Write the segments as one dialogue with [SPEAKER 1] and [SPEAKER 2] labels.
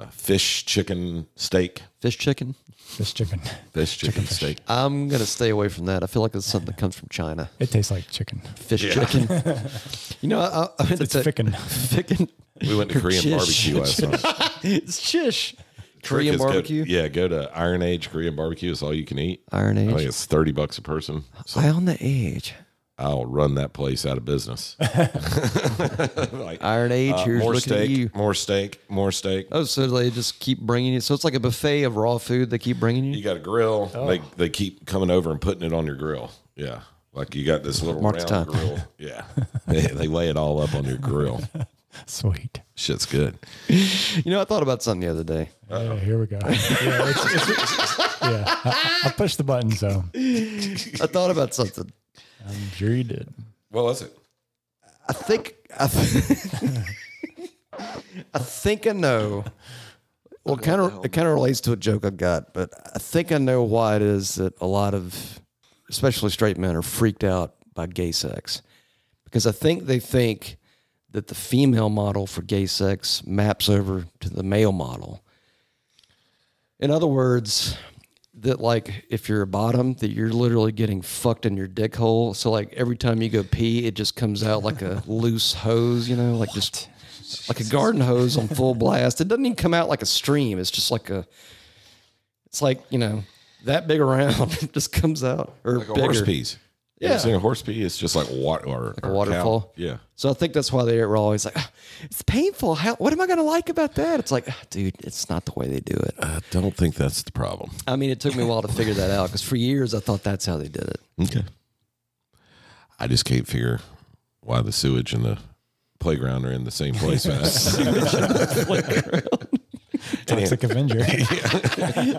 [SPEAKER 1] uh, fish, chicken, steak,
[SPEAKER 2] Fish chicken?
[SPEAKER 3] This chicken.
[SPEAKER 1] fish, chicken, steak.
[SPEAKER 2] I'm going to stay away from that. I feel like it's something that comes from China.
[SPEAKER 3] It tastes like chicken.
[SPEAKER 2] Fish chicken. you know, I, I- I went
[SPEAKER 3] It's
[SPEAKER 2] to
[SPEAKER 3] chicken.
[SPEAKER 2] Ficken.
[SPEAKER 1] We went to Korean
[SPEAKER 2] Shish.
[SPEAKER 1] barbecue last night.
[SPEAKER 2] It's chish.
[SPEAKER 1] Trick
[SPEAKER 2] Korean
[SPEAKER 1] is go to-
[SPEAKER 2] barbecue.
[SPEAKER 1] yeah, go to Iron Age Korean barbecue. It's all you can eat.
[SPEAKER 2] Iron
[SPEAKER 1] I think
[SPEAKER 2] Age.
[SPEAKER 1] it's thirty bucks a person. So
[SPEAKER 2] Eye on the Age.
[SPEAKER 1] I'll run that place out of business. like,
[SPEAKER 2] Iron Age.
[SPEAKER 1] uh,
[SPEAKER 2] here's
[SPEAKER 1] more
[SPEAKER 2] looking at you.
[SPEAKER 1] steak, more steak, more steak.
[SPEAKER 2] Oh, so they just keep bringing you. So it's like a buffet of raw food they keep bringing
[SPEAKER 1] You
[SPEAKER 2] you.
[SPEAKER 1] got a grill.
[SPEAKER 2] Oh.
[SPEAKER 1] They they keep coming over and putting it on your grill. Yeah, like you got this little
[SPEAKER 2] Mark the
[SPEAKER 1] round
[SPEAKER 2] time.
[SPEAKER 1] grill. Yeah, they, they lay it all up on your grill.
[SPEAKER 3] Sweet.
[SPEAKER 1] Shit's good.
[SPEAKER 2] You know, I thought about something the other day.
[SPEAKER 3] Yeah, here we go. Yeah, it's, it's, it's- yeah. I, I pushed the button, so
[SPEAKER 2] I thought about something.
[SPEAKER 3] I'm sure you did.
[SPEAKER 1] What was it?
[SPEAKER 2] I think I, th- I think I know. Well, kind of it kind of relates to a joke I got, but I think I know why it is that a lot of, especially straight men, are freaked out by gay sex, because I think they think that the female model for gay sex maps over to the male model. In other words, that like if you're a bottom, that you're literally getting fucked in your dick hole. So like every time you go pee, it just comes out like a loose hose, you know, like just like a garden hose on full blast. It doesn't even come out like a stream. It's just like a, it's like you know that big around. It just comes out or
[SPEAKER 1] Like a
[SPEAKER 2] bigger.
[SPEAKER 1] horse peas. Yeah,
[SPEAKER 2] Yeah.
[SPEAKER 1] seen a horse pee. It's just like water, or
[SPEAKER 2] a
[SPEAKER 1] or
[SPEAKER 2] waterfall?
[SPEAKER 1] cow. Yeah,
[SPEAKER 2] So I think that's why they were always like, "Ah, it's painful. How, what am I going to like about that? It's like, "Ah, dude, it's not the way they do it.
[SPEAKER 1] I don't think that's the problem.
[SPEAKER 2] I mean, it took me a while to figure that out because for years I thought that's how they did it.
[SPEAKER 1] Okay. I just can't figure why the sewage and the playground are in the same place. man.
[SPEAKER 3] Toxic Avenger.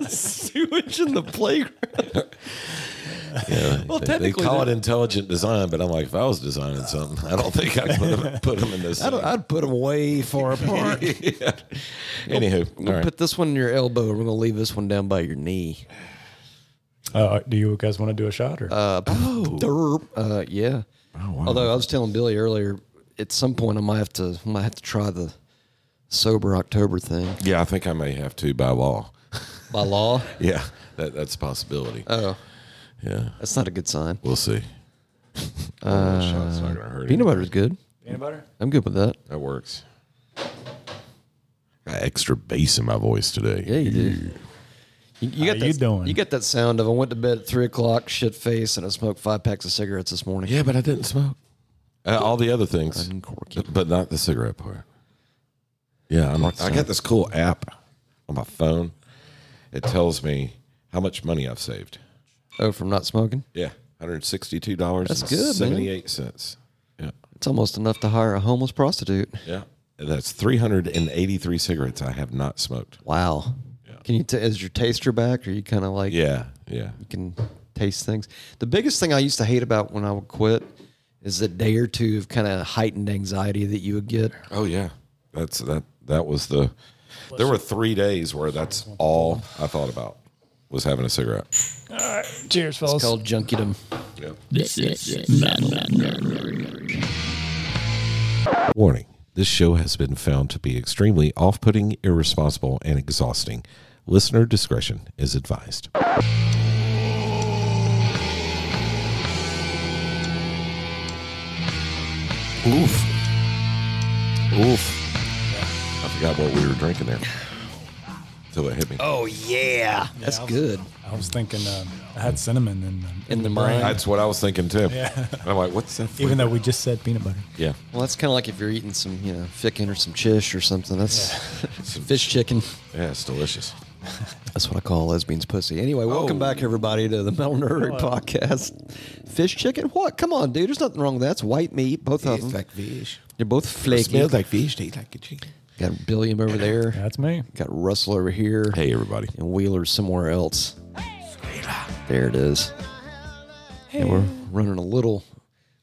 [SPEAKER 2] Sewage in the playground.
[SPEAKER 1] yeah, well, they, they
[SPEAKER 2] technically
[SPEAKER 1] call it intelligent design, but I'm like, if I was designing something, I don't think I could put them in this.
[SPEAKER 2] I'd, I'd put them way far apart.
[SPEAKER 1] Anywho, all
[SPEAKER 2] We'll
[SPEAKER 1] right.
[SPEAKER 2] Put this one in your elbow. We're going to leave this one down by your knee.
[SPEAKER 3] Uh, do you guys want to do a shot or?
[SPEAKER 2] Uh, Derp. Uh, yeah. Although I was telling Billy earlier, at some point I might have to I might have to try the sober October thing
[SPEAKER 1] yeah, I think I may have to by law.
[SPEAKER 2] by law.
[SPEAKER 1] Yeah, that, that's a possibility.
[SPEAKER 2] Oh,
[SPEAKER 1] yeah,
[SPEAKER 2] that's not a good sign.
[SPEAKER 1] we'll see. Uh, shot's not gonna hurt.
[SPEAKER 2] Peanut
[SPEAKER 1] anyone.
[SPEAKER 2] butter's good.
[SPEAKER 3] Peanut butter.
[SPEAKER 2] I'm good with that.
[SPEAKER 1] That works. Got extra bass in my voice today.
[SPEAKER 2] Yeah, you do. You, you
[SPEAKER 3] How
[SPEAKER 2] got
[SPEAKER 3] you
[SPEAKER 2] that,
[SPEAKER 3] doing?
[SPEAKER 2] You got that sound of I went to bed at three o'clock, shit face, and I smoked five packs of cigarettes this morning.
[SPEAKER 1] Yeah, but I didn't smoke. Uh, all the other things,
[SPEAKER 2] Uncorky.
[SPEAKER 1] but not the cigarette part. Yeah, I'm, I got this cool app on my phone. It tells me how much money I've saved.
[SPEAKER 2] Oh, from not smoking.
[SPEAKER 1] Yeah, hundred sixty-two dollars.
[SPEAKER 2] That's good, man.
[SPEAKER 1] Seventy-eight cents. Yeah,
[SPEAKER 2] It's almost enough to hire a homeless prostitute.
[SPEAKER 1] yeah. That's three hundred and eighty-three cigarettes I have not smoked.
[SPEAKER 2] Wow. Can you? T- is your taster back? Or you kind of like
[SPEAKER 1] Yeah, yeah.
[SPEAKER 2] can taste things? The biggest thing I used to hate about when I would quit is the day or two of kind of heightened anxiety that you would get.
[SPEAKER 1] Oh yeah, that's that. That was the. There were three days where that's all I thought about was having a cigarette.
[SPEAKER 3] Cheers, fellas.
[SPEAKER 2] Called junkiedom.
[SPEAKER 1] Yeah. Warning. This show has been found to be extremely off putting, irresponsible, and exhausting. Listener discretion is advised. Oof. Oof. I forgot what we were drinking there. Till it hit me.
[SPEAKER 2] Oh yeah, that's good.
[SPEAKER 3] I was thinking um, I had cinnamon in the,
[SPEAKER 2] In the
[SPEAKER 3] brain,
[SPEAKER 2] mind.
[SPEAKER 1] That's what I was thinking too. And I'm like, what's that?
[SPEAKER 3] even though we just said peanut butter.
[SPEAKER 1] yeah.
[SPEAKER 2] Well, that's kind of like if you're eating some, you know, ficken or some chish or something. That's fish chicken.
[SPEAKER 1] Yeah, it's delicious.
[SPEAKER 2] That's what I call lesbians pussy. Anyway, welcome
[SPEAKER 1] Oh.
[SPEAKER 2] back everybody to the Metal Nerdery podcast. Fish chicken? What? Come on, dude. There's nothing wrong with that. It's white meat, both of them.
[SPEAKER 1] fish.
[SPEAKER 2] They're both flaky.
[SPEAKER 1] like fish. Tastes like a chicken.
[SPEAKER 2] Got Billiam over there.
[SPEAKER 3] That's me.
[SPEAKER 2] Got Russell over here.
[SPEAKER 1] Hey, everybody.
[SPEAKER 2] And Wheeler's somewhere else. There it is. And we're running a little,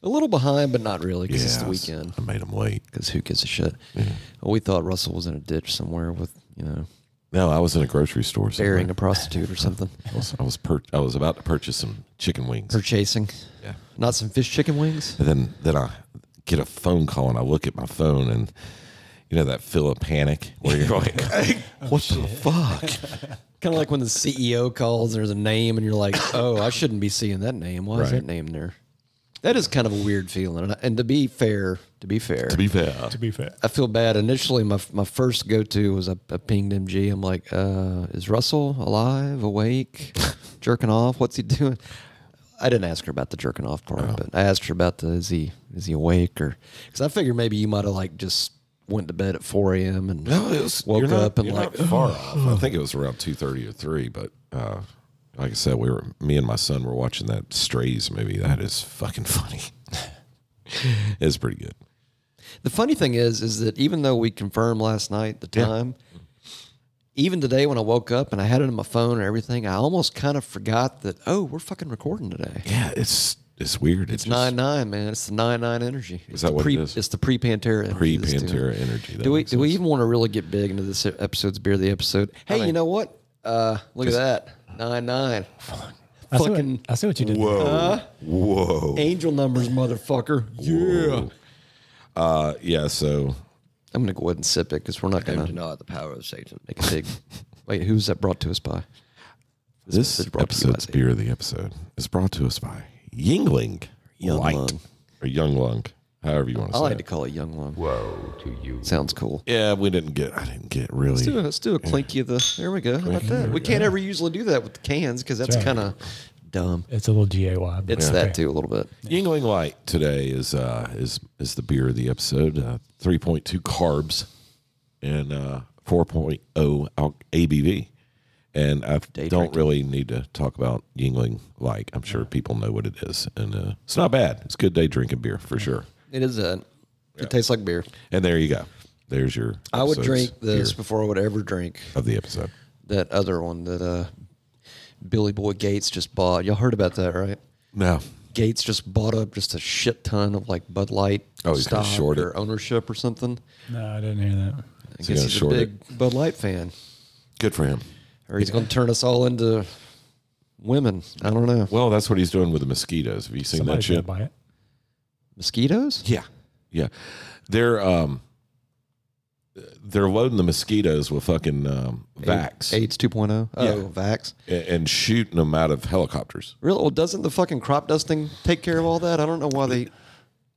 [SPEAKER 2] a little behind, but not really because it's the
[SPEAKER 1] I was-
[SPEAKER 2] weekend.
[SPEAKER 1] I made them wait.
[SPEAKER 2] Because who gives a shit?
[SPEAKER 1] Mm-hmm.
[SPEAKER 2] Well, we thought Russell was in a ditch somewhere with, you know,
[SPEAKER 1] No, I was in a grocery store. somewhere.
[SPEAKER 2] burying a prostitute or something.
[SPEAKER 1] I was I was, per- I was about to purchase some chicken wings,
[SPEAKER 2] Or chasing.
[SPEAKER 1] Yeah.
[SPEAKER 2] Not some fish chicken wings.
[SPEAKER 1] and then then I get a phone call and I look at my phone and you know that feel of panic where you're like, what the fuck?
[SPEAKER 2] Kind of like when the CEO calls and there's a name and you're like, oh, I shouldn't be seeing that name. Why is
[SPEAKER 1] Right.
[SPEAKER 2] that name there? That is kind of a weird feeling. And, I- and to be fair, to be fair,
[SPEAKER 1] To be fair,
[SPEAKER 3] To be fair,
[SPEAKER 2] I feel bad. Initially, my my first go to was I, I pinged MG. I'm like, uh, is Russell alive, awake, jerking off? What's he doing? I didn't ask her about the jerking off part,
[SPEAKER 1] Oh.
[SPEAKER 2] but I asked her about the is he is he awake or because I figured maybe you might have like just went to bed at 4 a.m. and
[SPEAKER 1] no, it was
[SPEAKER 2] woke
[SPEAKER 1] you're not-
[SPEAKER 2] up and
[SPEAKER 1] you're
[SPEAKER 2] like
[SPEAKER 1] not far off. I think it was around two thirty or three, but uh, like I said, we were me and my son were watching that Strays movie. That is fucking funny. it's pretty good.
[SPEAKER 2] The funny thing is, is that even though we confirmed last night the time, even today when I woke up and I had it on my phone and everything, I almost kind of forgot that. Oh, we're fucking recording today.
[SPEAKER 1] Yeah, it's it's weird.
[SPEAKER 2] It's nine nine, man. It's the nine nine energy. Is
[SPEAKER 1] that
[SPEAKER 2] the
[SPEAKER 1] what it
[SPEAKER 2] pre,
[SPEAKER 1] is?
[SPEAKER 2] It's the pre Pantera.
[SPEAKER 1] pre Pantera energy. That
[SPEAKER 2] Do we
[SPEAKER 1] makes
[SPEAKER 2] do we
[SPEAKER 1] sense.
[SPEAKER 2] even want to really get big into this episode's beer of the episode? Hey, you know what? Uh, look at that nine nine.
[SPEAKER 3] I see, what,
[SPEAKER 2] Fucking-
[SPEAKER 3] I see what you did. there. Uh-huh.
[SPEAKER 1] Whoa, whoa,
[SPEAKER 2] Angel numbers, motherfucker.
[SPEAKER 1] yeah. Uh, yeah. So
[SPEAKER 2] I'm gonna go ahead and sip it because we're not
[SPEAKER 4] Don't
[SPEAKER 2] gonna
[SPEAKER 4] deny the power of Satan.
[SPEAKER 2] make a big. Wait, who's that brought to us by?
[SPEAKER 1] This
[SPEAKER 2] message brought to you by
[SPEAKER 1] episode's
[SPEAKER 2] Zane.
[SPEAKER 1] beer of the episode is brought to us by Yingling
[SPEAKER 2] Young
[SPEAKER 1] Light
[SPEAKER 2] Lung.
[SPEAKER 1] or Young Lung, however you want to
[SPEAKER 2] I
[SPEAKER 1] say
[SPEAKER 2] like
[SPEAKER 1] it.
[SPEAKER 2] to call it Young Lung.
[SPEAKER 4] Woe to you.
[SPEAKER 2] Sounds cool.
[SPEAKER 1] yeah, we didn't get. I didn't get really.
[SPEAKER 2] Let's do a, let's do a clinky of the. There we go. How about that? We can't ever usually do that with the cans because that's
[SPEAKER 3] Sure.
[SPEAKER 2] kind of dumb.
[SPEAKER 3] It's a little GAY. but
[SPEAKER 2] It's
[SPEAKER 3] okay.
[SPEAKER 2] that too a little bit.
[SPEAKER 1] Yingling Light today is uh is is the beer of the episode. Uh, Three point two carbs and uh, 4.0 al- ABV. And I don't really need to talk about Yingling Light. I'm sure people know what it is, and uh, it's not bad. It's good day drinking beer for sure.
[SPEAKER 2] It is that. It tastes like beer.
[SPEAKER 1] And there you go. There's your.
[SPEAKER 2] I would
[SPEAKER 1] episode's
[SPEAKER 2] drink this
[SPEAKER 1] beer
[SPEAKER 2] before I would ever drink
[SPEAKER 1] of the episode.
[SPEAKER 2] that other one that uh, Billy Boy Gates just bought. Y'all heard about that, right?
[SPEAKER 1] No.
[SPEAKER 2] Gates just bought up just a shit ton of like Bud Light
[SPEAKER 1] Oh, he's gonna
[SPEAKER 2] stock
[SPEAKER 1] short it.
[SPEAKER 2] or ownership or something.
[SPEAKER 3] No, I didn't hear that.
[SPEAKER 2] I
[SPEAKER 1] he
[SPEAKER 2] guess
[SPEAKER 1] gonna
[SPEAKER 2] he's a
[SPEAKER 1] short
[SPEAKER 2] big Bud Light fan,
[SPEAKER 1] Good for him.
[SPEAKER 2] or he's going to turn us all into women. I don't know.
[SPEAKER 1] Well, that's what he's doing with the mosquitoes. Have you seen
[SPEAKER 3] Somebody's
[SPEAKER 1] that
[SPEAKER 3] gonna
[SPEAKER 1] shit?
[SPEAKER 3] buy it.
[SPEAKER 2] Mosquitoes?
[SPEAKER 1] Yeah. Yeah. They're um they're loading the mosquitoes with fucking um, vax
[SPEAKER 2] AIDS 2.0. Oh,
[SPEAKER 1] Yeah.
[SPEAKER 2] Vax.
[SPEAKER 1] a- and shooting them out of helicopters.
[SPEAKER 2] Really? Well, doesn't the fucking crop dusting take care of all that? I don't know why they.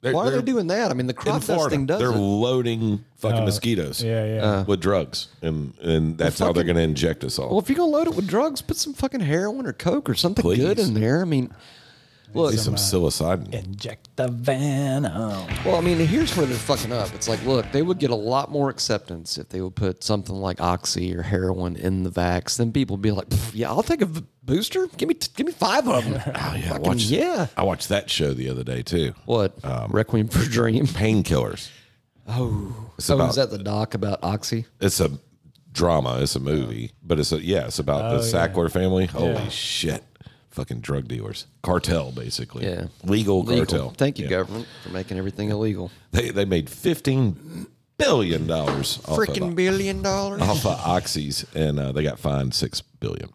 [SPEAKER 1] They're,
[SPEAKER 2] why are they
[SPEAKER 1] they're
[SPEAKER 2] doing that? I mean, the
[SPEAKER 1] in
[SPEAKER 2] crop
[SPEAKER 1] Florida?
[SPEAKER 2] dusting does
[SPEAKER 1] they're
[SPEAKER 2] it.
[SPEAKER 1] loading fucking
[SPEAKER 3] Uh,
[SPEAKER 1] mosquitoes
[SPEAKER 3] Yeah, yeah.
[SPEAKER 1] with drugs, and and that's how they're
[SPEAKER 2] Uh. fucking-
[SPEAKER 1] going to inject us all.
[SPEAKER 2] Well, if you're gonna load it with drugs, put some fucking heroin or coke or something good
[SPEAKER 1] Please.
[SPEAKER 2] in there. I mean, look.
[SPEAKER 1] At least some
[SPEAKER 3] uh,
[SPEAKER 1] psilocybin.
[SPEAKER 3] Inject the venom.
[SPEAKER 2] Well, I mean, here's where they're fucking up. It's like, look, they would get a lot more acceptance if they would put something like oxy or heroin in the vax. Then people would be like, "Pff, yeah, I'll take a v- booster. Give me, t- give me five of them.
[SPEAKER 1] Oh, yeah, I
[SPEAKER 2] fucking
[SPEAKER 1] watched,
[SPEAKER 2] yeah.
[SPEAKER 1] I watched that show the other day too.
[SPEAKER 2] What?
[SPEAKER 1] Um,
[SPEAKER 2] Requiem for a Dream.
[SPEAKER 1] Painkillers. Oh, it's
[SPEAKER 2] So
[SPEAKER 1] about
[SPEAKER 2] is that the doc about oxy?
[SPEAKER 1] it's a drama. It's a movie, but it's a yeah. It's about the Sackler family. Holy shit! Fucking drug dealers, cartel basically.
[SPEAKER 2] Yeah.
[SPEAKER 1] legal,
[SPEAKER 2] Legal.
[SPEAKER 1] cartel.
[SPEAKER 2] Thank you,
[SPEAKER 1] Yeah.
[SPEAKER 2] government, for making everything illegal.
[SPEAKER 1] They they made fifteen billion dollars off
[SPEAKER 2] Freaking
[SPEAKER 1] of, uh,
[SPEAKER 2] billion dollars.
[SPEAKER 1] off of oxys, and uh, they got fined six billion.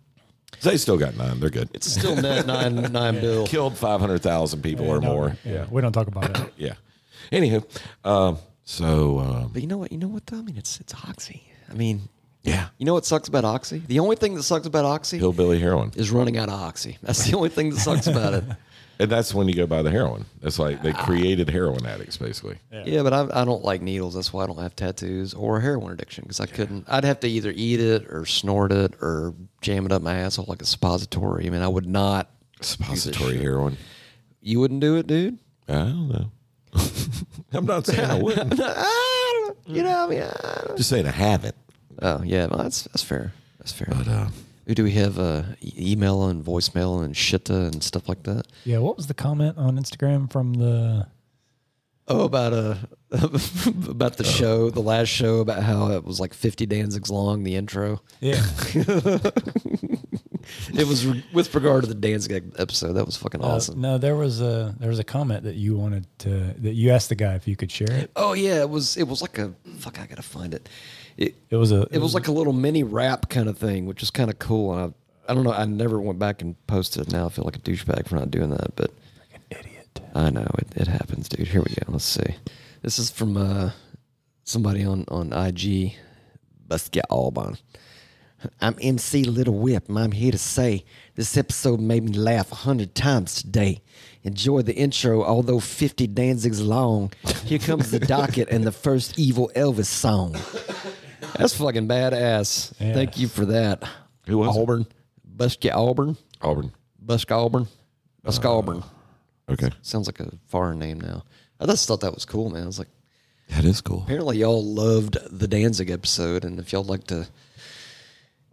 [SPEAKER 1] They still got nine. They're good. It's
[SPEAKER 2] Still net nine nine bill.
[SPEAKER 1] killed five hundred thousand people or
[SPEAKER 3] No,
[SPEAKER 1] more.
[SPEAKER 3] Yeah, we don't talk about it.
[SPEAKER 1] Yeah. Anywho, um, so um,
[SPEAKER 2] But you know what? You know what? Though? I mean, it's it's oxy. I mean,
[SPEAKER 1] yeah,
[SPEAKER 2] you know what sucks about oxy? The only thing that sucks about oxy
[SPEAKER 1] hillbilly heroin.
[SPEAKER 2] is running out of oxy. That's the only thing that sucks about it.
[SPEAKER 1] And that's when you go buy the heroin. That's like they created heroin addicts, basically.
[SPEAKER 2] Yeah, but I, I don't like needles. That's why I don't have tattoos or a heroin addiction because I couldn't. I'd have to either eat it or snort it or jam it up my asshole like a suppository. I mean, I would not.
[SPEAKER 1] Suppository heroin.
[SPEAKER 2] You wouldn't do it, dude.
[SPEAKER 1] I don't know. I'm not saying I wouldn't.
[SPEAKER 2] I don't- you know, I mean, I don't-
[SPEAKER 1] just saying I haven't.
[SPEAKER 2] oh yeah, well, that's that's fair. That's fair.
[SPEAKER 1] But uh,
[SPEAKER 2] Who do we have uh, e- email and voicemail and shitta and stuff like that?
[SPEAKER 3] Yeah, what was the comment on Instagram from the?
[SPEAKER 2] Oh, about uh, about
[SPEAKER 3] Oh.
[SPEAKER 2] the show, the last show, about how it was like fifty Danzigs long. The intro.
[SPEAKER 3] Yeah,
[SPEAKER 2] It was re- with regard to the Danzig episode. That was fucking awesome.
[SPEAKER 3] Uh, no, there was a there was a comment that you wanted to that you asked the guy if you could share it.
[SPEAKER 2] oh yeah, it was. It was like a fuck. I gotta find it. It
[SPEAKER 3] It was a
[SPEAKER 2] it was like a little mini rap kind of thing, which is kind of cool. And I I don't know. I never went back and posted it. Now I feel like a douchebag for not doing that, but.
[SPEAKER 3] an idiot.
[SPEAKER 2] I know it, it happens, dude. Here we go. Let's see. This is from uh, somebody on on IG, Basquiat Alban. I'm MC Little Whip, and I'm here to say this episode made me laugh a hundred times today. Enjoy the intro, although 50 Danzig's long. Here comes the docket and the first Evil Elvis song. That's fucking badass.
[SPEAKER 3] Yeah.
[SPEAKER 2] Thank you for that.
[SPEAKER 1] Who was it?
[SPEAKER 2] Auburn? Busky Auburn?
[SPEAKER 1] Auburn.
[SPEAKER 2] Busk Auburn? Busk Auburn.
[SPEAKER 1] Okay,
[SPEAKER 2] Sounds like a foreign name now. I just thought that was cool, man. I was like,
[SPEAKER 1] that is cool.
[SPEAKER 2] Apparently, y'all loved the Danzig episode, and if y'all like to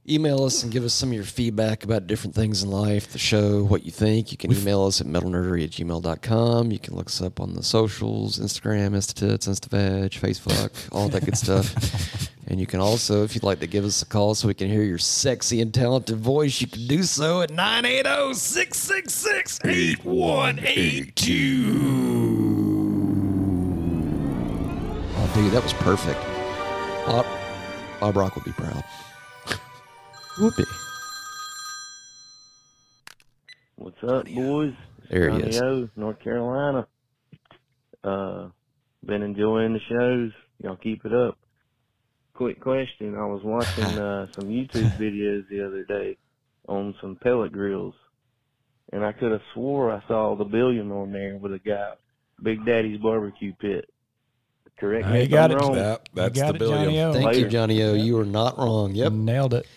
[SPEAKER 2] email us and give us some of your feedback about different things in life, the show, what you think, you can email us at metalnerdery at gmail.com. You can look us up on the socials, Instagram, Instatits, InstaVeg, Facebook, all that good stuff. And you can also, if you'd like to give us a call so we can hear your sexy and talented voice, you can do so at 980 666 Oh, dude, that was perfect. Bob, Bob Rock would be proud. Whoopee.
[SPEAKER 5] What's up, boys? It's
[SPEAKER 2] There he
[SPEAKER 5] Johnny
[SPEAKER 2] is.
[SPEAKER 5] O, North Carolina. Uh, been enjoying the shows. Y'all keep it up. Quick question: I was watching uh, some YouTube videos the other day on some pellet grills, and I could have swore I saw the billion on there with a guy, Big Daddy's barbecue pit. Correct
[SPEAKER 3] Now
[SPEAKER 5] me
[SPEAKER 3] you
[SPEAKER 5] if
[SPEAKER 3] got
[SPEAKER 5] I'm
[SPEAKER 3] it.
[SPEAKER 5] wrong.
[SPEAKER 1] That, that's
[SPEAKER 3] you got
[SPEAKER 1] the
[SPEAKER 3] it,
[SPEAKER 1] billion.
[SPEAKER 3] Johnny O.
[SPEAKER 2] Thank you,
[SPEAKER 5] Later.
[SPEAKER 2] Johnny O. You were not wrong. Yep.
[SPEAKER 3] Nailed it.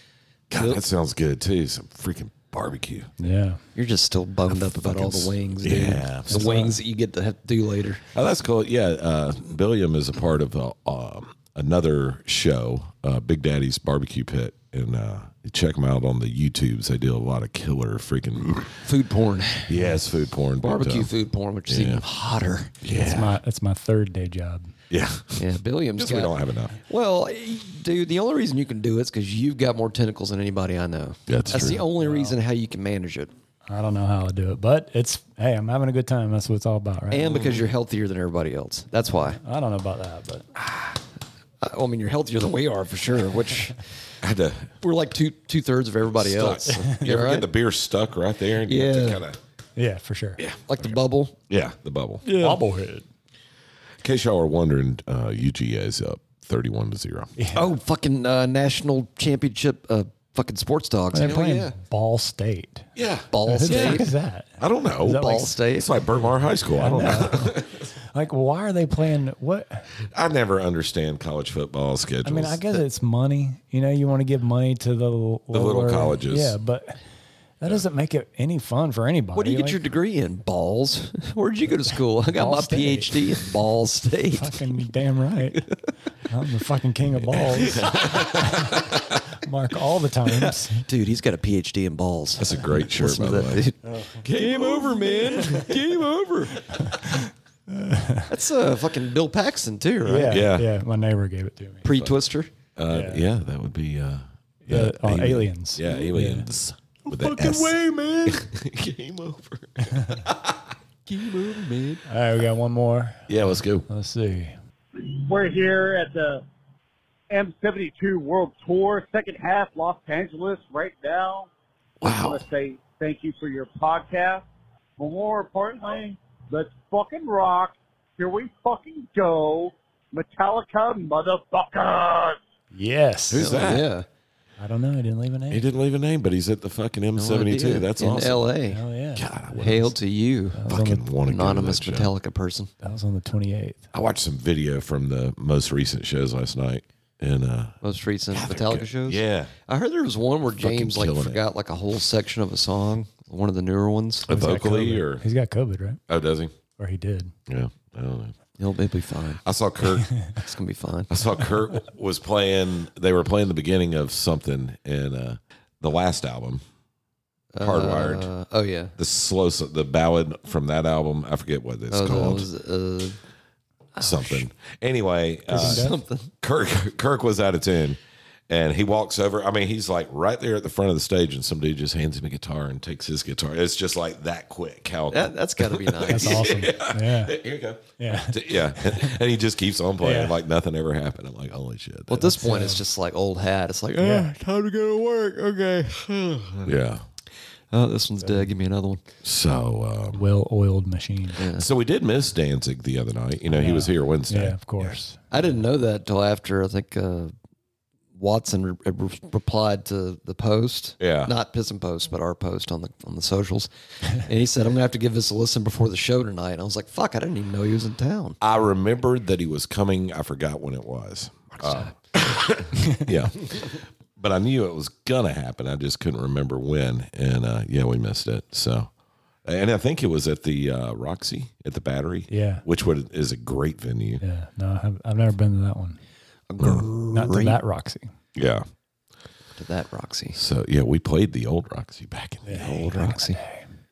[SPEAKER 1] God, that sounds good too. Some freaking barbecue.
[SPEAKER 3] Yeah.
[SPEAKER 2] You're just still bummed up about all the wings, dude.
[SPEAKER 1] Yeah,
[SPEAKER 2] the wings that you get to have to do later.
[SPEAKER 1] Oh, that's cool. Yeah, uh, Billiam is a part of uh, um, another show, uh, Big Daddy's Barbecue Pit, and uh, check them out on the YouTubes. They do a lot of killer freaking
[SPEAKER 2] Food porn.
[SPEAKER 1] yes, food porn, but,
[SPEAKER 2] Barbecue
[SPEAKER 1] uh,
[SPEAKER 2] food porn, which is even hotter.
[SPEAKER 3] That's my that's my third day job.
[SPEAKER 1] yeah,
[SPEAKER 2] Yeah, Billiam's
[SPEAKER 1] just
[SPEAKER 2] got.
[SPEAKER 1] we don't have enough.
[SPEAKER 2] well, eh, dude, the only reason you can do it is because you've got more tentacles than anybody I know.
[SPEAKER 1] That's
[SPEAKER 2] the
[SPEAKER 1] true.
[SPEAKER 2] only reason how you can manage it.
[SPEAKER 3] I don't know how I do it, but it's hey, I'm having a good time. That's what it's all about, right?
[SPEAKER 2] And because you're healthier than everybody else. That's why.
[SPEAKER 3] I don't know about that, but
[SPEAKER 2] I I mean, you're healthier than we are for sure, which
[SPEAKER 1] I had to
[SPEAKER 2] we're like two two thirds of everybody else.
[SPEAKER 1] you
[SPEAKER 2] You're
[SPEAKER 1] ever
[SPEAKER 2] right.
[SPEAKER 1] get the beer stuck right there? And You have
[SPEAKER 2] Yeah.
[SPEAKER 1] to kinda,
[SPEAKER 3] yeah, for sure. Yeah.
[SPEAKER 2] like the bubble.
[SPEAKER 1] yeah, the bubble.
[SPEAKER 3] Bobblehead.
[SPEAKER 1] In case y'all were wondering, uh, UGA is up thirty-one to zero.
[SPEAKER 2] Oh, fucking uh, national championship uh, fucking sports dogs.
[SPEAKER 3] They're
[SPEAKER 2] Hell
[SPEAKER 3] playing
[SPEAKER 2] yeah.
[SPEAKER 3] Ball State.
[SPEAKER 1] Yeah,
[SPEAKER 2] Ball
[SPEAKER 3] Who the heck
[SPEAKER 2] State.
[SPEAKER 3] is that?
[SPEAKER 1] I don't know.
[SPEAKER 3] that
[SPEAKER 2] Ball
[SPEAKER 3] like-
[SPEAKER 2] State.
[SPEAKER 1] It's like Burmar High School. I don't know.
[SPEAKER 3] Like, why are they playing? What?
[SPEAKER 1] I never understand college football schedules.
[SPEAKER 3] I mean, I guess it's money. You know, you want to give money to the the
[SPEAKER 1] little colleges.
[SPEAKER 3] Yeah, but that doesn't make it any fun for anybody.
[SPEAKER 2] What do you get
[SPEAKER 3] Like,
[SPEAKER 2] your degree in? Balls. Where'd you go to school? I got
[SPEAKER 3] Ball
[SPEAKER 2] my
[SPEAKER 3] State.
[SPEAKER 2] PhD in Ball State.
[SPEAKER 3] fucking damn right? I'm the fucking king of balls. Mark all the times.
[SPEAKER 2] Dude, he's got a PhD in balls.
[SPEAKER 1] That's a great shirt, by
[SPEAKER 2] Listen to
[SPEAKER 1] the
[SPEAKER 2] that,
[SPEAKER 1] way.
[SPEAKER 2] dude. Game over, man. Game over. That's uh, fucking Bill Paxton too, right?
[SPEAKER 3] Yeah,
[SPEAKER 1] Yeah.
[SPEAKER 3] yeah, My neighbor gave it to me.
[SPEAKER 2] Pre Twister.
[SPEAKER 1] Uh,
[SPEAKER 3] Yeah.
[SPEAKER 1] yeah. that would be uh, yeah,
[SPEAKER 3] The- oh, aliens.
[SPEAKER 1] Yeah, aliens. With the
[SPEAKER 3] Fucking
[SPEAKER 1] S.
[SPEAKER 3] way, man.
[SPEAKER 1] Game over.
[SPEAKER 2] Game over, man.
[SPEAKER 3] All right, we got one more.
[SPEAKER 1] Yeah, let's go.
[SPEAKER 3] Let's see.
[SPEAKER 6] We're here at the M72 World Tour, second half, Los Angeles, right now. I
[SPEAKER 1] Wow.
[SPEAKER 6] want to say thank you for your podcast. But more importantly, let's fucking rock. Here we fucking go. Metallica motherfuckers.
[SPEAKER 3] Yes.
[SPEAKER 1] Who's that?
[SPEAKER 2] Yeah.
[SPEAKER 3] I don't know. I didn't leave a
[SPEAKER 1] He
[SPEAKER 3] name.
[SPEAKER 1] didn't leave a name, but he's at the fucking M72.
[SPEAKER 2] Idea.
[SPEAKER 1] That's
[SPEAKER 2] in
[SPEAKER 1] awesome.
[SPEAKER 2] L.A.
[SPEAKER 3] Oh yeah.
[SPEAKER 1] God, I would
[SPEAKER 2] Hail to you,
[SPEAKER 1] fucking want to
[SPEAKER 2] anonymous
[SPEAKER 1] go to that show.
[SPEAKER 2] Metallica person.
[SPEAKER 3] That was on the 28th.
[SPEAKER 1] I watched some video from the most recent shows last night, and uh,
[SPEAKER 2] Most recent
[SPEAKER 1] they're
[SPEAKER 2] Metallica
[SPEAKER 1] good.
[SPEAKER 2] shows.
[SPEAKER 1] Yeah,
[SPEAKER 2] I heard there was one where
[SPEAKER 1] Fucking
[SPEAKER 2] James like
[SPEAKER 1] killing it.
[SPEAKER 2] forgot like a whole section of a song, one of the newer ones.
[SPEAKER 1] a vocally or
[SPEAKER 3] He's got COVID, right?
[SPEAKER 1] oh, does he?
[SPEAKER 3] Or he did.
[SPEAKER 1] Yeah, I don't know.
[SPEAKER 2] It'll, it'll be fine.
[SPEAKER 1] I saw Kirk.
[SPEAKER 2] It's gonna be fine.
[SPEAKER 1] I saw Kurt was playing. They were playing the beginning of something in uh, the last album, Hardwired.
[SPEAKER 2] Uh, oh yeah.
[SPEAKER 1] the slow so- the ballad from that album. I forget what it's
[SPEAKER 2] Oh, that
[SPEAKER 1] called.
[SPEAKER 2] was, uh,
[SPEAKER 1] something. Anyway, uh,
[SPEAKER 2] something.
[SPEAKER 1] Kirk Kirk was out of tune, and he walks over. I mean, he's like right there at the front of the stage, and some dude just hands him a guitar and takes his guitar. It's just like that quick. How
[SPEAKER 2] That, that's gotta be
[SPEAKER 3] That's
[SPEAKER 2] nice.
[SPEAKER 3] awesome. Yeah.
[SPEAKER 1] here you go.
[SPEAKER 3] Yeah.
[SPEAKER 1] Yeah, and he just keeps on playing
[SPEAKER 3] Yeah.
[SPEAKER 1] like nothing ever happened. I'm like, holy shit!
[SPEAKER 2] Well, at this point,
[SPEAKER 1] uh,
[SPEAKER 2] "Ah, it's just like old hat. It's like, yeah,
[SPEAKER 3] Yeah.
[SPEAKER 2] time to go to work. Okay.
[SPEAKER 1] yeah,
[SPEAKER 2] Oh, this one's dead. Give me another one.
[SPEAKER 1] So, um,
[SPEAKER 3] well-oiled machine.
[SPEAKER 1] so we did miss Danzig the other night. You know, he was here Wednesday.
[SPEAKER 3] Yeah, of course.
[SPEAKER 2] I didn't know that till after I think uh, Watson re- re- replied to the post.
[SPEAKER 1] Yeah.
[SPEAKER 2] not Pism post, but our post on the on the socials, and he said, "I'm gonna have to give this a listen before the show tonight." And I was like, "Fuck, I didn't even know he was in town."
[SPEAKER 1] I remembered that he was coming. I forgot when it was. Uh, yeah. But I knew it was going to happen. I just couldn't remember when. And uh, yeah, we missed it. So, and I think it was at the uh, Roxy at the Battery.
[SPEAKER 3] Yeah.
[SPEAKER 1] Which would, is a great venue.
[SPEAKER 3] Yeah. No, I've, I've never been to that one. Not to that Roxy.
[SPEAKER 1] Yeah.
[SPEAKER 2] To that Roxy,
[SPEAKER 1] So, yeah, we played the old Roxy back in the day.
[SPEAKER 2] old Roxy.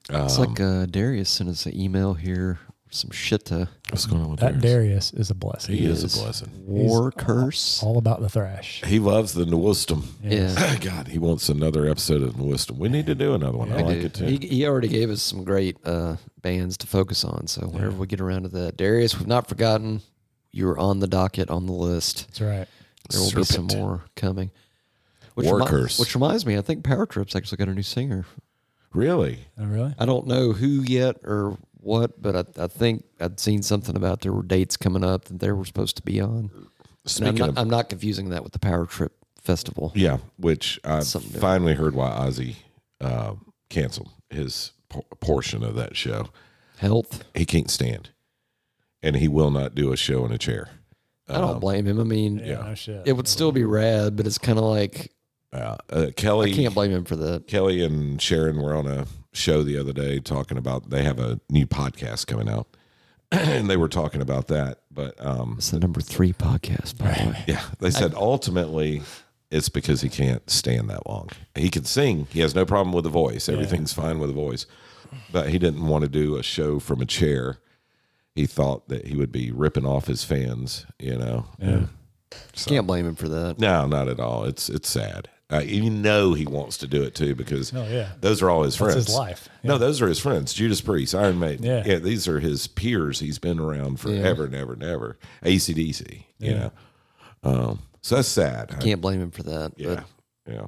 [SPEAKER 2] it's like uh, Darius sent us an email here, some shit to
[SPEAKER 1] What's going on with
[SPEAKER 3] That
[SPEAKER 1] that?
[SPEAKER 3] Darius is a blessing.
[SPEAKER 1] He is a blessing.
[SPEAKER 2] war curse.
[SPEAKER 3] All about the thrash.
[SPEAKER 1] He loves the Nwisdom.
[SPEAKER 2] Yeah,
[SPEAKER 1] God, he wants another episode of Nwisdom. We need to do another one. I like it too.
[SPEAKER 2] he, he already gave us some great uh, bands to focus on. So whenever we get around to that, Darius, we've not forgotten. You were on the docket, on the list.
[SPEAKER 3] That's right.
[SPEAKER 2] There will be some
[SPEAKER 1] Serpent.
[SPEAKER 2] more coming. Which
[SPEAKER 1] War
[SPEAKER 2] remi-
[SPEAKER 1] curse.
[SPEAKER 2] Which reminds me, I think Power Trip's actually got a new singer.
[SPEAKER 1] Really?
[SPEAKER 3] Oh, really?
[SPEAKER 2] I don't know who yet or what, but I, I think I'd seen something about there were dates coming up that they were supposed to be on. And I'm
[SPEAKER 1] Speaking
[SPEAKER 2] not,
[SPEAKER 1] of
[SPEAKER 2] I'm not confusing that with the Power Trip Festival.
[SPEAKER 1] Yeah, which I
[SPEAKER 2] Something different.
[SPEAKER 1] finally heard why Ozzy uh, canceled his por- portion of that show.
[SPEAKER 2] Health.
[SPEAKER 1] He can't stand, and he will not do a show in a chair.
[SPEAKER 2] I
[SPEAKER 1] Um,
[SPEAKER 2] don't blame him. I mean,
[SPEAKER 3] Yeah. No shit.
[SPEAKER 2] it would still be rad, but it's kind of like
[SPEAKER 1] Uh, uh,
[SPEAKER 2] I
[SPEAKER 1] Kelly,
[SPEAKER 2] can't blame him for that.
[SPEAKER 1] Kelly, and Sharon were on a show the other day talking about they have a new podcast coming out, and they were talking about that. But um,
[SPEAKER 2] It's the number three podcast, by the way.
[SPEAKER 1] yeah, they said ultimately. It's because he can't stand that long. He can sing. He has no problem with the voice. Everything's fine with the voice. but he didn't want to do a show from a chair. He thought that he would be ripping off his fans, you know. Yeah.
[SPEAKER 2] Can't blame him for that.
[SPEAKER 1] No, not at all. It's it's sad. Uh, you know he wants to do it too because
[SPEAKER 3] Oh, yeah.
[SPEAKER 1] those are all his
[SPEAKER 3] That's
[SPEAKER 1] friends.
[SPEAKER 3] his life.
[SPEAKER 1] No, those are his friends. Judas Priest, Iron Maiden.
[SPEAKER 3] Yeah.
[SPEAKER 1] these are his peers. He's been around forever and ever and ever. ACDC, you know. Um, so that's sad. I-
[SPEAKER 2] Can't blame him for that.
[SPEAKER 1] yeah.
[SPEAKER 2] But
[SPEAKER 1] Yeah.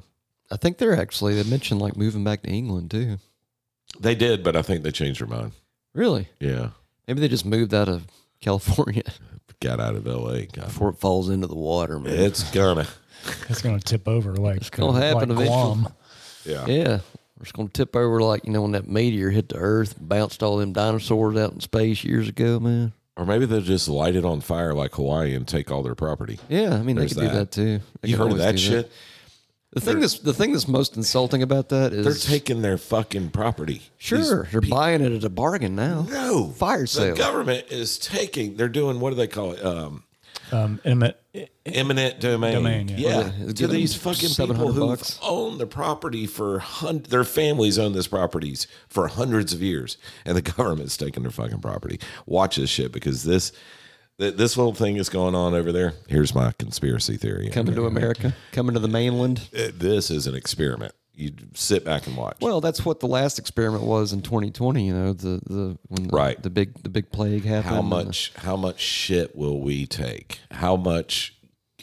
[SPEAKER 2] I think they're actually they mentioned like moving back to England too.
[SPEAKER 1] They did, but I think they changed their mind.
[SPEAKER 2] Really?
[SPEAKER 1] Yeah.
[SPEAKER 2] Maybe they just moved out of California
[SPEAKER 1] Got out of LA. God,
[SPEAKER 2] before it falls into the water, man.
[SPEAKER 1] it's gonna.
[SPEAKER 3] It's going to tip over like,
[SPEAKER 2] gonna happen
[SPEAKER 3] like Guam.
[SPEAKER 1] Yeah.
[SPEAKER 2] yeah. We're just gonna tip over like you know when that meteor hit the Earth, bounced all them dinosaurs out in space years ago, man.
[SPEAKER 1] Or maybe they'll just light it on fire like Hawaii and take all their property.
[SPEAKER 2] Yeah, I mean
[SPEAKER 1] There's
[SPEAKER 2] they could
[SPEAKER 1] that.
[SPEAKER 2] do that too. They
[SPEAKER 1] You
[SPEAKER 2] could
[SPEAKER 1] heard of
[SPEAKER 2] always
[SPEAKER 1] that
[SPEAKER 2] do
[SPEAKER 1] shit?
[SPEAKER 2] The thing that's the thing that's most insulting about that is
[SPEAKER 1] They're taking their fucking property.
[SPEAKER 2] sure they're buying it at a bargain now.
[SPEAKER 1] No.
[SPEAKER 2] fire
[SPEAKER 1] The
[SPEAKER 2] sale.
[SPEAKER 1] government is taking, they're doing, what do they call it? Um,
[SPEAKER 3] Um, intimate,
[SPEAKER 1] eminent domain.
[SPEAKER 3] Domain, yeah.
[SPEAKER 1] yeah.
[SPEAKER 2] Yeah,
[SPEAKER 1] To
[SPEAKER 2] give them
[SPEAKER 1] these fucking people
[SPEAKER 2] 700
[SPEAKER 1] who
[SPEAKER 2] bucks.
[SPEAKER 1] own the property for, hun- their families own this properties for hundreds of years. And the government's taking their fucking property. Watch this shit because this, th- this little thing is going on over there. Here's my conspiracy theory.
[SPEAKER 2] Coming to America, coming to the mainland.
[SPEAKER 1] Uh, This is an experiment. You sit back and watch.
[SPEAKER 2] Well, that's what the last experiment was in 2020. You know, the the when the,
[SPEAKER 1] Right.
[SPEAKER 2] the big the big plague happened.
[SPEAKER 1] how
[SPEAKER 2] and the-
[SPEAKER 1] much how much shit will we take how much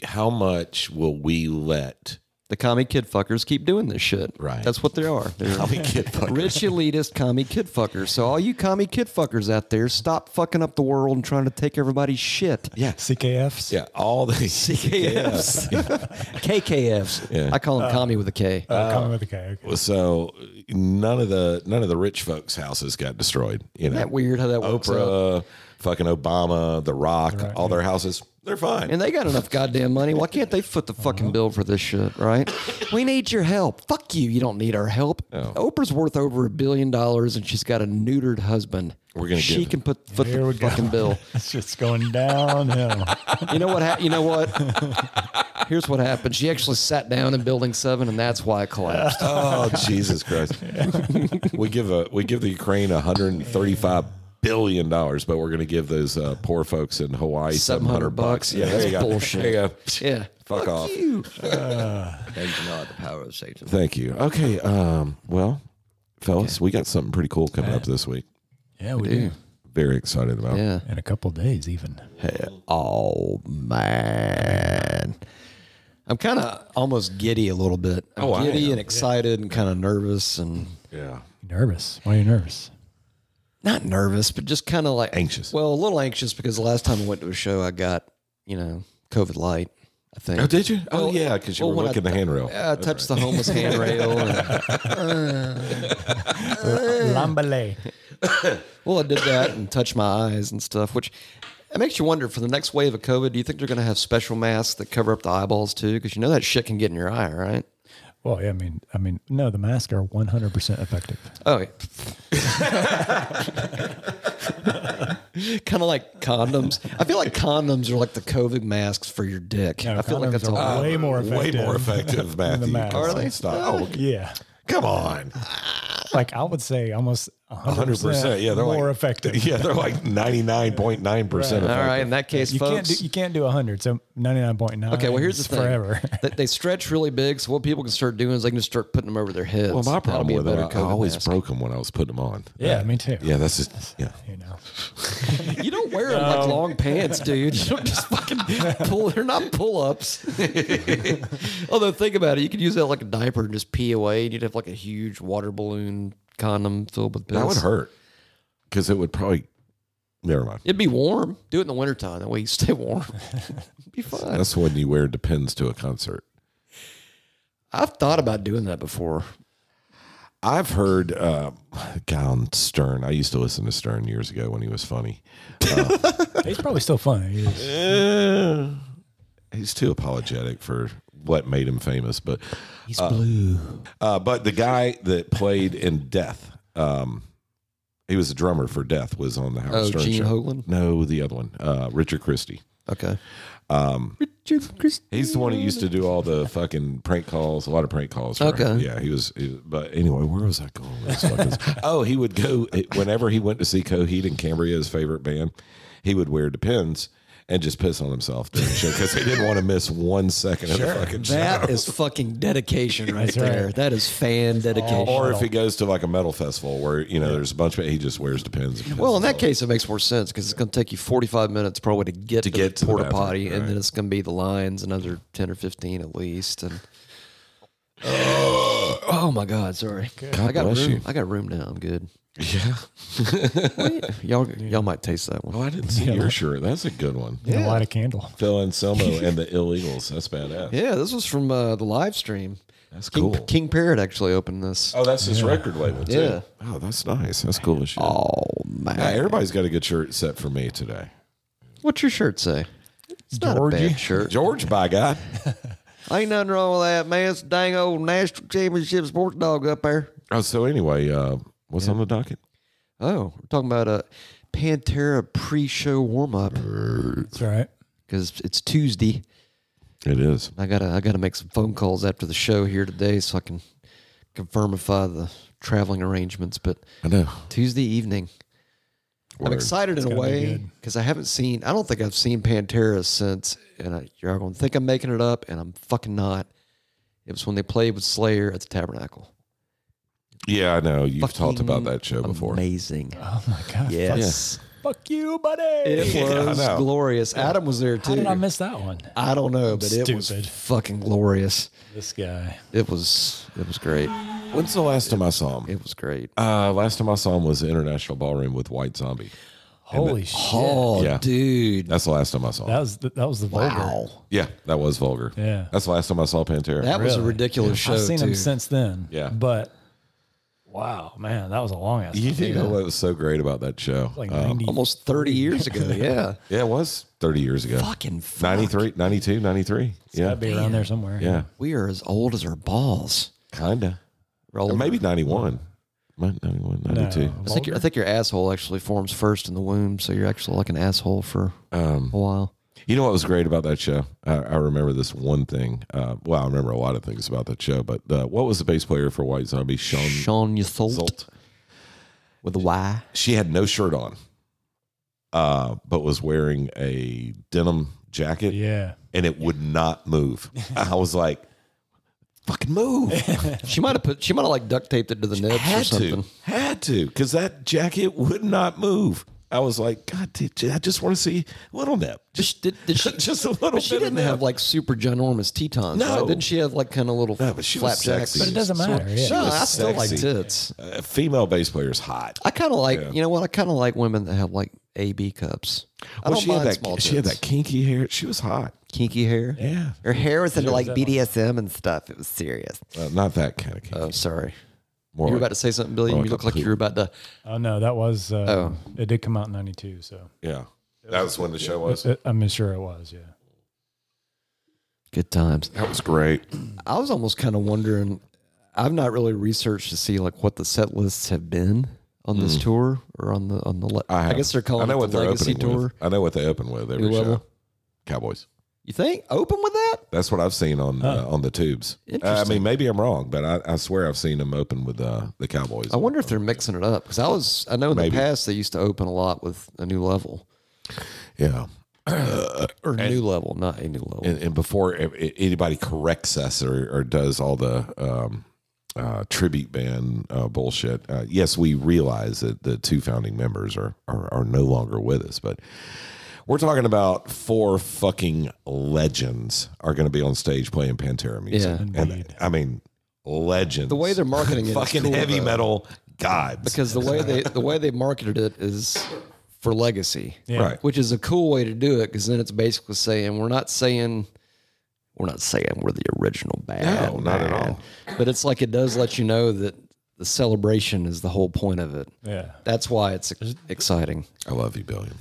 [SPEAKER 1] how much will we let
[SPEAKER 2] the commie kid fuckers keep doing this shit.
[SPEAKER 1] Right.
[SPEAKER 2] That's what they are. They're
[SPEAKER 1] kid
[SPEAKER 2] rich elitist commie kid fuckers. So all you commie kid fuckers out there, stop fucking up the world and trying to take everybody's shit.
[SPEAKER 3] CKFs.
[SPEAKER 1] yeah all the
[SPEAKER 2] KFs. KKFs.
[SPEAKER 1] Yeah.
[SPEAKER 2] I call them commie with a K.
[SPEAKER 3] Uh, coming with a K. Okay.
[SPEAKER 1] so none of the none of the rich folks houses got destroyed you know
[SPEAKER 2] Isn't that weird how that works out?
[SPEAKER 1] oprah fucking obama the rock all their houses they're fine
[SPEAKER 2] And they got enough goddamn money. Why can't they foot the fucking bill for this shit, right? we need your help. Fuck you. You don't need our help. Oprah's worth over a billion dollars and she's got a neutered husband.
[SPEAKER 1] We're gonna
[SPEAKER 2] she
[SPEAKER 1] give-
[SPEAKER 2] can put foot
[SPEAKER 3] Here we
[SPEAKER 2] the
[SPEAKER 3] go.
[SPEAKER 2] fucking bill.
[SPEAKER 3] It's just going downhill.
[SPEAKER 2] You know what? Ha- you know what? Here's what happened. She actually sat down in Building Seven, and that's why it collapsed.
[SPEAKER 1] oh jesus christ we give a we give the ukraine 135 billion dollars but we're gonna give those uh, poor folks in hawaii 700
[SPEAKER 2] 700
[SPEAKER 1] bucks
[SPEAKER 2] bucks.
[SPEAKER 1] yeah there you
[SPEAKER 2] That's
[SPEAKER 1] go
[SPEAKER 2] bullshit.
[SPEAKER 1] there you go
[SPEAKER 2] Yeah.
[SPEAKER 1] Fuck off.
[SPEAKER 2] you. Uh.
[SPEAKER 4] They deny the power of Satan.
[SPEAKER 1] Thank you. Okay. Um, well, fellas, we got something pretty cool coming up this week.
[SPEAKER 3] Yeah, we do.
[SPEAKER 1] Very excited about.
[SPEAKER 2] Yeah.
[SPEAKER 3] In a couple days, even.
[SPEAKER 2] Oh man. I'm kind of almost giddy a little bit. I'm
[SPEAKER 1] Oh, I
[SPEAKER 2] giddy
[SPEAKER 1] am,
[SPEAKER 2] and excited and kind of nervous and
[SPEAKER 1] Yeah.
[SPEAKER 3] Nervous. Why are you nervous?
[SPEAKER 2] not nervous, but just kind of like
[SPEAKER 1] Anxious.
[SPEAKER 2] Well, a little anxious because the last time I went to a show, I got you know COVID light. I think.
[SPEAKER 1] Oh, did you? Oh, yeah, because you
[SPEAKER 2] well,
[SPEAKER 1] were
[SPEAKER 2] when I
[SPEAKER 1] licking the
[SPEAKER 2] th-
[SPEAKER 1] handrail.
[SPEAKER 2] I touched the homeless handrail. and-
[SPEAKER 3] Uh, Lambale.
[SPEAKER 2] well, I did that and touched my eyes and stuff, which it makes you wonder for the next wave of COVID. Do you think they're going to have special masks that cover up the eyeballs too? Because you know that shit can get in your eye, right?
[SPEAKER 3] Well, yeah, I mean, I mean, no, the masks are 100% effective.
[SPEAKER 2] Oh, yeah. kind of like condoms. I feel like condoms are like the COVID masks for your dick.
[SPEAKER 3] No,
[SPEAKER 2] I feel like
[SPEAKER 3] condoms
[SPEAKER 2] that's a
[SPEAKER 3] are
[SPEAKER 2] lot.
[SPEAKER 3] way more effective.
[SPEAKER 1] Way more effective, Matthew.
[SPEAKER 3] mask.
[SPEAKER 1] Come
[SPEAKER 3] Are
[SPEAKER 1] on,
[SPEAKER 2] they?
[SPEAKER 1] Stop. Oh,
[SPEAKER 3] Yeah.
[SPEAKER 1] come on.
[SPEAKER 3] Like I would say almost 100%,
[SPEAKER 1] 100%. Yeah, they're
[SPEAKER 3] more
[SPEAKER 1] like,
[SPEAKER 3] effective.
[SPEAKER 1] Yeah, they're like 99.9% effective.
[SPEAKER 2] All right, in that case,
[SPEAKER 3] You can't
[SPEAKER 2] folks.
[SPEAKER 3] do you can't do 100, so 99.9.
[SPEAKER 2] okay, well here's the
[SPEAKER 3] is
[SPEAKER 2] thing.
[SPEAKER 3] forever.
[SPEAKER 2] They, they stretch really big, so what people can start doing is they can just start putting them over their heads.
[SPEAKER 1] Well, my
[SPEAKER 2] That'll
[SPEAKER 1] problem
[SPEAKER 2] be a
[SPEAKER 1] with it,
[SPEAKER 2] better
[SPEAKER 1] I- I
[SPEAKER 2] COVID
[SPEAKER 1] always
[SPEAKER 2] mask.
[SPEAKER 1] broke them when I was putting them on.
[SPEAKER 3] yeah, me too.
[SPEAKER 1] Yeah, that's just, yeah.
[SPEAKER 3] You know.
[SPEAKER 2] You don't wear them like long pants, dude. You don't just fucking pull. They're not pull ups. Although, think about it. You could use that like a diaper and just pee away, and you'd have like a huge water balloon condom filled with piss.
[SPEAKER 1] That would hurt because it would probably, never mind.
[SPEAKER 2] It'd be warm. Do it in the wintertime. That way you stay warm. It'd be fun.
[SPEAKER 1] That's when you wear Depends to a concert.
[SPEAKER 2] I've thought about doing that before.
[SPEAKER 1] I've heard uh, a guy on Stern. I used to listen to Stern years ago when he was funny.
[SPEAKER 3] He's probably still fun. He is.
[SPEAKER 1] He's too apologetic for what made him famous, but
[SPEAKER 3] He's blue.
[SPEAKER 1] uh, but the guy that played in Death, um, he was a drummer for Death, was on the Howard
[SPEAKER 2] Oh,
[SPEAKER 1] Stern
[SPEAKER 2] Gene
[SPEAKER 1] show.
[SPEAKER 2] Hoglan?
[SPEAKER 1] No, the other one, uh, Richard Christie.
[SPEAKER 2] Okay.
[SPEAKER 1] He's the one who used to do all the fucking prank calls, a lot of prank calls. for
[SPEAKER 2] Okay.
[SPEAKER 1] him. Yeah, he was, he was- But anyway, where was I going? With this fucking- oh, he would go whenever he went to see Coheed and Cambria, his favorite band. He would wear Depends and just piss on himself during the show because he didn't want to miss one second of the fucking show.
[SPEAKER 2] That is fucking dedication right
[SPEAKER 3] That's right.
[SPEAKER 2] there. That is fan dedication.
[SPEAKER 1] Or if he goes to like a metal festival where you know there's a bunch of he just wears Depends. and pisses
[SPEAKER 2] Well, in that
[SPEAKER 1] all-
[SPEAKER 2] case, it makes more sense because it's going to take you 45 minutes probably to get to,
[SPEAKER 1] get
[SPEAKER 2] the
[SPEAKER 1] to the
[SPEAKER 2] porta
[SPEAKER 1] bathroom,
[SPEAKER 2] potty,
[SPEAKER 1] right.
[SPEAKER 2] and then it's going to be the lines another 10 or 15 at least. And oh my God, sorry, I got
[SPEAKER 1] bless
[SPEAKER 2] room.
[SPEAKER 1] you.
[SPEAKER 2] I got room now. I'm good.
[SPEAKER 1] yeah.
[SPEAKER 2] Y'all, y'all might taste that one.
[SPEAKER 1] Oh, I didn't see your shirt. That's a good one.
[SPEAKER 3] You know, light a candle.
[SPEAKER 1] Phil Anselmo and the Illegals. That's badass.
[SPEAKER 2] Yeah, this was from uh, the live stream.
[SPEAKER 1] That's
[SPEAKER 2] King,
[SPEAKER 1] cool.
[SPEAKER 2] King Parrot actually opened this.
[SPEAKER 1] Oh, that's his record label too.
[SPEAKER 2] Yeah.
[SPEAKER 1] Oh, that's nice. That's cool as shit.
[SPEAKER 2] Oh man,
[SPEAKER 1] Yeah, everybody's got a good shirt except for me today.
[SPEAKER 2] what's your shirt say? It's not a
[SPEAKER 3] Georgie.
[SPEAKER 2] bad shirt.
[SPEAKER 1] George, by God,
[SPEAKER 2] Ain't nothing wrong with that, man. It's a dang old national championship sports dog up there.
[SPEAKER 1] Oh, so anyway, uh, what's on the docket?
[SPEAKER 2] Oh, we're talking about a Pantera pre-show warm-up
[SPEAKER 3] That's right.
[SPEAKER 2] because it's Tuesday.
[SPEAKER 1] It is.
[SPEAKER 2] I gotta I gotta make some phone calls after the show here today so I can confirmify the traveling arrangements. But
[SPEAKER 1] I know.
[SPEAKER 2] Tuesday evening, I'm
[SPEAKER 1] Word.
[SPEAKER 2] excited in a
[SPEAKER 3] gonna be
[SPEAKER 2] way
[SPEAKER 3] good.
[SPEAKER 2] because I haven't seen I don't think I've seen Pantera since, and I, you're gonna think I'm making it up, and I'm fucking not. It was when they played with Slayer at the Tabernacle.
[SPEAKER 1] Yeah, I know. You've talked
[SPEAKER 2] Fucking
[SPEAKER 1] about that show before.
[SPEAKER 2] Amazing.
[SPEAKER 3] Oh my god.
[SPEAKER 2] Yes.
[SPEAKER 3] Fuck you, buddy.
[SPEAKER 2] It
[SPEAKER 1] Yeah, I
[SPEAKER 2] was
[SPEAKER 1] know.
[SPEAKER 2] glorious. Adam was there too.
[SPEAKER 3] How did I miss that one?
[SPEAKER 2] I don't know, but it was
[SPEAKER 3] Stupid.
[SPEAKER 2] fucking glorious.
[SPEAKER 3] This guy.
[SPEAKER 2] It was it was great.
[SPEAKER 1] When's the last time I saw him?
[SPEAKER 2] It was great.
[SPEAKER 1] Uh, last time I saw him was the International Ballroom with White Zombie.
[SPEAKER 3] Holy shit.
[SPEAKER 2] Oh,
[SPEAKER 1] Yeah.
[SPEAKER 2] dude,
[SPEAKER 1] That's the last time I saw him.
[SPEAKER 3] That was the, that was the vulgar.
[SPEAKER 1] Yeah, that was vulgar.
[SPEAKER 3] Yeah.
[SPEAKER 1] That's the last time I saw Pantera.
[SPEAKER 2] that was a
[SPEAKER 3] Really?
[SPEAKER 2] ridiculous show.
[SPEAKER 3] I've seen
[SPEAKER 2] too.
[SPEAKER 3] him since then.
[SPEAKER 1] Yeah.
[SPEAKER 3] But wow, man, that was a long ass.
[SPEAKER 1] you
[SPEAKER 3] time.
[SPEAKER 1] know what was so great about that show?
[SPEAKER 3] Like
[SPEAKER 1] Uh,
[SPEAKER 3] 90
[SPEAKER 2] almost thirty years ago. Yeah,
[SPEAKER 1] yeah, it was 30 years ago.
[SPEAKER 2] fucking fuck.
[SPEAKER 1] 93, 92, 93. Yeah.
[SPEAKER 3] That'd be around there somewhere.
[SPEAKER 1] Yeah.
[SPEAKER 2] We are as old as our balls.
[SPEAKER 1] Kinda.
[SPEAKER 2] We're older.
[SPEAKER 1] Or maybe 91. Might- 91, 92.
[SPEAKER 3] No.
[SPEAKER 2] I think, your- I think your asshole actually forms first in the womb, so you're actually like an asshole for
[SPEAKER 1] Um,
[SPEAKER 2] a while.
[SPEAKER 1] You know what was great about that show? I, I remember this one thing. Uh, well, I remember a lot of things about that show, but uh, what was the bass player for White Zombie? Sean
[SPEAKER 2] Sean, you thought
[SPEAKER 1] Zolt.
[SPEAKER 2] with a Y.
[SPEAKER 1] She had no shirt on, uh, but was wearing a denim jacket,
[SPEAKER 3] Yeah.
[SPEAKER 1] and it would not move. I was like, fucking move.
[SPEAKER 2] She might have put. She might have like duct taped it to the nibs or
[SPEAKER 1] had
[SPEAKER 2] something.
[SPEAKER 1] to. Had to, because that jacket would not move. I was like, God, did you- I just want to see Little Nip. Just
[SPEAKER 4] Did, did she,
[SPEAKER 1] just a little
[SPEAKER 2] But she
[SPEAKER 1] bit of
[SPEAKER 2] didn't have
[SPEAKER 1] Nip.
[SPEAKER 2] like super ginormous Tetons.
[SPEAKER 1] No.
[SPEAKER 2] right? didn't she have like kind of little
[SPEAKER 1] No, but she was
[SPEAKER 2] flapjacks?
[SPEAKER 1] sexy.
[SPEAKER 3] But it doesn't
[SPEAKER 1] She-
[SPEAKER 3] matter, yeah.
[SPEAKER 1] she
[SPEAKER 2] No,
[SPEAKER 1] was
[SPEAKER 2] I still like
[SPEAKER 1] sexy.
[SPEAKER 2] tits.
[SPEAKER 1] A female bass player is hot.
[SPEAKER 2] I kind of like,
[SPEAKER 1] Yeah.
[SPEAKER 2] you know what? I kind of like women that have like AB cups. I
[SPEAKER 1] Well,
[SPEAKER 2] don't
[SPEAKER 1] she
[SPEAKER 2] mind
[SPEAKER 1] had that.
[SPEAKER 2] small
[SPEAKER 1] she had
[SPEAKER 2] tits.
[SPEAKER 1] that kinky hair. She was hot.
[SPEAKER 2] kinky hair.
[SPEAKER 1] Yeah,
[SPEAKER 2] Her hair was into like
[SPEAKER 3] that one.
[SPEAKER 2] BDSM and stuff. It was serious.
[SPEAKER 1] Uh, not that kind of kinky.
[SPEAKER 2] Oh, sorry.
[SPEAKER 1] More
[SPEAKER 2] you were
[SPEAKER 1] like-
[SPEAKER 2] about to say something, Billy.
[SPEAKER 1] more
[SPEAKER 2] and You
[SPEAKER 1] like
[SPEAKER 2] look
[SPEAKER 1] a
[SPEAKER 2] like you were about to.
[SPEAKER 3] Oh no, that was. Uh,
[SPEAKER 2] Oh.
[SPEAKER 3] It did come out in '92, so
[SPEAKER 1] yeah. That was when the show was.
[SPEAKER 3] I- I'm sure it was. Yeah.
[SPEAKER 2] Good times.
[SPEAKER 1] That was great.
[SPEAKER 2] I was almost kind of wondering. I've not really researched to see like what the set lists have been on this tour or on the on the. Le- I,
[SPEAKER 1] have-
[SPEAKER 2] guess they're calling
[SPEAKER 1] Hmm. I know
[SPEAKER 2] it
[SPEAKER 1] what
[SPEAKER 2] the
[SPEAKER 1] they're
[SPEAKER 2] legacy
[SPEAKER 1] opening
[SPEAKER 2] tour.
[SPEAKER 1] With. I know what they open with every
[SPEAKER 2] New
[SPEAKER 1] show.
[SPEAKER 2] level.
[SPEAKER 1] Cowboys.
[SPEAKER 2] You think open with that?
[SPEAKER 1] That's what I've seen on uh, on the tubes. I
[SPEAKER 2] Interesting.
[SPEAKER 1] mean, maybe I'm wrong, but I, I swear I've seen them open with uh, the Cowboys.
[SPEAKER 2] I wonder if they're mixing it up because I was. I know in
[SPEAKER 1] Maybe.
[SPEAKER 2] the past they used to open a lot with a new level
[SPEAKER 1] yeah.
[SPEAKER 2] or new level, not a new level.
[SPEAKER 1] and, and before a- a- anybody corrects us or, or does all the um, uh, tribute band uh, bullshit, uh, yes, we realize that the two founding members are, are are no longer with us, but we're talking about four fucking legends are going to be on stage playing Pantera music,
[SPEAKER 2] Yeah.
[SPEAKER 1] and I mean legends.
[SPEAKER 2] the way they're marketing it, is
[SPEAKER 1] fucking
[SPEAKER 2] cool,
[SPEAKER 1] heavy
[SPEAKER 2] though,
[SPEAKER 1] metal gods,
[SPEAKER 2] because the way they the way they marketed it is for legacy,
[SPEAKER 3] Yeah.
[SPEAKER 1] right?
[SPEAKER 2] which is a cool way to do it because then it's basically saying we're not saying we're not saying we're the original band.
[SPEAKER 1] No, not at all.
[SPEAKER 2] But it's like it does let you know that the celebration is the whole point of it.
[SPEAKER 3] Yeah.
[SPEAKER 2] That's why it's exciting.
[SPEAKER 1] I love you, Billion.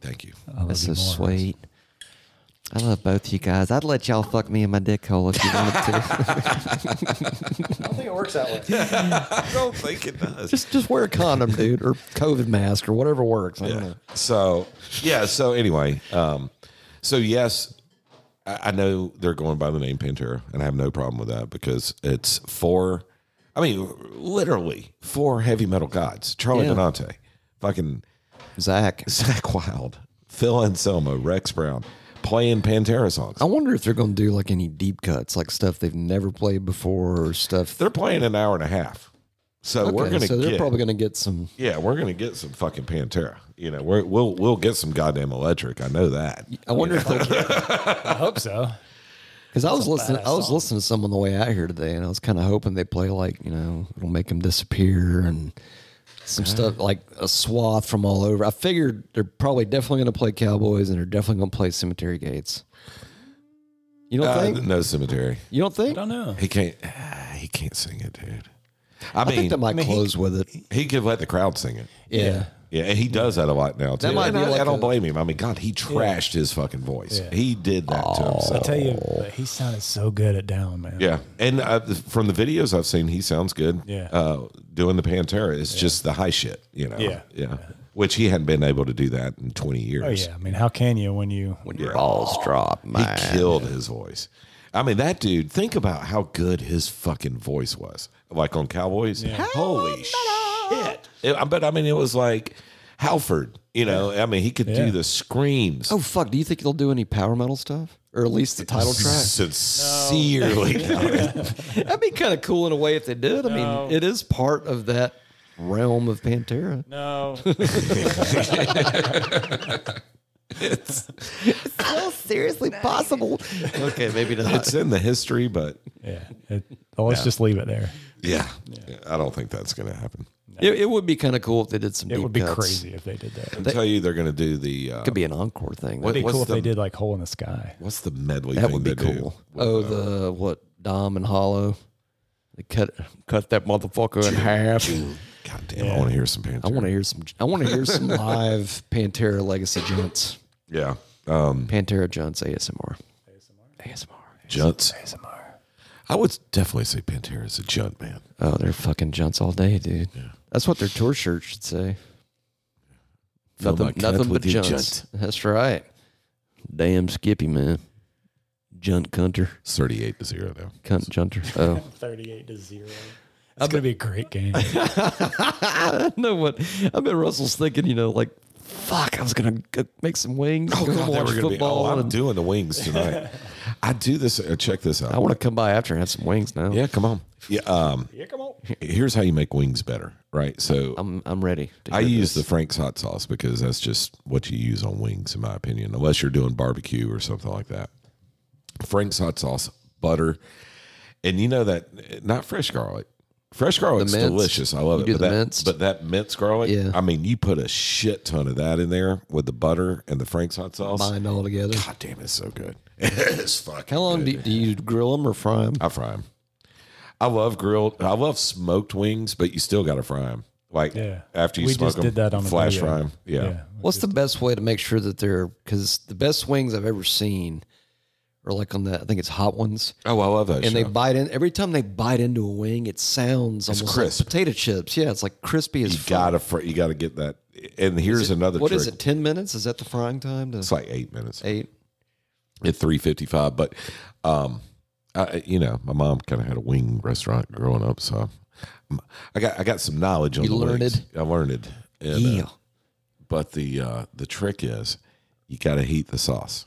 [SPEAKER 1] Thank you.
[SPEAKER 2] That's so sweet. I love both you guys. I'd let y'all fuck me in my dick hole if you wanted to.
[SPEAKER 3] I don't think it works that way.
[SPEAKER 1] I don't think it does.
[SPEAKER 2] just just wear a condom, dude, or COVID mask or whatever works. I don't know.
[SPEAKER 1] So yeah. So anyway, um, so yes, I, I know they're going by the name Pantera, and I have no problem with that because it's four. I mean, literally four heavy metal gods: Charlie
[SPEAKER 2] Yeah.
[SPEAKER 1] Benante, fucking
[SPEAKER 2] Zach.
[SPEAKER 1] Zach Wild, Phil Anselmo, Rex Brown, playing Pantera songs.
[SPEAKER 2] I wonder if they're going to do like any deep cuts, like stuff they've never played before or stuff.
[SPEAKER 1] They're playing an hour and a half, so we're
[SPEAKER 2] Okay,
[SPEAKER 1] gonna
[SPEAKER 2] so they're
[SPEAKER 1] get
[SPEAKER 2] probably going to get some.
[SPEAKER 1] yeah, we're gonna get some fucking Pantera. You know, we're, we'll we'll get some goddamn electric. I know that.
[SPEAKER 2] I wonder if they'll get
[SPEAKER 3] I hope so.
[SPEAKER 2] because I was listening. I was listening to some on the way out here today, and I was kind of hoping they play like you know it'll make them disappear and some stuff like a swath from all over. I figured they're probably definitely going to play Cowboys and they're definitely going to play Cemetery Gates. You don't
[SPEAKER 1] Uh,
[SPEAKER 2] think?
[SPEAKER 1] no cemetery.
[SPEAKER 2] You don't
[SPEAKER 3] I
[SPEAKER 2] think?
[SPEAKER 3] don't know.
[SPEAKER 1] He can't. ah, He can't sing it, dude. I,
[SPEAKER 2] I
[SPEAKER 1] mean,
[SPEAKER 2] think they might
[SPEAKER 1] I mean,
[SPEAKER 2] close with it.
[SPEAKER 1] He, he could let the crowd sing it.
[SPEAKER 2] Yeah.
[SPEAKER 1] Yeah, and he does that a lot now too.
[SPEAKER 2] That might
[SPEAKER 1] and
[SPEAKER 2] be
[SPEAKER 1] I, I
[SPEAKER 2] like
[SPEAKER 1] don't
[SPEAKER 2] a-
[SPEAKER 1] blame him. I mean, God, he trashed his fucking voice. He did that to himself.
[SPEAKER 3] I tell you, but he sounded so good at down, man.
[SPEAKER 1] Yeah, and uh, th- from the videos I've seen, he sounds good.
[SPEAKER 3] Yeah.
[SPEAKER 1] uh, doing the Pantera is just the high shit, you know.
[SPEAKER 3] Yeah.
[SPEAKER 1] yeah. Which he hadn't been able to do that in twenty
[SPEAKER 3] Oh
[SPEAKER 1] years.
[SPEAKER 3] yeah. I mean, how can you when you?
[SPEAKER 2] When your balls drop, man.
[SPEAKER 1] He killed his voice. I mean, that dude, think about how good his fucking voice was. Like on Cowboys. Holy shit. It- I- but I mean, it was like Halford, you know, I mean, he could
[SPEAKER 3] Yeah.
[SPEAKER 1] do the screams.
[SPEAKER 2] Oh fuck! Do you think they'll do any power metal stuff, or at least the title track?
[SPEAKER 1] Sincerely.
[SPEAKER 2] That'd be kind of cool in a way if they did. I
[SPEAKER 3] No.
[SPEAKER 2] mean, it is part of that realm of Pantera.
[SPEAKER 3] No.
[SPEAKER 2] So seriously possible? Okay, maybe not.
[SPEAKER 1] it's in the history, but
[SPEAKER 3] yeah. It, well, let's just leave it there.
[SPEAKER 1] yeah, I don't think that's going to happen.
[SPEAKER 2] It, it would be kind of cool if they did some.
[SPEAKER 3] It
[SPEAKER 2] deep
[SPEAKER 3] would be
[SPEAKER 2] cuts.
[SPEAKER 3] crazy if they did that.
[SPEAKER 1] I tell you, they're going to do the. Uh,
[SPEAKER 2] Could be an encore thing.
[SPEAKER 1] what-
[SPEAKER 3] It'd be
[SPEAKER 1] what's
[SPEAKER 3] cool if
[SPEAKER 1] the,
[SPEAKER 3] they did like hole in the sky.
[SPEAKER 1] What's the medley
[SPEAKER 2] that
[SPEAKER 1] thing
[SPEAKER 2] would be
[SPEAKER 1] they do?
[SPEAKER 2] cool. Oh, the what? Dom and Hollow. They cut cut that motherfucker in half.
[SPEAKER 1] God damn, I want to hear some Pantera.
[SPEAKER 2] I want to hear some. I want to hear some live Pantera legacy junts.
[SPEAKER 1] yeah. Um,
[SPEAKER 2] Pantera junts ASMR. ASMR.
[SPEAKER 1] Junts. I would definitely say Pantera is a junt, man.
[SPEAKER 2] Oh, they're fucking junts all day, dude. That's what their tour shirt should say.
[SPEAKER 1] Fill my
[SPEAKER 2] nothing,
[SPEAKER 1] cup
[SPEAKER 2] nothing but
[SPEAKER 1] with your
[SPEAKER 2] junts. That's right. Damn Skippy, man. Junt cunter.
[SPEAKER 1] It's 38 to 0 now.
[SPEAKER 2] Cunt junter. Oh.
[SPEAKER 3] Thirty-eight to zero. That's gonna be a great game.
[SPEAKER 2] I know Oh. what. I bet Russell's thinking, you know, like, fuck, I was going to go make some wings. go home,
[SPEAKER 1] Oh, they
[SPEAKER 2] watch
[SPEAKER 1] were gonna
[SPEAKER 2] football.
[SPEAKER 1] Be, oh, I'm
[SPEAKER 2] and
[SPEAKER 1] doing the wings tonight. I do this. Uh, check this out.
[SPEAKER 2] I want to come by after and have some wings now.
[SPEAKER 1] yeah, come on. Yeah. Um,
[SPEAKER 3] yeah, come on.
[SPEAKER 1] here's how you make wings better, right? So
[SPEAKER 7] I'm I'm ready. to
[SPEAKER 1] I
[SPEAKER 7] hear
[SPEAKER 1] use the
[SPEAKER 7] this.
[SPEAKER 1] Frank's hot sauce because that's just what you use on wings, in my opinion, unless you're doing barbecue or something like that. Frank's hot sauce, butter, and you know that not fresh garlic. Fresh garlic's
[SPEAKER 2] mince?
[SPEAKER 1] delicious. I love
[SPEAKER 2] You
[SPEAKER 1] it.
[SPEAKER 2] do
[SPEAKER 1] but
[SPEAKER 2] the
[SPEAKER 1] that
[SPEAKER 2] minced?
[SPEAKER 1] but that minced garlic,
[SPEAKER 2] Yeah.
[SPEAKER 1] I mean, you put a shit ton of that in there with the butter and the Frank's hot sauce.
[SPEAKER 2] Bind all together.
[SPEAKER 1] God damn, it's so good. it's fucking
[SPEAKER 2] How long
[SPEAKER 1] good.
[SPEAKER 2] do you, do you grill them or fry them?
[SPEAKER 1] I fry them. I love grilled. I love smoked wings, but you still got to fry them. Like
[SPEAKER 3] Yeah.
[SPEAKER 1] after you
[SPEAKER 3] We
[SPEAKER 1] smoke
[SPEAKER 3] just
[SPEAKER 1] them,
[SPEAKER 3] did that on a
[SPEAKER 1] flash
[SPEAKER 3] video.
[SPEAKER 1] fry them. yeah.
[SPEAKER 2] What's the best way to make sure that they're because the best wings I've ever seen are like on the I think it's hot ones.
[SPEAKER 1] Oh, I love that.
[SPEAKER 2] And they
[SPEAKER 1] show.
[SPEAKER 2] bite in every time they bite into a wing, it sounds almost
[SPEAKER 1] crisp.
[SPEAKER 2] like potato chips. Yeah, it's like crispy as
[SPEAKER 1] you gotta fr- you gotta get that. And here's another
[SPEAKER 2] What
[SPEAKER 1] trick.
[SPEAKER 2] is it? Ten minutes? Is that the frying time? To
[SPEAKER 1] It's like eight minutes
[SPEAKER 2] eight.
[SPEAKER 1] at three fifty five. But um, I, you know, my mom kind of had a wing restaurant growing up, so I'm- I got I got some knowledge on
[SPEAKER 2] You
[SPEAKER 1] the
[SPEAKER 2] learned
[SPEAKER 1] wings.
[SPEAKER 2] it?
[SPEAKER 1] I learned it. And, uh,
[SPEAKER 2] Yeah.
[SPEAKER 1] but the uh, the trick is you gotta heat the sauce.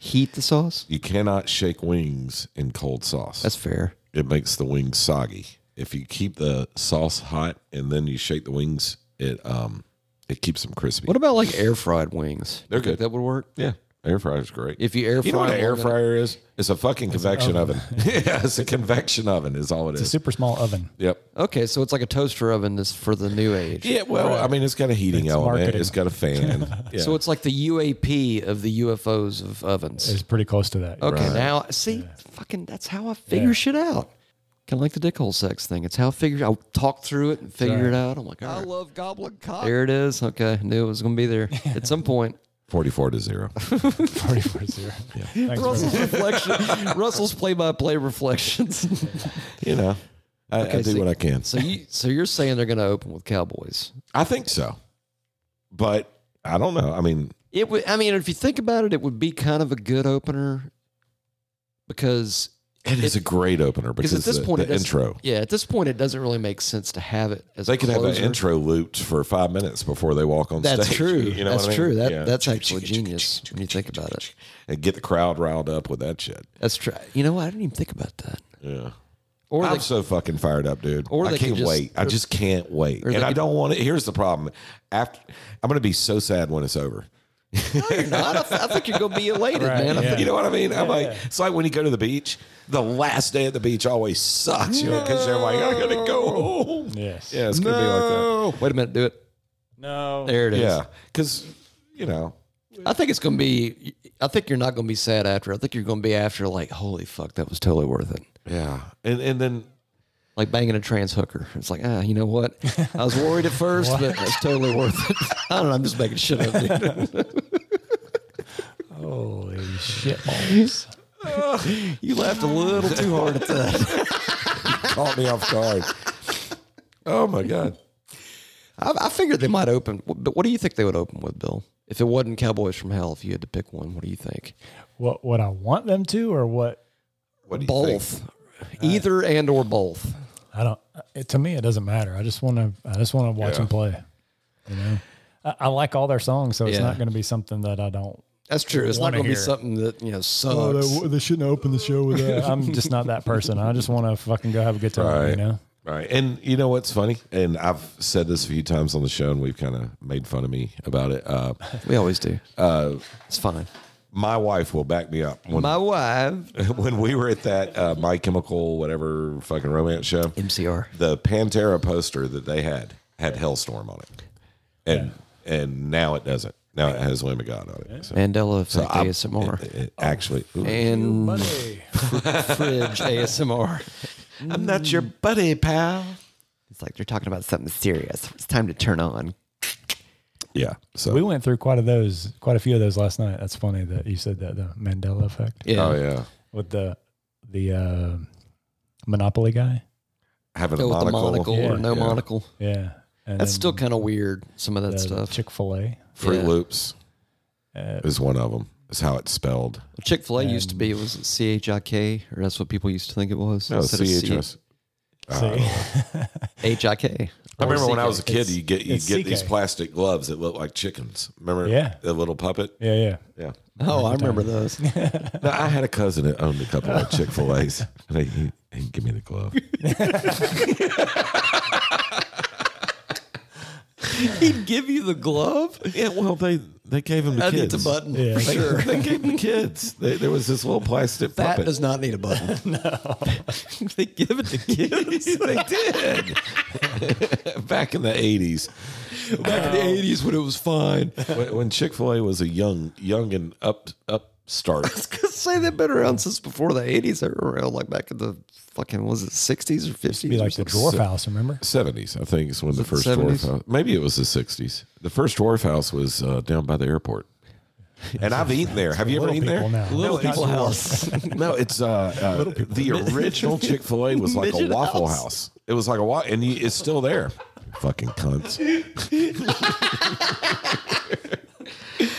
[SPEAKER 2] Heat the sauce.
[SPEAKER 1] You cannot shake wings in cold sauce.
[SPEAKER 2] That's fair.
[SPEAKER 1] it makes the wings soggy. If you keep the sauce hot and then you shake the wings, it um it keeps them crispy.
[SPEAKER 2] What about like air fried wings?
[SPEAKER 1] They're
[SPEAKER 2] You think
[SPEAKER 1] good.
[SPEAKER 2] That would work.
[SPEAKER 1] yeah, air fryer is great.
[SPEAKER 2] If you air fry,
[SPEAKER 1] you know what an
[SPEAKER 2] them
[SPEAKER 1] air
[SPEAKER 2] long enough-
[SPEAKER 1] fryer is? It's a fucking convection oven. yeah, it's a convection oven is all it
[SPEAKER 3] It's a
[SPEAKER 1] is.
[SPEAKER 3] super small oven.
[SPEAKER 1] Yep.
[SPEAKER 2] Okay, so it's like a toaster oven that's for the new age.
[SPEAKER 1] Yeah, well, I mean, it's got a heating
[SPEAKER 3] It's
[SPEAKER 1] element.
[SPEAKER 3] marketing.
[SPEAKER 1] It's got a fan. Yeah.
[SPEAKER 2] So it's like the UAP of the UFOs of ovens.
[SPEAKER 3] It's pretty close to that.
[SPEAKER 2] Okay, now see, fucking, that's how I figure shit out. Kind of like the dickhole sex thing. It's how I figure. I talk through it and figure it out. I'm like, I love goblin cock. There it is. Okay, I knew it was gonna be there at some point.
[SPEAKER 1] forty-four to zero.
[SPEAKER 3] 44 zero. Thanks for
[SPEAKER 2] Russell's reflection. Russell's play-by-play reflections.
[SPEAKER 1] you know, I, I
[SPEAKER 2] Okay,
[SPEAKER 1] do
[SPEAKER 2] so-
[SPEAKER 1] what I can.
[SPEAKER 2] so you, so you're saying they're gonna open with Cowboys?
[SPEAKER 1] I think so, but I don't know. I mean,
[SPEAKER 2] It would. I mean, if you think about it, it would be kind of a good opener because
[SPEAKER 1] it is a great opener because
[SPEAKER 2] because at this
[SPEAKER 1] the,
[SPEAKER 2] point
[SPEAKER 1] the
[SPEAKER 2] it doesn't-
[SPEAKER 1] intro.
[SPEAKER 2] Yeah, at this point it doesn't really make sense to have it as
[SPEAKER 1] They
[SPEAKER 2] a
[SPEAKER 1] could have an
[SPEAKER 2] closer.
[SPEAKER 1] intro looped for five minutes before they walk on
[SPEAKER 2] That's
[SPEAKER 1] stage.
[SPEAKER 2] true.
[SPEAKER 1] You know
[SPEAKER 2] that's
[SPEAKER 1] what I mean?
[SPEAKER 2] true. That
[SPEAKER 1] Yeah.
[SPEAKER 2] that's actually genius when you think about it.
[SPEAKER 1] and get the crowd riled up with that shit.
[SPEAKER 2] That's true. You know what? I didn't even think about that.
[SPEAKER 1] Yeah.
[SPEAKER 2] Or
[SPEAKER 1] I'm
[SPEAKER 2] they-
[SPEAKER 1] so fucking fired up, dude.
[SPEAKER 2] Or
[SPEAKER 1] I
[SPEAKER 2] they could
[SPEAKER 1] can't
[SPEAKER 2] just-
[SPEAKER 1] wait. I just can't wait.
[SPEAKER 2] they
[SPEAKER 1] And I
[SPEAKER 2] could-
[SPEAKER 1] don't want to. Here's the problem. After I'm going to be so sad when it's over.
[SPEAKER 2] you're not. I, th- I think you're gonna be elated,
[SPEAKER 3] Right,
[SPEAKER 2] man. I
[SPEAKER 3] yeah.
[SPEAKER 1] You know what I mean? I'm like, it's like when you go to the beach. The last day at the beach always sucks, you know, because they're like, I'm gonna go home.
[SPEAKER 3] Yes.
[SPEAKER 1] Yeah, it's gonna be like
[SPEAKER 2] think- Wait a minute. Do it.
[SPEAKER 3] No.
[SPEAKER 2] There it
[SPEAKER 1] that.
[SPEAKER 2] is.
[SPEAKER 1] Yeah, because you know,
[SPEAKER 2] I think it's gonna be. I think you're not gonna be sad after. I think you're gonna be after like, holy fuck, that was totally worth it.
[SPEAKER 1] yeah, and and then
[SPEAKER 2] Like banging a trans hooker. It's like, ah, you know what? I was worried at first, but that's totally worth it. I don't know. I'm just making shit up. dude.
[SPEAKER 3] Holy shit. balls.
[SPEAKER 2] You laughed a little too hard at that.
[SPEAKER 1] caught me off guard. Oh my god.
[SPEAKER 2] I, I figured they might open, but what do you think they would open with, Bill? If it wasn't Cowboys from Hell, if you had to pick one, what do you think?
[SPEAKER 3] What what I want them to or what
[SPEAKER 1] What do you think?
[SPEAKER 2] Both, either and or both.
[SPEAKER 3] I don't. It, to me, it doesn't matter. I just want to. I just want to watch them play. You know, I, I like all their songs, so it's
[SPEAKER 2] Yeah.
[SPEAKER 3] not going to be something that I don't.
[SPEAKER 2] That's true. It's not
[SPEAKER 3] Wanna
[SPEAKER 2] going to be
[SPEAKER 3] hear.
[SPEAKER 2] something that you know
[SPEAKER 3] Oh,
[SPEAKER 2] sucks.
[SPEAKER 3] shouldn't open the show with that. I'm just not that person. I just want to fucking go have a good time. You
[SPEAKER 1] Right.
[SPEAKER 3] know,
[SPEAKER 1] Right. And you know what's funny? And I've said this a few times on the show, and we've kind of made fun of me about it. Uh,
[SPEAKER 2] we always do. Uh, it's fine.
[SPEAKER 1] my wife will back me up when
[SPEAKER 2] My wife,
[SPEAKER 1] when we were at that uh, My Chemical whatever fucking romance show.
[SPEAKER 2] MCR.
[SPEAKER 1] The Pantera poster that they had had Hellstorm on it, and and now it doesn't. Now it has Lamb of God on it. So,
[SPEAKER 2] Mandela effect
[SPEAKER 1] I-
[SPEAKER 2] ASMR,
[SPEAKER 1] it- it actually, ooh.
[SPEAKER 2] and
[SPEAKER 3] buddy.
[SPEAKER 2] fridge ASMR.
[SPEAKER 1] I'm not your buddy, pal.
[SPEAKER 2] It's like you're talking about something serious. It's time to turn on.
[SPEAKER 1] Yeah. So
[SPEAKER 3] we went through quite of those, quite a few of those last night. That's funny that you said that the Mandela effect
[SPEAKER 2] Yeah.
[SPEAKER 1] oh yeah,
[SPEAKER 3] with the the uh, Monopoly guy.
[SPEAKER 1] having
[SPEAKER 2] Go
[SPEAKER 1] a
[SPEAKER 2] with the
[SPEAKER 1] monocle.
[SPEAKER 2] monocle or
[SPEAKER 3] Yeah.
[SPEAKER 2] no
[SPEAKER 1] Yeah.
[SPEAKER 2] monocle.
[SPEAKER 3] Yeah, and
[SPEAKER 2] That's still kind of weird. Some of that stuff.
[SPEAKER 3] Chick Fil A.
[SPEAKER 1] Fruit
[SPEAKER 2] Yeah.
[SPEAKER 1] Loops
[SPEAKER 3] Uh,
[SPEAKER 1] is one of them. Is how it's spelled.
[SPEAKER 2] Chick Fil A used to be was it C H I K or that's what people used to think it was.
[SPEAKER 1] No,
[SPEAKER 2] instead of C-
[SPEAKER 1] CHS.
[SPEAKER 2] H I K.
[SPEAKER 1] I remember when I was a kid,
[SPEAKER 3] It's-
[SPEAKER 1] you get you
[SPEAKER 3] it's
[SPEAKER 1] get these
[SPEAKER 3] CK.
[SPEAKER 1] plastic gloves that look like chickens. Remember?
[SPEAKER 3] Yeah.
[SPEAKER 1] The little puppet.
[SPEAKER 3] yeah, yeah.
[SPEAKER 1] Yeah.
[SPEAKER 2] Oh, I remember those.
[SPEAKER 1] No, I had a cousin that owned a couple of Chick Fil A's, and he, he, he gave me the glove.
[SPEAKER 4] He'd give you the glove.
[SPEAKER 1] Yeah, well, they they gave him the
[SPEAKER 2] That
[SPEAKER 1] kids.
[SPEAKER 2] needs a button
[SPEAKER 3] Yeah.
[SPEAKER 2] for
[SPEAKER 1] They,
[SPEAKER 2] sure.
[SPEAKER 1] they gave him the kids. They, there was this little plastic
[SPEAKER 2] That
[SPEAKER 1] puppet.
[SPEAKER 2] does not need a button.
[SPEAKER 4] they give it to kids.
[SPEAKER 1] they did back in the eighties. Back in the eighties, when it was fine, when, when Chick Fil A was a young, young and up up start.
[SPEAKER 4] Because say they've been around since before the eighties. They're around like back in the fucking was it sixties or
[SPEAKER 3] Be
[SPEAKER 4] fifties?
[SPEAKER 3] like the dwarf house,
[SPEAKER 1] Uh,
[SPEAKER 3] remember?
[SPEAKER 1] Seventies, I think, is when the first
[SPEAKER 4] 70s?
[SPEAKER 1] dwarf house. Maybe it was the sixties. The first dwarf house was uh, down by the airport, and I've eaten there. Have you ever
[SPEAKER 3] Little
[SPEAKER 1] eaten there?
[SPEAKER 3] people now.
[SPEAKER 1] No,
[SPEAKER 3] Little
[SPEAKER 1] it's-
[SPEAKER 3] people
[SPEAKER 1] no, it's uh, uh the original Chick Fil A was like a
[SPEAKER 4] Midget
[SPEAKER 1] waffle house.
[SPEAKER 4] house.
[SPEAKER 1] It was like a waffle, and you, it's still there. Fucking cunts.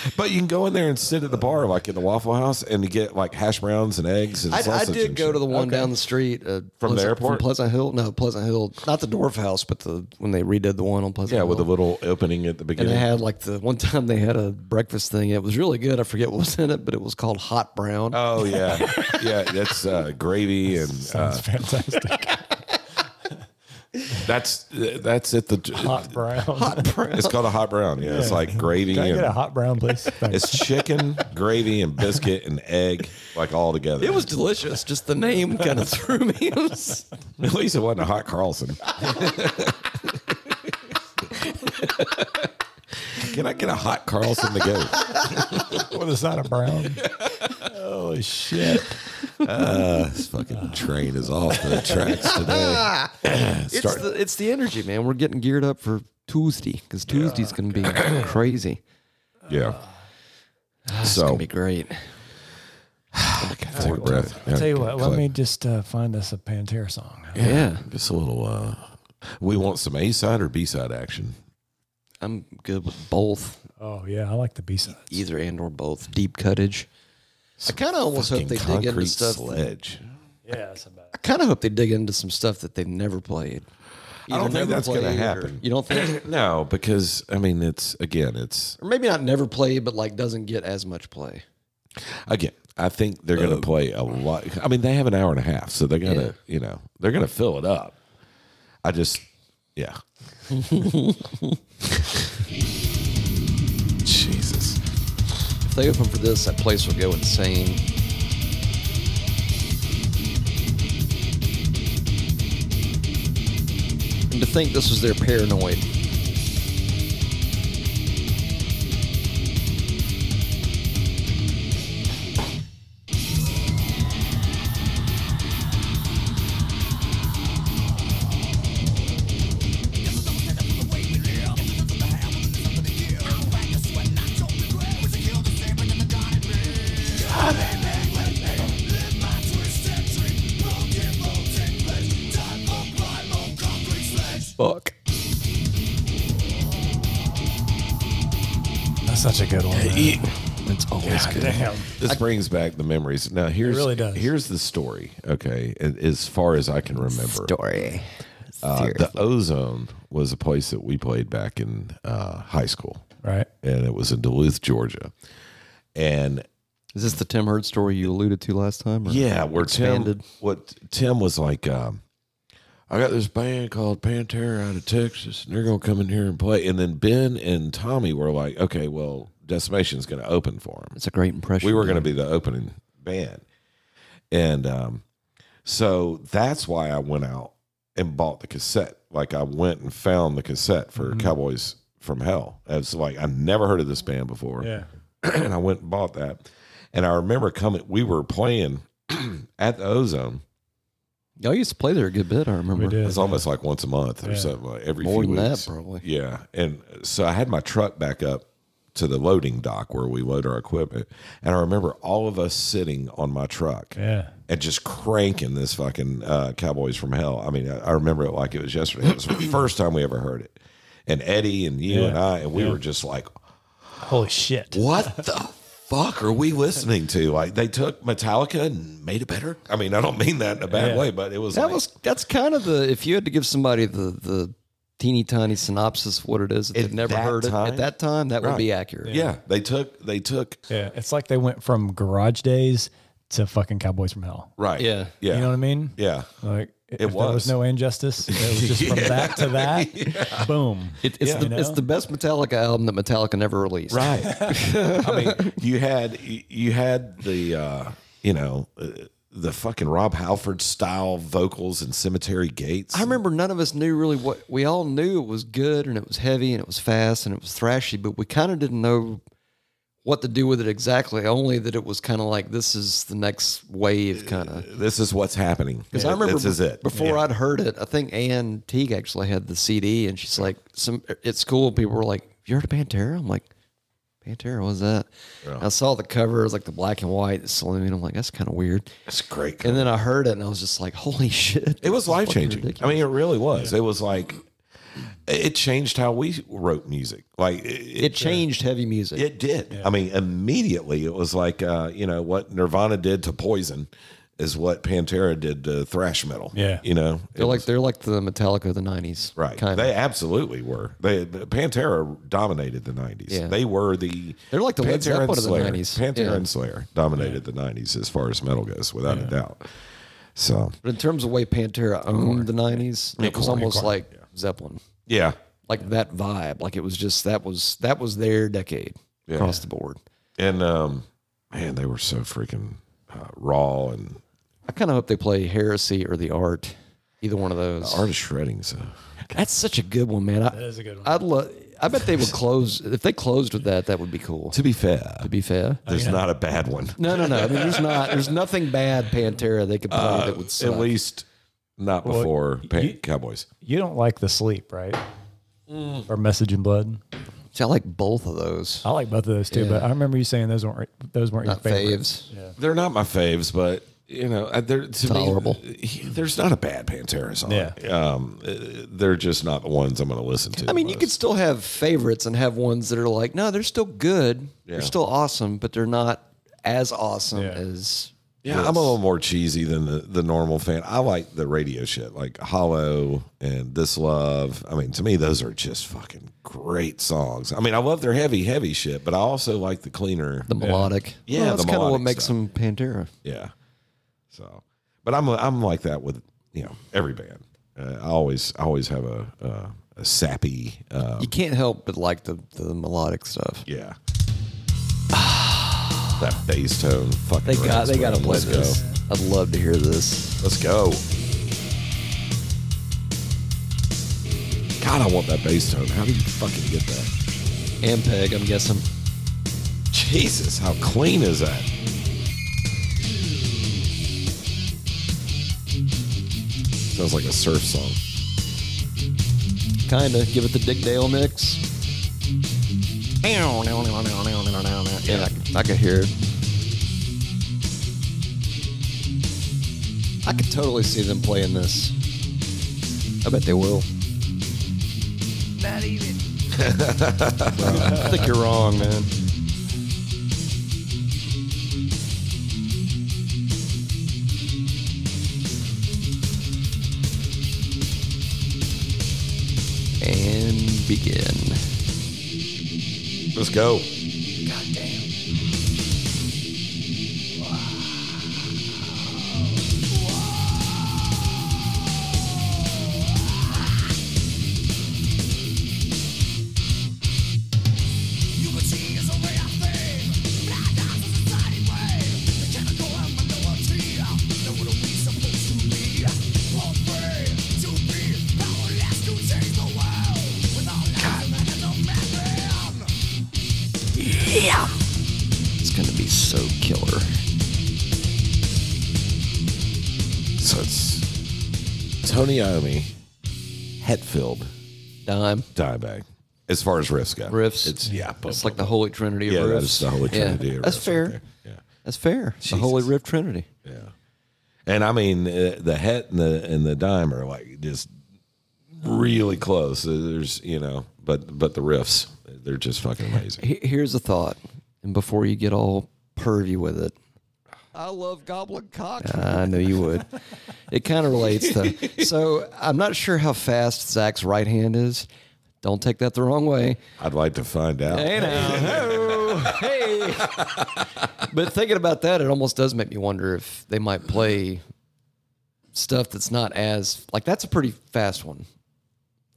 [SPEAKER 1] but you can go in there and sit at the bar, like in the Waffle House, and you get like hash browns and eggs and
[SPEAKER 2] I- I
[SPEAKER 1] sausage.
[SPEAKER 2] did
[SPEAKER 1] and
[SPEAKER 4] Go
[SPEAKER 1] shit.
[SPEAKER 4] to the one down the street uh,
[SPEAKER 1] From the
[SPEAKER 4] Pleasant-
[SPEAKER 1] airport?
[SPEAKER 4] From Pleasant Hill, no Pleasant Hill.
[SPEAKER 2] not the dwarf house, but the when they redid the one on Pleasant.
[SPEAKER 1] yeah, with the
[SPEAKER 2] Hill.
[SPEAKER 1] little opening at the
[SPEAKER 2] And
[SPEAKER 1] beginning.
[SPEAKER 2] they had like the one time they had a breakfast thing. It was really good. I forget what was in it, but it was called Hot Brown.
[SPEAKER 1] Oh yeah, yeah. That's uh, gravy, and uh,
[SPEAKER 3] Sounds fantastic.
[SPEAKER 1] that's that's at the.
[SPEAKER 3] Hot brown. Hot
[SPEAKER 1] It's called a hot brown. Yeah, it's like gravy.
[SPEAKER 3] Can I get
[SPEAKER 1] and-
[SPEAKER 3] a hot brown, please? Thanks.
[SPEAKER 1] It's chicken, gravy, and biscuit and egg, like all together.
[SPEAKER 4] It was delicious. Just the name kind of threw me. It was-
[SPEAKER 1] at least it wasn't a hot Carlson. Can I get a hot Carlson to go?
[SPEAKER 3] What is that, a brown? Holy shit.
[SPEAKER 1] This fucking train is off the tracks today.
[SPEAKER 4] it's, the, it's the energy, man. We're getting geared up for Tuesday because Tuesday's going to be crazy.
[SPEAKER 1] Yeah.
[SPEAKER 4] Ah, It's
[SPEAKER 1] So
[SPEAKER 4] going to be great.
[SPEAKER 1] take a breath.
[SPEAKER 3] Tell you what, let me just uh, find us a Pantera song.
[SPEAKER 4] Yeah,
[SPEAKER 1] just a little. Uh, we want some A side or B side action.
[SPEAKER 4] I'm good with both,
[SPEAKER 3] Oh, yeah, I like the B sides.
[SPEAKER 4] either and or both. Deep cuttage.
[SPEAKER 2] I kind of almost hope
[SPEAKER 1] Fucking
[SPEAKER 2] they dig into
[SPEAKER 1] concrete
[SPEAKER 2] stuff.
[SPEAKER 1] sledge.
[SPEAKER 3] Yeah, that's about
[SPEAKER 2] I
[SPEAKER 3] it.
[SPEAKER 2] kind of hope they dig into some stuff that they've never played.
[SPEAKER 1] I don't
[SPEAKER 2] Either
[SPEAKER 1] think
[SPEAKER 2] never
[SPEAKER 1] that's going to
[SPEAKER 2] played or-
[SPEAKER 1] happen.
[SPEAKER 2] You don't think?
[SPEAKER 1] No, because I mean, it's again, it's
[SPEAKER 2] or maybe not never played, but like doesn't get as much play.
[SPEAKER 1] Again, I think they're
[SPEAKER 2] Oh.
[SPEAKER 1] going to play a lot. I mean, they have an hour and a half, so they're going to, you know, they're going to fill it up. I just, yeah. Jesus.
[SPEAKER 2] If they open for this, that place will go insane.
[SPEAKER 4] And to think this was their paranoid.
[SPEAKER 2] Fuck.
[SPEAKER 3] That's such a good one. man.
[SPEAKER 4] It's always
[SPEAKER 3] God
[SPEAKER 4] good.
[SPEAKER 3] damn.
[SPEAKER 1] This brings back the memories. Now, here's
[SPEAKER 3] really does.
[SPEAKER 1] here's the story, okay, a- as far as I can remember.
[SPEAKER 4] Story.
[SPEAKER 1] Uh, the Ozone was a place that we played back in uh, high school,
[SPEAKER 3] Right.
[SPEAKER 1] and it was in Duluth, Georgia. And
[SPEAKER 4] Is this the Tim Hurd story you alluded to last time? Or?
[SPEAKER 1] Yeah, where
[SPEAKER 4] expanded.
[SPEAKER 1] Tim, what Tim was like, um, I got this band called Pantera out of Texas, and they're gonna come in here and play. And then Ben and Tommy were like, okay, well, Decimation's gonna open for him.
[SPEAKER 4] It's a great impression.
[SPEAKER 1] We were gonna be the opening band, and um, so that's why I went out and bought the cassette. Like I went and found the cassette for Cowboys from Hell. I was like, I never heard of this band before
[SPEAKER 3] Yeah.
[SPEAKER 1] and I went and bought that. And I remember coming, we were playing at the Ozone.
[SPEAKER 4] Y'all used to play there a good bit, I remember.
[SPEAKER 3] We
[SPEAKER 1] It
[SPEAKER 3] did.
[SPEAKER 1] was almost like once a month or
[SPEAKER 3] Yeah.
[SPEAKER 1] something, like every
[SPEAKER 4] More
[SPEAKER 1] few
[SPEAKER 4] than
[SPEAKER 1] weeks.
[SPEAKER 4] that, probably.
[SPEAKER 1] Yeah. And so I had my truck back up to the loading dock where we load our equipment. And I remember all of us sitting on my truck
[SPEAKER 3] Yeah.
[SPEAKER 1] and just cranking this fucking uh, Cowboys from Hell. I mean, I, I remember it like it was yesterday. It was the first time we ever heard it. And Eddie and you
[SPEAKER 3] Yeah.
[SPEAKER 1] and I, and we were just like,
[SPEAKER 3] Holy shit.
[SPEAKER 1] what the fuck are we listening to? Like they took Metallica and made it better. I mean, I don't mean that in a bad
[SPEAKER 3] Yeah.
[SPEAKER 1] way, but it was
[SPEAKER 4] That
[SPEAKER 1] like,
[SPEAKER 4] was that's kind of the if you had to give somebody the the teeny tiny synopsis of what it is that
[SPEAKER 1] At
[SPEAKER 4] they've never
[SPEAKER 1] that
[SPEAKER 4] heard it
[SPEAKER 1] time?
[SPEAKER 4] at that time, that would be
[SPEAKER 1] Right.
[SPEAKER 4] accurate.
[SPEAKER 1] yeah, they took they took
[SPEAKER 3] Yeah. It's like they went from garage days to fucking Cowboys from Hell.
[SPEAKER 1] right.
[SPEAKER 4] Yeah.
[SPEAKER 1] yeah,
[SPEAKER 3] You know what I mean?
[SPEAKER 1] yeah.
[SPEAKER 3] Like It if There
[SPEAKER 8] was.
[SPEAKER 3] was no injustice. It was just from that to that. Boom.
[SPEAKER 2] It, it's,
[SPEAKER 3] Yeah.
[SPEAKER 2] the,
[SPEAKER 3] You
[SPEAKER 2] it's
[SPEAKER 3] know?
[SPEAKER 2] the best Metallica album that Metallica never released.
[SPEAKER 1] Right. I mean, you had you had the uh, you know uh, the fucking Rob Halford style vocals and Cemetery Gates.
[SPEAKER 2] I remember none of us knew really what we all knew it was good and it was heavy and it was fast and it was thrashy, but we kind of didn't know what to do with it exactly. Only that it was kind of like this is the next wave kind of.
[SPEAKER 1] this is what's happening.
[SPEAKER 2] Because I remember
[SPEAKER 1] this is
[SPEAKER 2] be-
[SPEAKER 1] it.
[SPEAKER 2] before I'd heard it. I think Ann Teague actually had the CD, and she's like, "Some it's cool." People were like, "You heard of Pantera?" I'm like, "Pantera, what's that?" And I saw the cover, it was like the black and white saloon. I'm like, "That's kind of weird."
[SPEAKER 1] It's great.
[SPEAKER 2] And then I heard it, and I was just like, "Holy shit!"
[SPEAKER 1] It was
[SPEAKER 2] This is fucking
[SPEAKER 1] life changing.
[SPEAKER 2] ridiculous.
[SPEAKER 1] I mean, it really was. It was like it changed how we wrote music. Like it,
[SPEAKER 2] it changed heavy music.
[SPEAKER 1] It did. I mean, immediately it was like uh, you know what Nirvana did to Poison is what Pantera did to thrash metal.
[SPEAKER 3] Yeah.
[SPEAKER 1] you know,
[SPEAKER 2] they're like they're like the Metallica of the '90s,
[SPEAKER 1] right.
[SPEAKER 2] Kind
[SPEAKER 1] They
[SPEAKER 2] of.
[SPEAKER 1] absolutely were. They the Pantera dominated the nineties.
[SPEAKER 2] Yeah.
[SPEAKER 1] They were the
[SPEAKER 2] They're like the
[SPEAKER 1] Pantera
[SPEAKER 2] Led Zeppelin
[SPEAKER 1] and
[SPEAKER 2] of the
[SPEAKER 1] Slayer.
[SPEAKER 2] 90s.
[SPEAKER 1] Pantera
[SPEAKER 2] Yeah.
[SPEAKER 1] and Slayer dominated the nineties as far as metal goes, without a doubt. So
[SPEAKER 2] But in terms of way Pantera owned the '90s, it was almost like Zeppelin,
[SPEAKER 1] yeah,
[SPEAKER 2] like that vibe. Like it was just that was that was their decade
[SPEAKER 1] Yeah.
[SPEAKER 2] across the board.
[SPEAKER 1] and um, man, they were so freaking uh, raw and
[SPEAKER 2] I kind of hope they play Heresy or The Art, either one of those.
[SPEAKER 1] artist shredding. So
[SPEAKER 2] That's such a good one, man. I,
[SPEAKER 3] That is a good one.
[SPEAKER 2] I'd love. I bet they would close if they closed with that. That would be cool.
[SPEAKER 1] to be fair,
[SPEAKER 2] To be fair,
[SPEAKER 1] there's not a bad one.
[SPEAKER 2] no, no, no. I mean, there's not. There's nothing bad Pantera they could play that would suck.
[SPEAKER 1] Uh, At least not before Pan-
[SPEAKER 3] you-
[SPEAKER 1] Cowboys.
[SPEAKER 3] you don't like the sleep, right?
[SPEAKER 2] Mm.
[SPEAKER 3] Or message in blood.
[SPEAKER 2] See, I like both of those.
[SPEAKER 1] Uh,
[SPEAKER 3] I like both of those too, but I remember you saying those weren't those weren't
[SPEAKER 2] Not
[SPEAKER 3] your favorites.
[SPEAKER 2] faves.
[SPEAKER 1] They're not my faves, but you know, uh, they're to
[SPEAKER 2] Tolerable.
[SPEAKER 1] Me, there's not a bad Pantera song.
[SPEAKER 3] Yeah.
[SPEAKER 1] Um, uh, they're just not the ones I'm going to listen to.
[SPEAKER 2] I mean, you could still have favorites and have ones that are like, no, they're still good.
[SPEAKER 1] Yeah.
[SPEAKER 2] They're still awesome, but they're not as awesome
[SPEAKER 3] Yeah.
[SPEAKER 2] as.
[SPEAKER 1] Yeah, I'm a little more cheesy than the, the normal fan. I like the radio shit, like Hollow and This Love. I mean, to me, those are just fucking great songs. I mean, I love their heavy, heavy shit, but I also like the cleaner.
[SPEAKER 2] The melodic.
[SPEAKER 1] Yeah,
[SPEAKER 2] that's
[SPEAKER 1] the
[SPEAKER 2] kind of what
[SPEAKER 1] melodic
[SPEAKER 2] makes
[SPEAKER 1] stuff.
[SPEAKER 2] them Pantera.
[SPEAKER 1] Yeah. So, but I'm I'm like that with you know every band. Uh, I always I always have a uh, a sappy. Uh,
[SPEAKER 2] You can't help but like the, the melodic stuff.
[SPEAKER 1] yeah. that bass tone. Fucking
[SPEAKER 2] They got
[SPEAKER 1] rounds,
[SPEAKER 2] they got to
[SPEAKER 1] man.
[SPEAKER 2] play
[SPEAKER 1] Let's
[SPEAKER 2] this.
[SPEAKER 1] Go.
[SPEAKER 2] I'd love to hear this.
[SPEAKER 1] Let's go. God, I want that bass tone. How do you fucking get that?
[SPEAKER 2] Ampeg, I'm guessing.
[SPEAKER 1] Jesus, how clean is that? Sounds like a surf song.
[SPEAKER 2] Kinda. Give it the Dick Dale mix. Yeah, I, I could hear it. I could totally see them playing this. I bet they will. Not even. I think you're wrong, man. And begin.
[SPEAKER 1] Let's go.
[SPEAKER 2] It's gonna be so killer.
[SPEAKER 1] So it's Tony Iommi, Hetfield,
[SPEAKER 2] Dime.
[SPEAKER 1] Dimebag. As far as riffs go,
[SPEAKER 2] Riffs.
[SPEAKER 1] It's yeah, but,
[SPEAKER 2] It's like the holy trinity of
[SPEAKER 1] yeah,
[SPEAKER 2] riffs.
[SPEAKER 1] that is the holy
[SPEAKER 2] Yeah.
[SPEAKER 1] trinity. of
[SPEAKER 2] That's
[SPEAKER 1] riffs right
[SPEAKER 2] fair.
[SPEAKER 1] there. yeah.
[SPEAKER 2] That's fair. The holy riff trinity.
[SPEAKER 1] Yeah, and I mean uh, the het and the and the dime are like just really close. Uh, There's you know, but but the riffs they're just fucking amazing.
[SPEAKER 2] He- Here's a thought, and before you get all pervy with it, I love goblin cock. I know you would. It kind of relates though. So I'm not sure how fast Zach's right hand is. Don't take that the wrong way.
[SPEAKER 1] I'd like to find out.
[SPEAKER 2] Hey now, oh, hey. But thinking about that, it almost does make me wonder if they might play stuff that's not as like that's a pretty fast one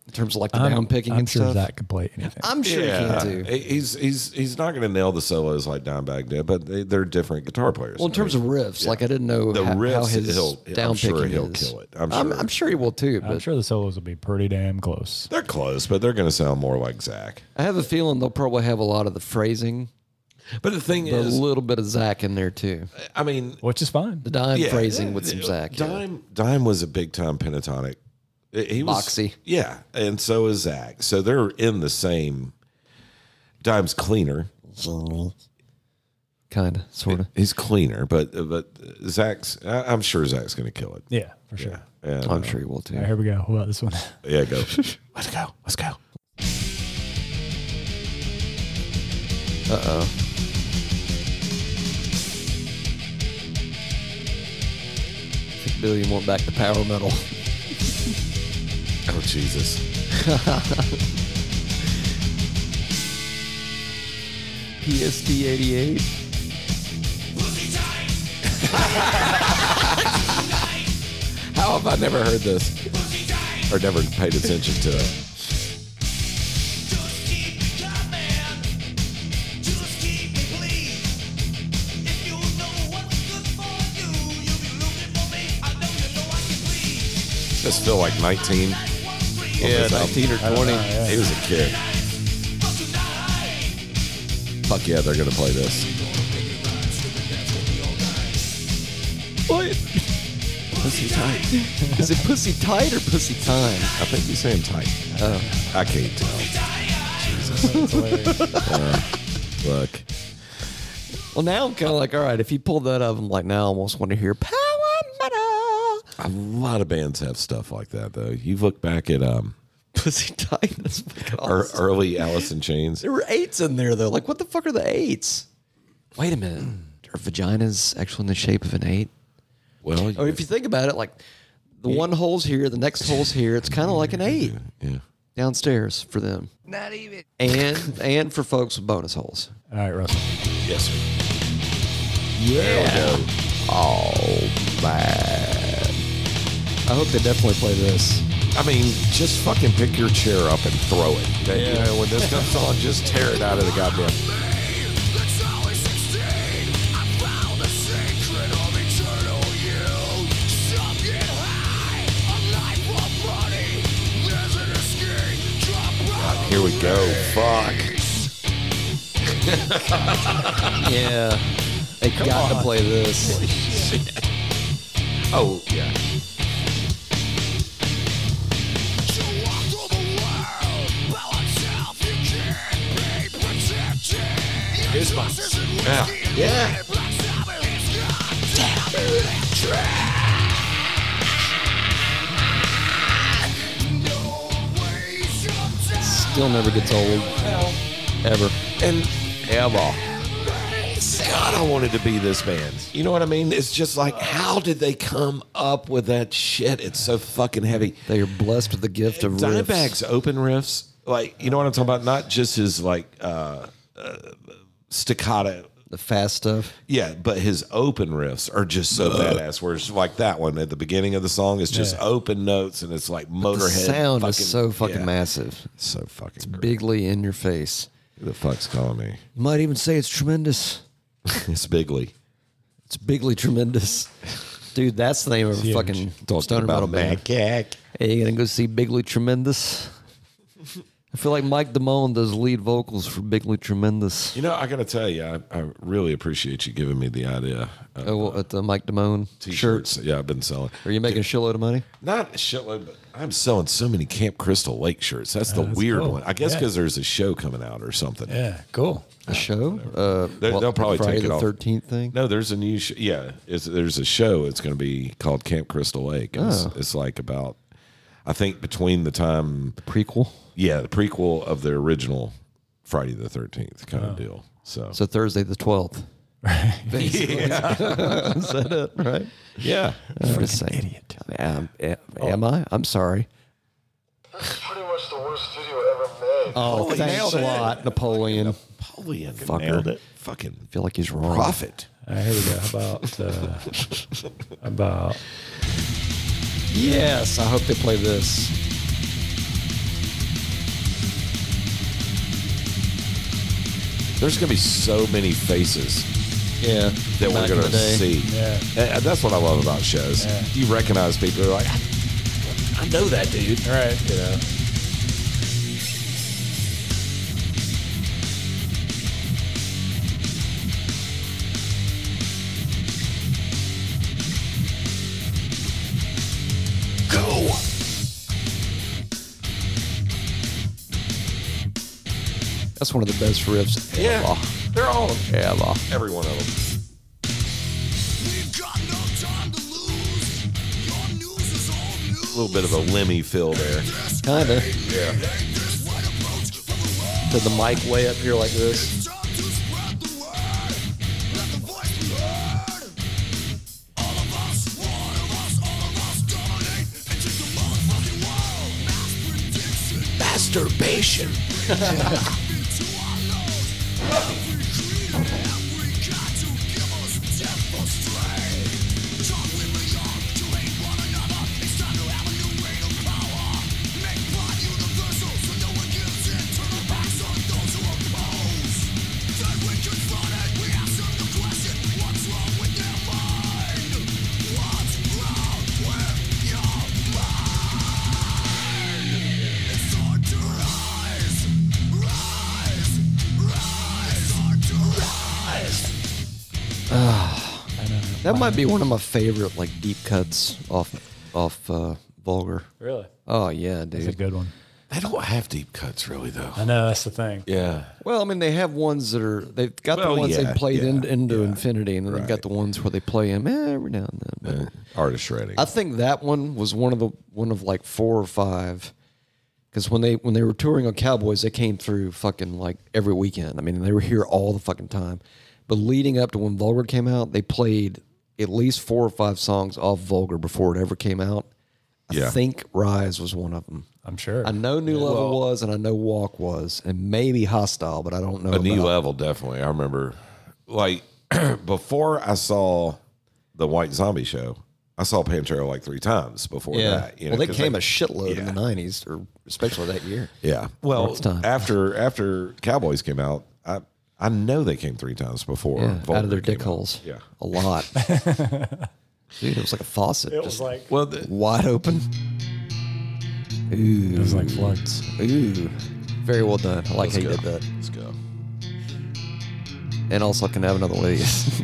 [SPEAKER 2] in terms of like the down picking
[SPEAKER 3] I'm
[SPEAKER 2] and
[SPEAKER 3] sure
[SPEAKER 2] stuff.
[SPEAKER 3] Zach could play anything.
[SPEAKER 2] I'm sure he can do.
[SPEAKER 1] He- He's he's he's not going to nail the solos like Dimebag did, but they, they're different guitar players.
[SPEAKER 2] Well, in terms of riffs, like I didn't know
[SPEAKER 1] The
[SPEAKER 2] ho- how,
[SPEAKER 1] riffs,
[SPEAKER 2] his
[SPEAKER 1] he'll- I'm
[SPEAKER 2] down
[SPEAKER 1] sure
[SPEAKER 2] picking
[SPEAKER 1] he'll
[SPEAKER 2] is.
[SPEAKER 1] kill it. I'm
[SPEAKER 2] I'm,
[SPEAKER 1] sure.
[SPEAKER 2] I'm sure he will too.
[SPEAKER 3] I'm
[SPEAKER 2] But
[SPEAKER 3] sure the solos will be pretty damn close.
[SPEAKER 1] they're close, but they're going to sound more like Zach.
[SPEAKER 2] I have a feeling they'll probably have a lot of the phrasing,
[SPEAKER 1] But the thing
[SPEAKER 2] but a
[SPEAKER 1] is,
[SPEAKER 2] little bit of Zach in there too.
[SPEAKER 1] I mean,
[SPEAKER 3] Which is fine.
[SPEAKER 2] The dime
[SPEAKER 1] yeah,
[SPEAKER 2] phrasing
[SPEAKER 1] yeah,
[SPEAKER 2] with some
[SPEAKER 1] yeah,
[SPEAKER 2] Zach. yeah.
[SPEAKER 1] Dime Dime was a big time pentatonic. He was
[SPEAKER 2] Moxie.
[SPEAKER 1] yeah, and so is Zach. So they're in the same. Dime's cleaner.
[SPEAKER 2] Kind of, sort of.
[SPEAKER 1] He's cleaner, but but Zach's. I- I'm sure Zach's going to kill it.
[SPEAKER 3] Yeah, for sure.
[SPEAKER 1] And, uh,
[SPEAKER 2] I'm sure he will too.
[SPEAKER 3] All right, here we go. Who about this one?
[SPEAKER 1] Yeah, go. Let's go. Let's go.
[SPEAKER 2] Billy went back to power metal.
[SPEAKER 1] Oh Jesus!
[SPEAKER 2] PST 88.
[SPEAKER 1] How have I never heard this or never paid attention to it?
[SPEAKER 4] Just keep me coming. Just keep me pleased. If you know what's good for you, you'll be looking for me. I know you know I can please.
[SPEAKER 1] Just feel like 19.
[SPEAKER 9] Yeah,
[SPEAKER 1] Well,
[SPEAKER 9] 19 or 20.
[SPEAKER 1] He was a kid.
[SPEAKER 4] But tonight,
[SPEAKER 1] Fuck yeah, they're gonna play this.
[SPEAKER 2] Pussy tight. Is it pussy tight or pussy time?
[SPEAKER 1] I think he's saying tight.
[SPEAKER 2] Uh.
[SPEAKER 1] I can't tell. Uh, Look,
[SPEAKER 2] Well, now I'm kind of like, all right, if he pulled that up, I'm like, now I almost want to hear power metal.
[SPEAKER 1] a lot of bands have stuff like that though. You look back at um
[SPEAKER 2] Pussy tight. That's fucking
[SPEAKER 1] ear-
[SPEAKER 2] awesome.
[SPEAKER 1] early Alice in Chains.
[SPEAKER 2] There were eights in there though. Like, what the fuck are the eights? Wait a minute. Are vaginas actually in the shape of an eight?
[SPEAKER 1] Well,
[SPEAKER 2] Or if you think about it, like the one hole's here, the next hole's here. It's kind of like an eight
[SPEAKER 1] yeah.
[SPEAKER 2] downstairs for them. Not even. And and for folks with bonus holes.
[SPEAKER 3] All right, Russell.
[SPEAKER 1] Yes, sir.
[SPEAKER 2] I hope they definitely play this.
[SPEAKER 1] I mean, just fucking pick your chair up and throw it. You know, when this comes on, just tear it out of the goddamn.
[SPEAKER 4] it's always 16. I found the secret of eternal youth. Some get high on life or money. There's an escape. Drop out.
[SPEAKER 1] Here we go. Fuck.
[SPEAKER 2] Yeah. They got to play this.
[SPEAKER 1] Oh yeah.
[SPEAKER 4] Goosebumps.
[SPEAKER 1] Yeah. Yeah.
[SPEAKER 2] Still never gets old. Ever.
[SPEAKER 1] And Emma. God, I wanted to be this band. You know what I mean? It's just like, how did they come up with that shit? It's so fucking heavy.
[SPEAKER 2] They are blessed with the gift of riffs.
[SPEAKER 1] Dimebag's open riffs, like you know what I'm talking about. Not just his like uh, uh, staccato,
[SPEAKER 2] The fast stuff.
[SPEAKER 1] yeah, but his open riffs are just so badass. Whereas like that one at the beginning of the song is just
[SPEAKER 3] Yeah.
[SPEAKER 1] open notes, and it's like
[SPEAKER 2] The
[SPEAKER 1] Motorhead.
[SPEAKER 2] sound
[SPEAKER 1] fucking-
[SPEAKER 2] is so fucking
[SPEAKER 1] yeah.
[SPEAKER 2] massive.
[SPEAKER 1] So fucking great.
[SPEAKER 2] Bigly in your face.
[SPEAKER 1] Who the fuck's calling me?
[SPEAKER 2] You might even say it's tremendous.
[SPEAKER 1] It's Bigley.
[SPEAKER 2] It's bigly tremendous. Dude, that's the name of a
[SPEAKER 3] huge.
[SPEAKER 2] fucking stoner metal
[SPEAKER 1] about
[SPEAKER 2] band.
[SPEAKER 1] Macaque.
[SPEAKER 2] Hey, you gonna go see Bigly Tremendous? I feel like Mike Damone does lead vocals for Bigly Tremendous.
[SPEAKER 1] You know, I gotta tell you, I, I really appreciate you giving me the idea. Of
[SPEAKER 2] Oh, well, at the Mike Damone shirt.
[SPEAKER 1] t-shirts, yeah, I've been selling.
[SPEAKER 2] Are you making a shitload of money?
[SPEAKER 1] Not a shitload, but I'm selling so many Camp Crystal Lake shirts. That's the weird
[SPEAKER 3] cool.
[SPEAKER 1] one, I guess,
[SPEAKER 3] Yeah.
[SPEAKER 1] because there's a show coming out or something.
[SPEAKER 3] Yeah, cool.
[SPEAKER 2] A show? Uh,
[SPEAKER 1] They- they'll probably
[SPEAKER 2] Friday
[SPEAKER 1] take it
[SPEAKER 2] the
[SPEAKER 1] off.
[SPEAKER 2] Thirteenth thing.
[SPEAKER 1] No, there's a new sh- yeah. It's, there's a show. It's going to be called Camp Crystal Lake. And It's,
[SPEAKER 2] Oh.
[SPEAKER 1] it's like about, I think between the time
[SPEAKER 2] Prequel.
[SPEAKER 1] yeah the prequel of the original Friday the Thirteenth kind of deal. So,
[SPEAKER 2] So Thursday the twelfth. Yeah. Is that it? Right.
[SPEAKER 1] yeah,
[SPEAKER 2] I'm just saying.
[SPEAKER 3] idiot.
[SPEAKER 2] Am, am, am I? I'm sorry.
[SPEAKER 10] That's pretty much the worst video ever made.
[SPEAKER 2] Oh,
[SPEAKER 1] Holy
[SPEAKER 2] thanks a
[SPEAKER 1] shit.
[SPEAKER 2] lot, Napoleon. I
[SPEAKER 1] Napoleon
[SPEAKER 2] Fucker.
[SPEAKER 1] nailed it. Fucking
[SPEAKER 2] feel like he's wrong.
[SPEAKER 1] profit.
[SPEAKER 3] All right, here we go. How about uh, how about
[SPEAKER 2] Yes, I hope they play this.
[SPEAKER 1] There's going to be so many faces
[SPEAKER 2] Yeah,
[SPEAKER 1] that
[SPEAKER 2] back
[SPEAKER 1] we're
[SPEAKER 2] in
[SPEAKER 1] going
[SPEAKER 2] the
[SPEAKER 1] to
[SPEAKER 2] day.
[SPEAKER 1] see.
[SPEAKER 3] Yeah.
[SPEAKER 1] And, and that's what I love about shows.
[SPEAKER 3] Yeah.
[SPEAKER 1] You recognize people. You're like, I, I know that dude.
[SPEAKER 3] All right.
[SPEAKER 1] You know? Go!
[SPEAKER 2] That's one of the best riffs
[SPEAKER 1] Yeah.
[SPEAKER 2] ever.
[SPEAKER 1] They're all,
[SPEAKER 2] Ever.
[SPEAKER 1] every one of them.
[SPEAKER 11] We've got no time to lose. Your news is old news.
[SPEAKER 1] A little bit of a Lemmy feel there.
[SPEAKER 2] Kinda.
[SPEAKER 11] Ain't this right approach from the road?
[SPEAKER 2] Did the mic way up here like this?
[SPEAKER 11] It's time to spread the word. Let the voice be heard. All of us, one of us, all of us dominate and take the motherfucking world. Mass prediction.
[SPEAKER 1] Masturbation.
[SPEAKER 11] Into our nose. Every creed, every god to give us death for strength. Talk we belong to hate one another. It's time to have a new reign of power. Make blood universal so no one gives in. Turn our backs on those who oppose. Then when confronted, we ask them the question: What's wrong with their mind? What's wrong with your mind? It's hard to rise, rise, rise. It's hard to rise.
[SPEAKER 2] That might be one of my favorite like deep cuts off off uh, Vulgar.
[SPEAKER 3] Really?
[SPEAKER 2] Oh yeah,
[SPEAKER 3] It's a
[SPEAKER 2] dude.
[SPEAKER 3] good one.
[SPEAKER 1] They don't have deep cuts, really, though.
[SPEAKER 3] I know that's the thing.
[SPEAKER 1] Yeah.
[SPEAKER 2] Well, I mean, they have ones that are they've got
[SPEAKER 1] Well,
[SPEAKER 2] the ones
[SPEAKER 1] yeah,
[SPEAKER 2] they played in,
[SPEAKER 1] yeah,
[SPEAKER 2] into
[SPEAKER 1] yeah.
[SPEAKER 2] infinity, and then they've got
[SPEAKER 1] Right.
[SPEAKER 2] the ones where they play them every now and then. But
[SPEAKER 1] Uh, Artist shredding.
[SPEAKER 2] I think that one was one of the one of like four or five. Because when they when they were touring on Cowboys, they came through fucking like every weekend. I mean, they were here all the fucking time. But leading up to when Vulgar came out, they played at least four or five songs off Vulgar before it ever came out. I
[SPEAKER 1] Yeah.
[SPEAKER 2] think Rise was one of them.
[SPEAKER 3] I'm sure.
[SPEAKER 2] I know New Level was, and I know Walk was, and maybe Hostile, but I don't know.
[SPEAKER 1] a new
[SPEAKER 2] about-
[SPEAKER 1] level definitely i remember like before i saw the white zombie show i saw pantera like three times before
[SPEAKER 2] Yeah.
[SPEAKER 1] that you know,
[SPEAKER 2] well, they
[SPEAKER 1] 'cause
[SPEAKER 2] came a shitload in
[SPEAKER 1] yeah.
[SPEAKER 2] the '90s, or especially that year.
[SPEAKER 1] yeah well
[SPEAKER 2] Fourth time.
[SPEAKER 1] after after cowboys came out i i know they came three times before Vulgar
[SPEAKER 2] out of their
[SPEAKER 1] came
[SPEAKER 2] dick holes.
[SPEAKER 1] yeah
[SPEAKER 2] a lot. Dude, it was like a faucet.
[SPEAKER 3] it
[SPEAKER 2] just
[SPEAKER 3] was like
[SPEAKER 1] well the,
[SPEAKER 2] wide open.
[SPEAKER 3] it was like floods.
[SPEAKER 2] Ooh, very well done. I
[SPEAKER 1] let's
[SPEAKER 2] like how you
[SPEAKER 1] go.
[SPEAKER 2] did that.
[SPEAKER 1] let's go
[SPEAKER 2] And also, can I have another one of these?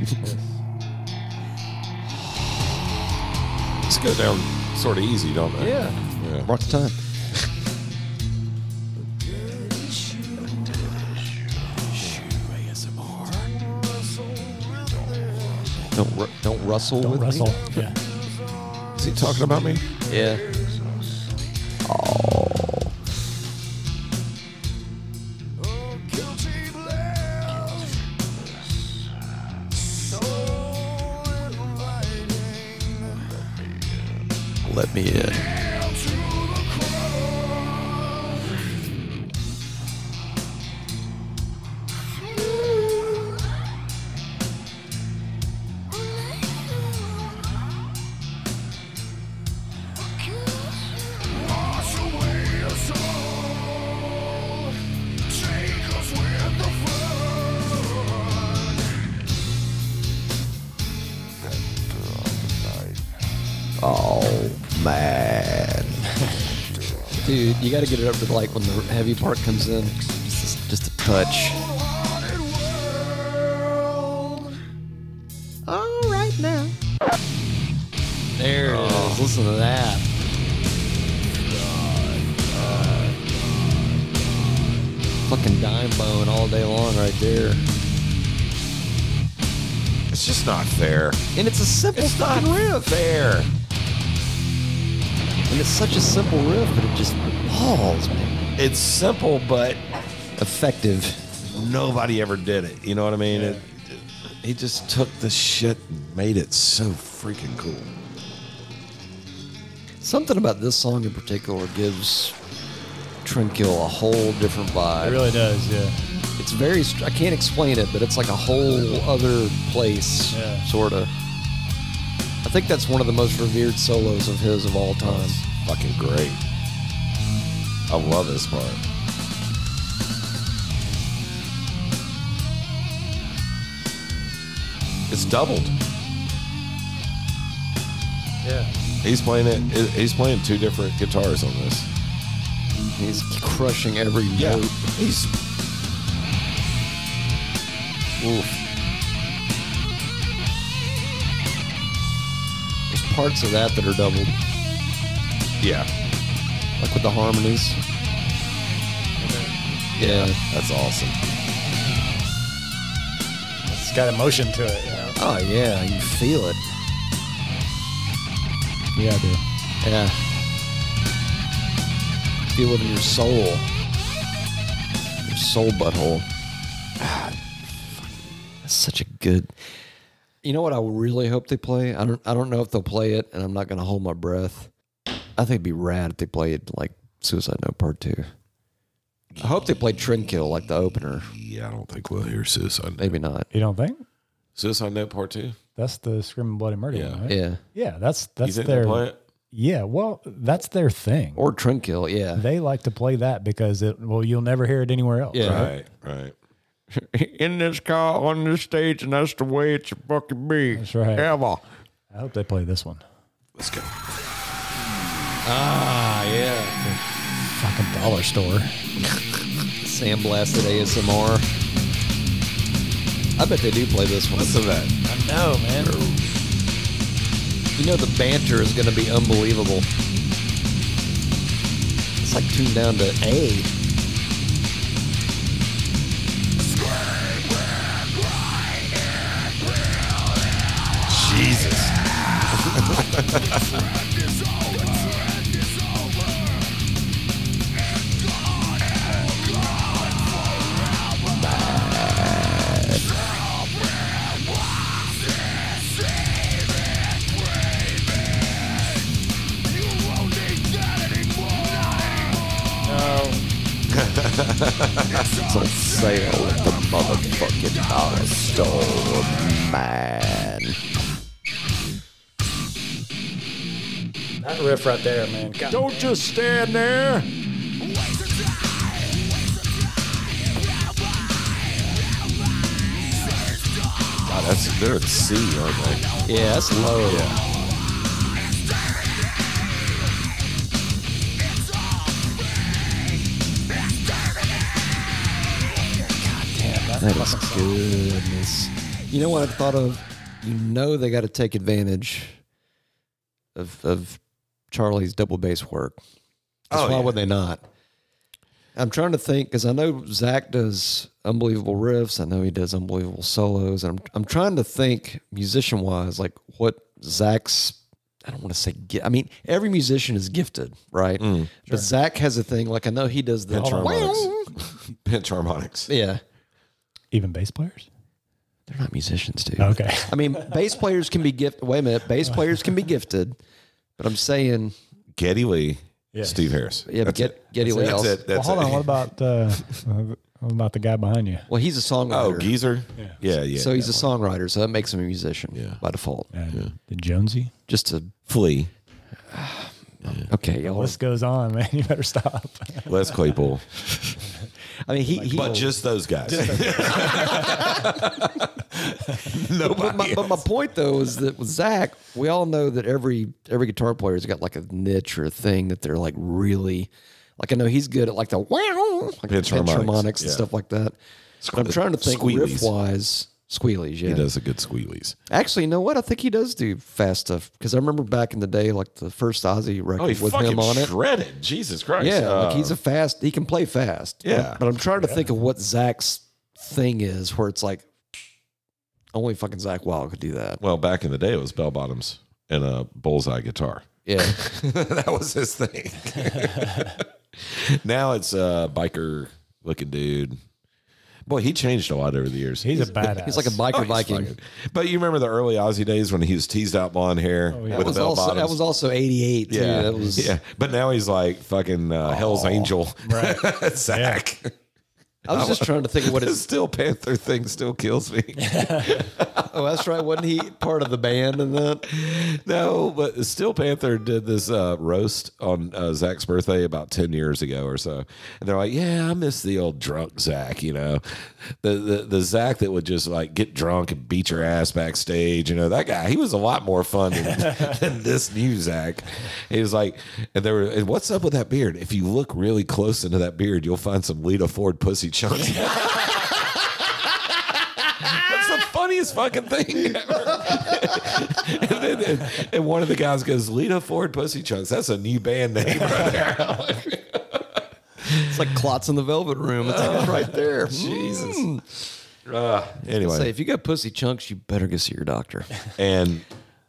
[SPEAKER 1] let's go down sort of easy don't they yeah
[SPEAKER 2] Rock the time. Don't ru- don't rustle
[SPEAKER 3] Don't
[SPEAKER 2] with
[SPEAKER 3] wrestle.
[SPEAKER 2] me.
[SPEAKER 3] Yeah.
[SPEAKER 1] is he talking about me
[SPEAKER 2] Yeah. Let me uh, in. Oh man, dude, you got to get it up to like when the heavy part comes in, just, just a touch. All right now. There it is. Listen to that. Fucking dime bone all day long, right there.
[SPEAKER 1] it's just not fair
[SPEAKER 2] And it's a simple
[SPEAKER 1] it's not
[SPEAKER 2] fucking riff.
[SPEAKER 1] fair
[SPEAKER 2] And it's such a simple riff, but it just balls, man.
[SPEAKER 1] it's simple but
[SPEAKER 2] Effective.
[SPEAKER 1] nobody ever did it. You know what I mean? It, it- he just took the shit and made it so freaking cool.
[SPEAKER 2] Something about this song in particular gives Trinkill a whole different
[SPEAKER 3] It
[SPEAKER 2] vibe.
[SPEAKER 3] really does. Yeah.
[SPEAKER 2] It's very, str- I can't explain it, but it's like a whole other place,
[SPEAKER 3] Yeah.
[SPEAKER 2] sort of. I think that's one of the most revered solos of his of all time.
[SPEAKER 1] Fucking great. I love this part. It's doubled.
[SPEAKER 2] Yeah.
[SPEAKER 1] He's playing it. He's playing two different guitars on this.
[SPEAKER 2] He's crushing every note.
[SPEAKER 1] He's.
[SPEAKER 2] There's parts of that that are doubled,
[SPEAKER 1] Yeah.
[SPEAKER 2] like with the harmonies. Yeah.
[SPEAKER 1] That's awesome.
[SPEAKER 3] It's got emotion to it. You know?
[SPEAKER 2] Oh yeah, you feel it.
[SPEAKER 3] Yeah, I do.
[SPEAKER 2] Yeah. Feel it in your soul. Your soul butthole. Ah, fucking- That's such a good. You know what I really hope they play? I don't I don't know if they'll play it and I'm not gonna hold my breath. I think it'd be rad if they played like Suicide Note Part Two. I hope they play Trend Kill like the opener.
[SPEAKER 1] Yeah, I don't think we'll hear Suicide Note.
[SPEAKER 2] Maybe not.
[SPEAKER 3] You don't think?
[SPEAKER 1] Suicide Note Part 2?
[SPEAKER 3] That's the Screaming Bloody Murder
[SPEAKER 1] Yeah.
[SPEAKER 3] one, right?
[SPEAKER 2] Yeah.
[SPEAKER 3] Yeah, that's
[SPEAKER 1] you
[SPEAKER 3] that's
[SPEAKER 1] think
[SPEAKER 3] their
[SPEAKER 1] they'll play it?
[SPEAKER 3] Yeah, well, that's their thing.
[SPEAKER 2] Or Trend Kill, yeah.
[SPEAKER 3] they like to play that because it well, you'll never hear it anywhere else.
[SPEAKER 2] Yeah.
[SPEAKER 1] Right, right.
[SPEAKER 12] in this car on this stage, and that's the way it's fucking be.
[SPEAKER 3] That's right.
[SPEAKER 12] Ever.
[SPEAKER 3] I hope they play this one.
[SPEAKER 1] Let's go.
[SPEAKER 3] Fucking dollar store.
[SPEAKER 2] Sandblasted ASMR. I bet they do play this one.
[SPEAKER 1] Listen to that.
[SPEAKER 3] I know, man.
[SPEAKER 2] You know the banter is going to be unbelievable. It's like tuned down to A.
[SPEAKER 1] Jesus.
[SPEAKER 2] It's on sale at the motherfucking dollar store, man.
[SPEAKER 3] That riff right there, man. God,
[SPEAKER 12] Don't just stand there.
[SPEAKER 1] God, that's, they're at C, aren't they?
[SPEAKER 2] Yeah, that's low.
[SPEAKER 3] damn,
[SPEAKER 2] That is goodness. You know what I thought of? You know they got to take advantage of of Charlie's double bass work. 'Cause why would they not? I'm trying to think because I know Zach does unbelievable riffs. I know he does unbelievable solos. And I'm I'm trying to think musician wise, like what Zach's. I don't want to say. Gi- I mean, every musician is gifted, right? But Zach has a thing. Like I know he does the
[SPEAKER 1] Pinch harmonics. Pinch harmonics.
[SPEAKER 2] yeah.
[SPEAKER 3] even bass players.
[SPEAKER 2] They're not musicians, dude.
[SPEAKER 3] Okay,
[SPEAKER 2] I mean, bass players can be gifted. Wait a minute, bass players can be gifted, but I'm saying,
[SPEAKER 1] Getty Lee,
[SPEAKER 3] Yeah.
[SPEAKER 1] Steve Harris.
[SPEAKER 2] yeah, but
[SPEAKER 1] That's
[SPEAKER 2] get
[SPEAKER 1] it.
[SPEAKER 2] Geddy Lee.
[SPEAKER 1] That's
[SPEAKER 2] also-
[SPEAKER 1] it.
[SPEAKER 3] well,
[SPEAKER 1] That's
[SPEAKER 3] hold
[SPEAKER 1] it.
[SPEAKER 3] on. What about uh, what about the guy behind you?
[SPEAKER 2] Well, he's a
[SPEAKER 1] Oh,
[SPEAKER 2] songwriter.
[SPEAKER 1] Geezer.
[SPEAKER 3] Yeah.
[SPEAKER 1] Yeah, yeah.
[SPEAKER 2] so he's a songwriter, so that makes him a musician
[SPEAKER 1] Yeah.
[SPEAKER 2] by default.
[SPEAKER 3] Uh, The Jonesy.
[SPEAKER 2] Just to
[SPEAKER 1] Flea,
[SPEAKER 2] okay, y'all.
[SPEAKER 3] List goes on, man. You better stop.
[SPEAKER 1] Les Claypool,
[SPEAKER 2] I mean, he. he
[SPEAKER 1] but just those guys.
[SPEAKER 2] but my, but my point though is that with Zach, we all know that every every guitar player's got like a niche or a thing that they're like really, like I know he's good at like the wow, like
[SPEAKER 1] Pitch
[SPEAKER 2] the
[SPEAKER 1] harmonics,
[SPEAKER 2] harmonics and
[SPEAKER 1] yeah.
[SPEAKER 2] stuff like that. But I'm trying to think
[SPEAKER 1] Squealies.
[SPEAKER 2] riff wise. Squealies, yeah.
[SPEAKER 1] He does a good squealies.
[SPEAKER 2] Actually, you know what? I think he does do fast stuff because I remember back in the day, like the first Ozzy record
[SPEAKER 1] Oh, he
[SPEAKER 2] with
[SPEAKER 1] fucking
[SPEAKER 2] him on it.
[SPEAKER 1] shredded. Jesus Christ.
[SPEAKER 2] Yeah,
[SPEAKER 1] Uh,
[SPEAKER 2] like he's a fast. He can play fast.
[SPEAKER 1] Yeah.
[SPEAKER 2] but I'm trying to think of what Zach's thing is, where it's like only fucking Zach Wild could do that.
[SPEAKER 1] well, back in the day, it was bell bottoms and a bullseye guitar.
[SPEAKER 2] Yeah,
[SPEAKER 1] that was his thing. now it's a biker looking dude. Boy, he changed a lot over the years.
[SPEAKER 3] He's a badass.
[SPEAKER 2] he's like a biker
[SPEAKER 1] Oh, he's
[SPEAKER 2] Viking.
[SPEAKER 1] fucking- But you remember the early Aussie days when he was teased out blonde hair
[SPEAKER 3] Oh,
[SPEAKER 2] that
[SPEAKER 1] with
[SPEAKER 2] was
[SPEAKER 1] the bell
[SPEAKER 2] also
[SPEAKER 1] bottoms.
[SPEAKER 2] that was also '88. too.
[SPEAKER 1] yeah,
[SPEAKER 2] that was
[SPEAKER 1] yeah. But now he's like fucking uh, Hell's Angel,
[SPEAKER 3] right.
[SPEAKER 1] Zach.
[SPEAKER 2] I was just trying to think of what
[SPEAKER 1] The
[SPEAKER 2] it's.
[SPEAKER 1] Steel Panther thing still kills me.
[SPEAKER 2] Oh, that's right. Wasn't he part of the band in that?
[SPEAKER 1] no, but Steel Panther did this uh, roast on uh, Zach's birthday about 10 years ago or so. And they're like, yeah, I miss the old drunk Zach, you know, the, the, the Zach that would just like get drunk and beat your ass backstage. You know, that guy, he was a lot more fun than, than this new Zach. He was like, and they were, and what's up with that beard? If you look really close into that beard, you'll find some Lita Ford pussy chunks. That's the funniest fucking thing ever. and, then, and, and one of the guys goes, Lita Ford Pussy Chunks. That's a new band name right there.
[SPEAKER 2] It's like clots in the velvet room. It's like right there. Jesus.
[SPEAKER 1] Uh, anyway,
[SPEAKER 2] Say if you got pussy chunks, you better go see your doctor
[SPEAKER 1] and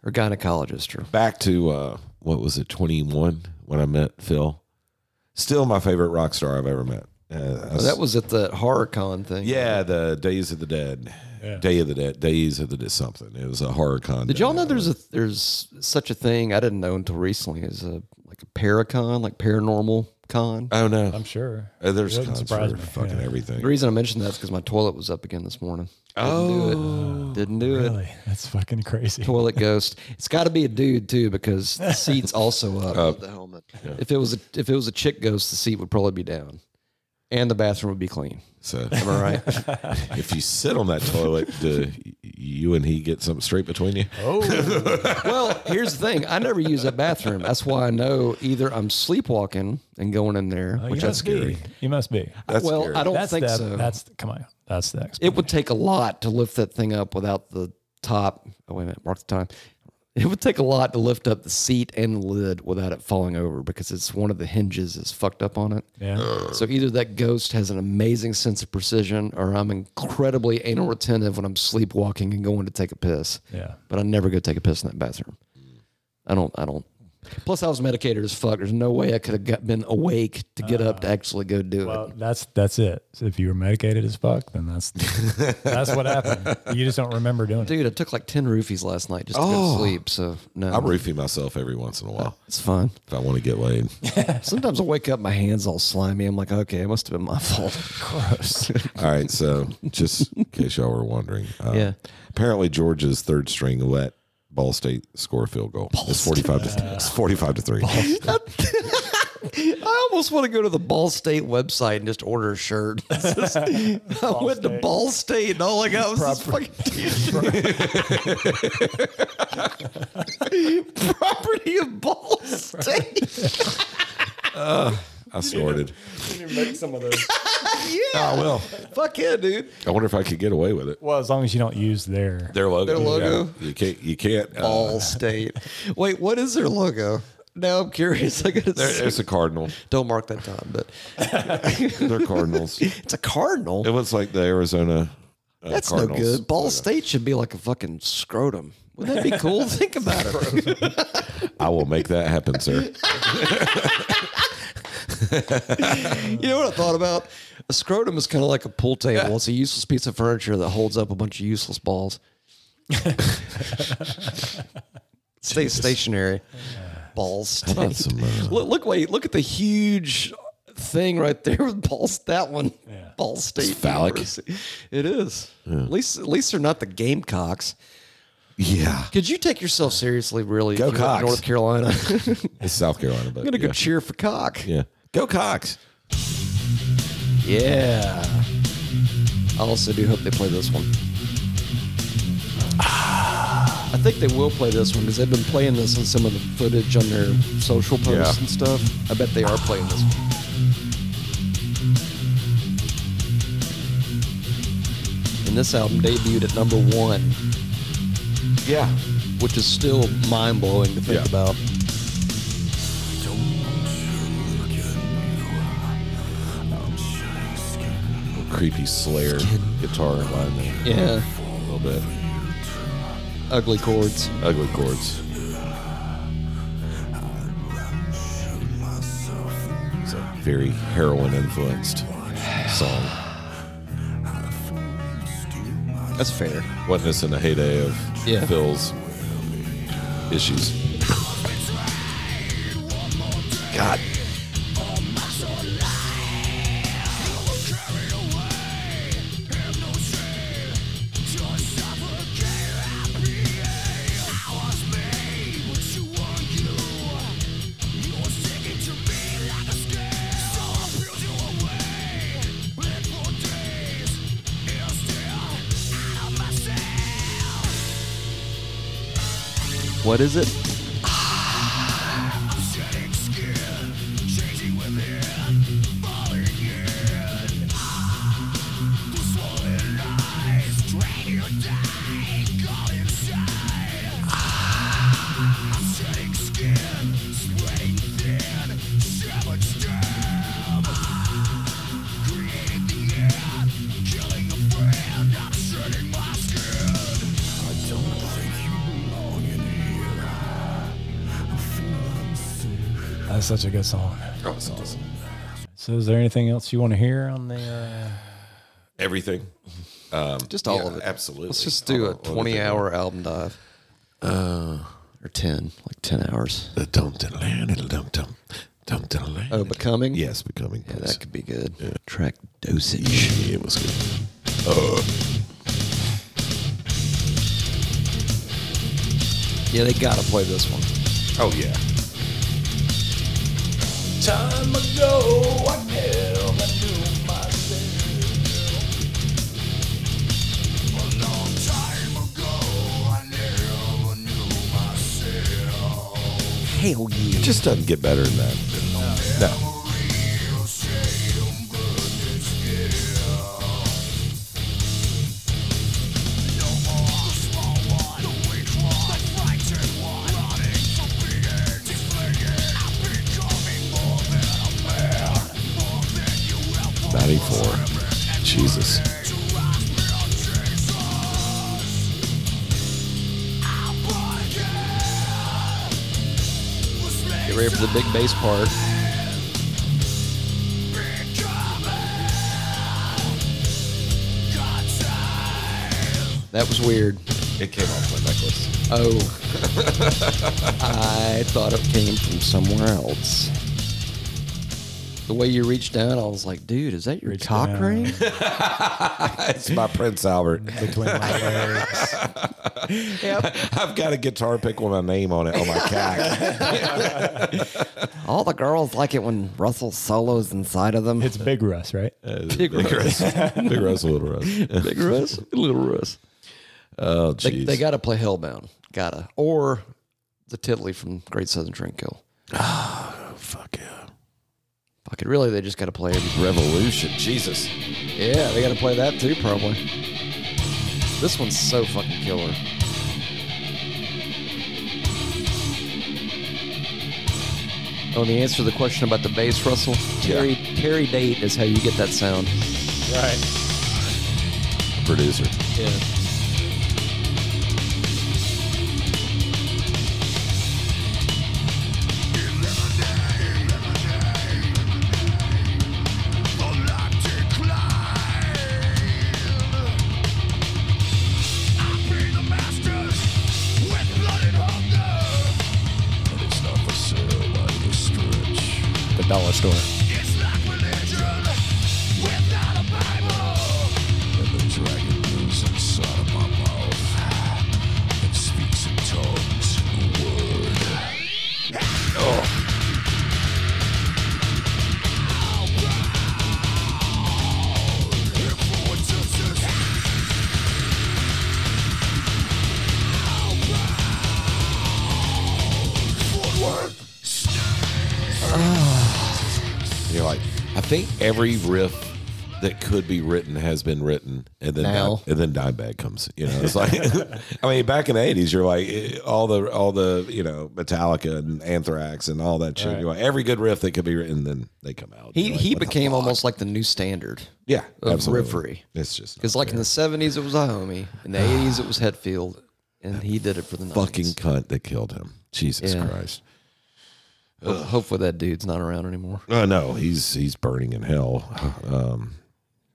[SPEAKER 2] or gynecologist or
[SPEAKER 1] back to uh, what was it, 21 when I met Phil. Still my favorite rock star I've ever met. Uh, I
[SPEAKER 2] Well, Oh, that was at the horror con thing.
[SPEAKER 1] yeah, the Days of the Dead. Day of the Dead, Days of the Dead, something. It was a horror con.
[SPEAKER 2] Did y'all know there's a there's such a thing I didn't know until recently is a like a paracon, like paranormal con.
[SPEAKER 1] Oh no,
[SPEAKER 3] I'm sure.
[SPEAKER 1] Uh, there's
[SPEAKER 3] Doesn't
[SPEAKER 1] cons
[SPEAKER 3] surprise
[SPEAKER 1] for
[SPEAKER 3] me,
[SPEAKER 1] fucking
[SPEAKER 3] yeah.
[SPEAKER 1] everything.
[SPEAKER 2] The reason I mentioned that is because my toilet was up again this morning. Oh, didn't do it. Didn't do it.
[SPEAKER 3] Really? That's fucking crazy.
[SPEAKER 2] Toilet ghost. It's got to be a dude too because the seat's also up.
[SPEAKER 4] The helmet.
[SPEAKER 2] If it was a, if it was a chick ghost, the seat would probably be down, and the bathroom would be clean.
[SPEAKER 1] So
[SPEAKER 2] Am I right?
[SPEAKER 1] if you sit on that toilet, do y- you and he get something straight between you?
[SPEAKER 2] Well, here's the thing. I never use that bathroom. That's why I know either I'm sleepwalking and going in there,
[SPEAKER 3] Oh, you
[SPEAKER 2] which I,
[SPEAKER 3] must
[SPEAKER 1] scary.
[SPEAKER 3] Be. You must be.
[SPEAKER 1] That's
[SPEAKER 2] well,
[SPEAKER 1] scary.
[SPEAKER 2] I don't
[SPEAKER 3] That's
[SPEAKER 2] think
[SPEAKER 3] the,
[SPEAKER 2] so.
[SPEAKER 3] That's come on. That's the explanation.
[SPEAKER 2] it would take a lot to lift that thing up without the top. Oh wait a minute, mark the time. It would take a lot to lift up the seat and lid without it falling over because it's one of the hinges is fucked up on it.
[SPEAKER 3] Yeah.
[SPEAKER 2] So either that ghost has an amazing sense of precision, or I'm incredibly anal retentive when I'm sleepwalking and going to take a piss.
[SPEAKER 3] Yeah.
[SPEAKER 2] But I never go take a piss in that bathroom. I don't. I don't. Plus, I was medicated as fuck. There's no way I could have got, been awake to get up to actually go do
[SPEAKER 3] Uh, Well,
[SPEAKER 2] it.
[SPEAKER 3] that's that's it. So if you were medicated as fuck, then that's that's what happened. You just don't remember doing it.
[SPEAKER 2] Dude, I took like ten roofies last night just to go
[SPEAKER 1] Oh.
[SPEAKER 2] to sleep. So no,
[SPEAKER 1] I roofie myself every once in a while
[SPEAKER 2] it's fine.
[SPEAKER 1] if I want to get laid.
[SPEAKER 2] Sometimes I wake up, my hands all slimy. I'm like, okay, it must have been my fault. Gross.
[SPEAKER 1] All right, so just in case y'all were wondering, uh,
[SPEAKER 2] Yeah.
[SPEAKER 1] Apparently, Georgia's third string let Ball State score a field goal. it's forty-five. To, it's forty-five to three.
[SPEAKER 2] I almost want to go to the Ball State website and just order a shirt. It's just- I went to
[SPEAKER 3] State.
[SPEAKER 2] Ball State and all I got was this fucking property of Ball State.
[SPEAKER 1] I snorted.
[SPEAKER 3] make some of those.
[SPEAKER 2] Oh,
[SPEAKER 1] I will.
[SPEAKER 2] Fuck yeah, dude.
[SPEAKER 1] I wonder if I could get away with it.
[SPEAKER 3] Well, as long as you don't use their
[SPEAKER 1] Their logo.
[SPEAKER 2] Their logo?
[SPEAKER 1] Yeah. You can't. You can't. uh,
[SPEAKER 2] Ball State. Wait, what is their logo? Now I'm curious. I gotta
[SPEAKER 1] there-
[SPEAKER 2] see.
[SPEAKER 1] it's a cardinal.
[SPEAKER 2] Don't mark that time, but
[SPEAKER 1] They're cardinals. It
[SPEAKER 2] it's a cardinal.
[SPEAKER 1] looks like the Arizona. Uh,
[SPEAKER 2] That's
[SPEAKER 1] cardinals.
[SPEAKER 2] no good. Ball State should be like a fucking scrotum. Wouldn't that be cool? Think about it.
[SPEAKER 1] I will make that happen, sir.
[SPEAKER 2] you know what I thought about? A scrotum is kind of like a pool table. It's a useless piece of furniture that holds up a bunch of useless balls. Stay stationary. Balls.
[SPEAKER 1] Got some, uh,
[SPEAKER 2] Look, look, wait, look at the huge thing right there with balls. That one, Ball State.
[SPEAKER 1] phallic.
[SPEAKER 2] University. It is. At least, at least they're not the Gamecocks.
[SPEAKER 1] yeah,
[SPEAKER 2] Could you take yourself seriously, really? if
[SPEAKER 1] Go
[SPEAKER 2] you went to
[SPEAKER 1] Cocks.
[SPEAKER 2] North Carolina. I'm
[SPEAKER 1] it's South Carolina, but
[SPEAKER 2] gonna
[SPEAKER 1] yeah.
[SPEAKER 2] go cheer for cock.
[SPEAKER 1] yeah, go Cox.
[SPEAKER 2] Yeah. I also do hope they play this one. Ah, I think they will play this one because they've been playing this on some of the footage on their social posts
[SPEAKER 1] Yeah.
[SPEAKER 2] and stuff. I bet they are playing this one. And this album debuted at number one,
[SPEAKER 1] Yeah,
[SPEAKER 2] which is still mind blowing to think
[SPEAKER 1] Yeah.
[SPEAKER 2] about.
[SPEAKER 1] creepy Slayer guitar line there.
[SPEAKER 2] Yeah,
[SPEAKER 1] A little bit.
[SPEAKER 2] ugly chords.
[SPEAKER 1] Ugly chords. It's a very heroin influenced song.
[SPEAKER 2] That's fair.
[SPEAKER 1] Wasn't this in the heyday of
[SPEAKER 2] Yeah.
[SPEAKER 1] Phil's issues? Oh, God.
[SPEAKER 2] What is it?
[SPEAKER 3] That's such a good song.
[SPEAKER 1] Oh, it's awesome.
[SPEAKER 3] So, is there anything else you want to hear on the? Uh,
[SPEAKER 1] Everything.
[SPEAKER 2] Just all
[SPEAKER 1] Yeah,
[SPEAKER 2] of it.
[SPEAKER 1] absolutely.
[SPEAKER 2] Let's just do
[SPEAKER 1] Hold
[SPEAKER 2] a
[SPEAKER 1] on, let me
[SPEAKER 2] 20
[SPEAKER 1] think
[SPEAKER 2] hour album dive. Uh, or 10, like 10 hours.
[SPEAKER 1] The dum dum dum dum dum dum dum.
[SPEAKER 2] Oh, Becoming?
[SPEAKER 1] Yes, becoming.
[SPEAKER 2] Yeah,
[SPEAKER 1] please.
[SPEAKER 2] that could be good. Track dosage.
[SPEAKER 1] Yeah, it was good. Uh.
[SPEAKER 2] Yeah, they gotta play this one.
[SPEAKER 1] Oh yeah.
[SPEAKER 4] Time ago, I never knew myself. A long time ago, I never knew myself.
[SPEAKER 2] Hell yeah.
[SPEAKER 1] It just doesn't get better than that. No. Ninety-four. Jesus.
[SPEAKER 2] Get ready for the big bass part. That was weird.
[SPEAKER 1] It came off my necklace.
[SPEAKER 2] Oh. I thought it came from somewhere else. The way you reached down, I was like, dude, is that your
[SPEAKER 3] Reached
[SPEAKER 2] cock
[SPEAKER 3] down.
[SPEAKER 2] ring?
[SPEAKER 1] It's my Prince Albert.
[SPEAKER 3] between my legs.
[SPEAKER 1] I've got a guitar pick with my name on it on my cat.
[SPEAKER 2] All the girls like it when Russell solos inside of them.
[SPEAKER 3] It's Big Russ, right?
[SPEAKER 2] Big Russ.
[SPEAKER 1] Big Russ, Little Russ.
[SPEAKER 2] Big Russ. Little Russ.
[SPEAKER 1] Oh,
[SPEAKER 2] They,
[SPEAKER 1] jeez.
[SPEAKER 2] they got to play Hellbound. Gotta. Or the Tiddly from Great Southern Train Kill.
[SPEAKER 1] Fuck yeah.
[SPEAKER 2] Fuck it. Really, they just got to play everything.
[SPEAKER 1] Revolution. Jesus.
[SPEAKER 2] Yeah, they got to play that too, probably. This one's so fucking killer. Oh, and the answer to the question about the bass, Russell, Terry, Terry Date is how you get that sound.
[SPEAKER 3] Right.
[SPEAKER 1] Producer.
[SPEAKER 2] Yeah.
[SPEAKER 3] The dollar store.
[SPEAKER 1] You're like, I think every riff that could be written has been written, and then
[SPEAKER 2] Now.
[SPEAKER 1] and then Dimebag comes. You know, it's like, I mean, back in the '80s, you're like eh, all the all the you know Metallica and Anthrax and all that shit.
[SPEAKER 3] Right.
[SPEAKER 1] You're like every good riff that could be written, then they come out.
[SPEAKER 2] He,
[SPEAKER 1] You're like,
[SPEAKER 2] he
[SPEAKER 1] what the
[SPEAKER 2] became
[SPEAKER 1] fuck?
[SPEAKER 2] almost like the new standard.
[SPEAKER 1] yeah,
[SPEAKER 2] of
[SPEAKER 1] absolutely.
[SPEAKER 2] riffraff.
[SPEAKER 1] It's just
[SPEAKER 2] Because like in the seventies it was a homie, in the eighties it was Hetfield, and he did it for the 90s.
[SPEAKER 1] fucking cunt that killed him. Jesus
[SPEAKER 2] Yeah.
[SPEAKER 1] Christ.
[SPEAKER 2] Ho- Hopefully that dude's not around anymore.
[SPEAKER 1] Oh no, he's he's burning in hell. Um,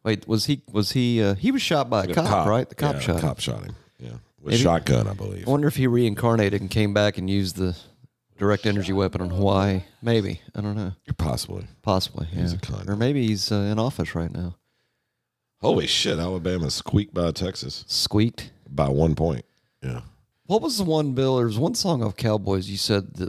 [SPEAKER 2] Wait, was he? Was he? Uh, he was shot by a cop, right? The cop
[SPEAKER 1] yeah,
[SPEAKER 2] shot. him.
[SPEAKER 1] Cop shot him. Yeah, with
[SPEAKER 2] Maybe-
[SPEAKER 1] shotgun, I believe.
[SPEAKER 2] I wonder if he reincarnated and came back and used the direct energy weapon on Hawaii. Maybe I don't know.
[SPEAKER 1] Possibly.
[SPEAKER 2] Possibly. Yeah.
[SPEAKER 1] He's a con.
[SPEAKER 2] Or maybe he's uh, in office right now.
[SPEAKER 1] Holy shit! Alabama squeaked by Texas
[SPEAKER 2] Squeaked.
[SPEAKER 1] by one point. Yeah.
[SPEAKER 2] What was the one Bill? There was one song of Cowboys. You said that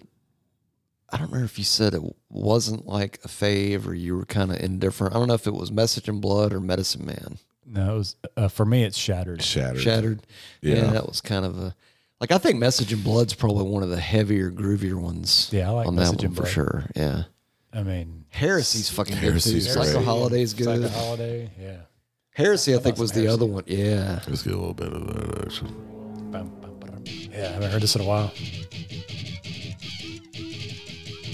[SPEAKER 2] I don't remember if you said it wasn't like a fave or you were kind of indifferent. I don't know if it was Message in Blood or Medicine Man.
[SPEAKER 3] No, it was, uh, for me, it's Shattered.
[SPEAKER 1] Shattered.
[SPEAKER 2] Shattered.
[SPEAKER 1] Yeah.
[SPEAKER 2] that was kind of a Like I think Message in Blood's probably one of the heavier, groovier ones.
[SPEAKER 3] Yeah, I like
[SPEAKER 2] on
[SPEAKER 3] Message
[SPEAKER 2] that
[SPEAKER 3] in
[SPEAKER 2] one for
[SPEAKER 3] Blood.
[SPEAKER 2] sure. Yeah,
[SPEAKER 3] I mean,
[SPEAKER 2] Heresy's fucking
[SPEAKER 1] Heresy's
[SPEAKER 2] good too. Psycho
[SPEAKER 1] great.
[SPEAKER 2] Holiday's good.
[SPEAKER 3] Psycho Holiday. Yeah.
[SPEAKER 2] Heresy, I think, was the other one. Yeah,
[SPEAKER 1] Let's get a little bit of that action.
[SPEAKER 3] Bum, bum, ba-dum. Yeah, I haven't heard this in a while.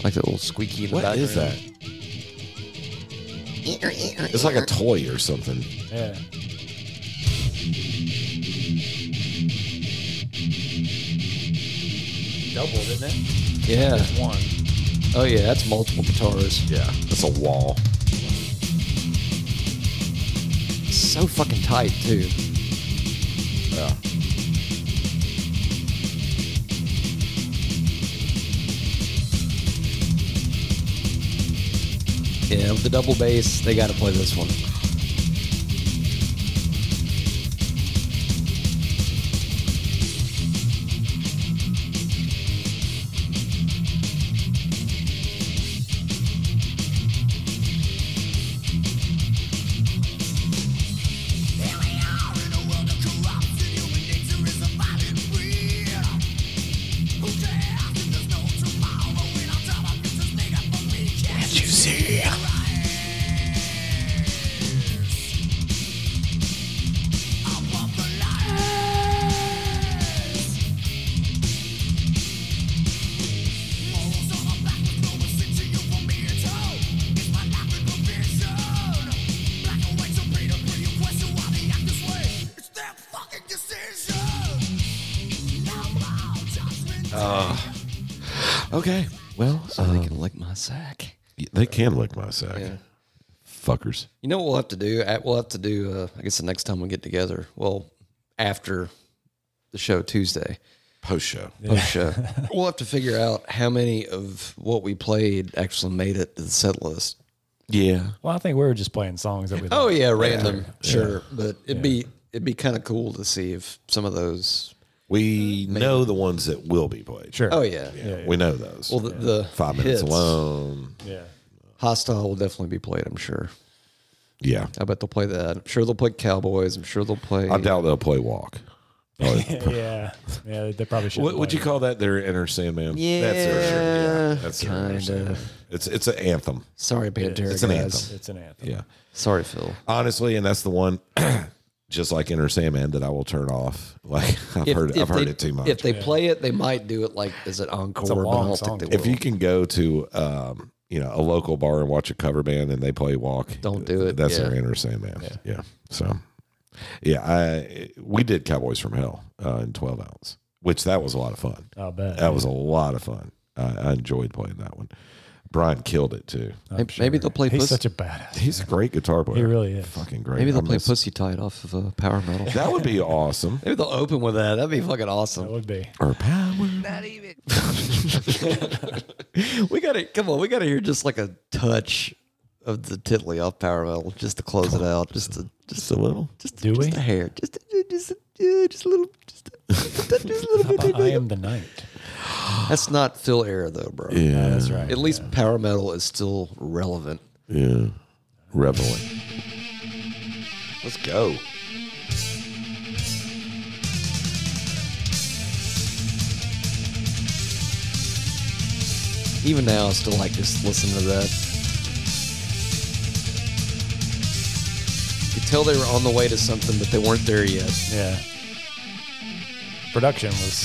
[SPEAKER 2] like that little squeaky. In the
[SPEAKER 1] What is that? It's like a toy or something.
[SPEAKER 3] Yeah. Doubled, isn't it?
[SPEAKER 2] Yeah.
[SPEAKER 3] One.
[SPEAKER 2] Oh yeah, that's multiple guitars.
[SPEAKER 1] Yeah, it's a wall.
[SPEAKER 2] It's so fucking tight too.
[SPEAKER 1] Yeah.
[SPEAKER 2] Yeah, with the double bass, they got to play this one. Okay. Well, um, so they can lick my sack.
[SPEAKER 1] They can lick my sack. Fuckers.
[SPEAKER 2] You know what we'll have to do? Uh, We'll have to do. Uh, I guess the next time we get together. Well, after the show Tuesday
[SPEAKER 1] Post show.
[SPEAKER 2] post show, we'll have to figure out how many of what we played actually made it to the set list.
[SPEAKER 1] Yeah.
[SPEAKER 3] Well, I think we were just playing songs that we.
[SPEAKER 2] Oh
[SPEAKER 3] liked.
[SPEAKER 2] yeah, random, sure, but it'd be it'd be kind of cool to see if some of those.
[SPEAKER 1] We know the ones that will be played.
[SPEAKER 3] Sure.
[SPEAKER 2] Oh yeah.
[SPEAKER 1] We know those.
[SPEAKER 2] Well, the, the
[SPEAKER 1] Five minutes
[SPEAKER 2] hits,
[SPEAKER 1] alone.
[SPEAKER 3] Yeah.
[SPEAKER 2] Hostile will definitely be played. I'm sure.
[SPEAKER 1] Yeah.
[SPEAKER 2] I bet they'll play that. I'm sure they'll play Cowboys. I'm sure they'll play.
[SPEAKER 1] I doubt they'll play walk. Oh,
[SPEAKER 3] Yeah. Yeah. Yeah. They probably should.
[SPEAKER 1] What would you call that? Their inner Sandman. that's their,
[SPEAKER 2] Yeah,
[SPEAKER 1] yeah, that's their inner
[SPEAKER 2] kinda.
[SPEAKER 1] Sandman. It's it's an anthem.
[SPEAKER 2] Sorry, Pantera.
[SPEAKER 1] It's an
[SPEAKER 2] guys.
[SPEAKER 1] anthem.
[SPEAKER 3] It's an anthem.
[SPEAKER 1] Yeah,
[SPEAKER 2] Sorry, Phil.
[SPEAKER 1] honestly, and that's the one, just like inner Sandman, that I will turn off. Like I've heard, I've heard
[SPEAKER 2] they,
[SPEAKER 1] it too much.
[SPEAKER 2] If they play it, they might do it like is it encore? but I
[SPEAKER 3] long
[SPEAKER 2] don't
[SPEAKER 3] song,
[SPEAKER 2] think they
[SPEAKER 1] if you can go to um, you know a local bar and watch a cover band and they play walk
[SPEAKER 2] Don't do it.
[SPEAKER 1] that's
[SPEAKER 2] Yeah.
[SPEAKER 1] their inner sandman yeah. so yeah i we did cowboys from hell uh, in 12 ounce which that was a lot of fun
[SPEAKER 3] I'll bet.
[SPEAKER 1] that was a lot of fun i, I enjoyed playing that one brian killed it too
[SPEAKER 2] Maybe, maybe they'll play.
[SPEAKER 3] He's
[SPEAKER 2] Pussy,
[SPEAKER 3] such a badass.
[SPEAKER 1] he's a great guitar player
[SPEAKER 3] He really is.
[SPEAKER 1] fucking great
[SPEAKER 2] maybe they'll
[SPEAKER 1] I
[SPEAKER 2] play
[SPEAKER 1] miss-
[SPEAKER 2] Pussy Tight off of uh, Power Metal.
[SPEAKER 1] that would be awesome
[SPEAKER 2] maybe they'll open with that. That'd be fucking
[SPEAKER 3] That
[SPEAKER 2] awesome.
[SPEAKER 3] would be.
[SPEAKER 1] or power
[SPEAKER 2] We gotta come on. We gotta hear just like a touch of the titley off Power Metal just to close it out. Just a just a little. Just
[SPEAKER 3] Do
[SPEAKER 2] just
[SPEAKER 3] we?
[SPEAKER 2] a hair. Just a, just a, just a little. Just a, just a little
[SPEAKER 3] But
[SPEAKER 2] bit.
[SPEAKER 3] I am the knight.
[SPEAKER 2] That's not Phil Air though, bro.
[SPEAKER 1] yeah
[SPEAKER 3] That's right.
[SPEAKER 2] At least Power Metal is still relevant.
[SPEAKER 1] yeah reveling let's go
[SPEAKER 2] Even now, I still like just listen to that. You could tell they were on the way to something, but they weren't there yet.
[SPEAKER 3] Yeah. Production was.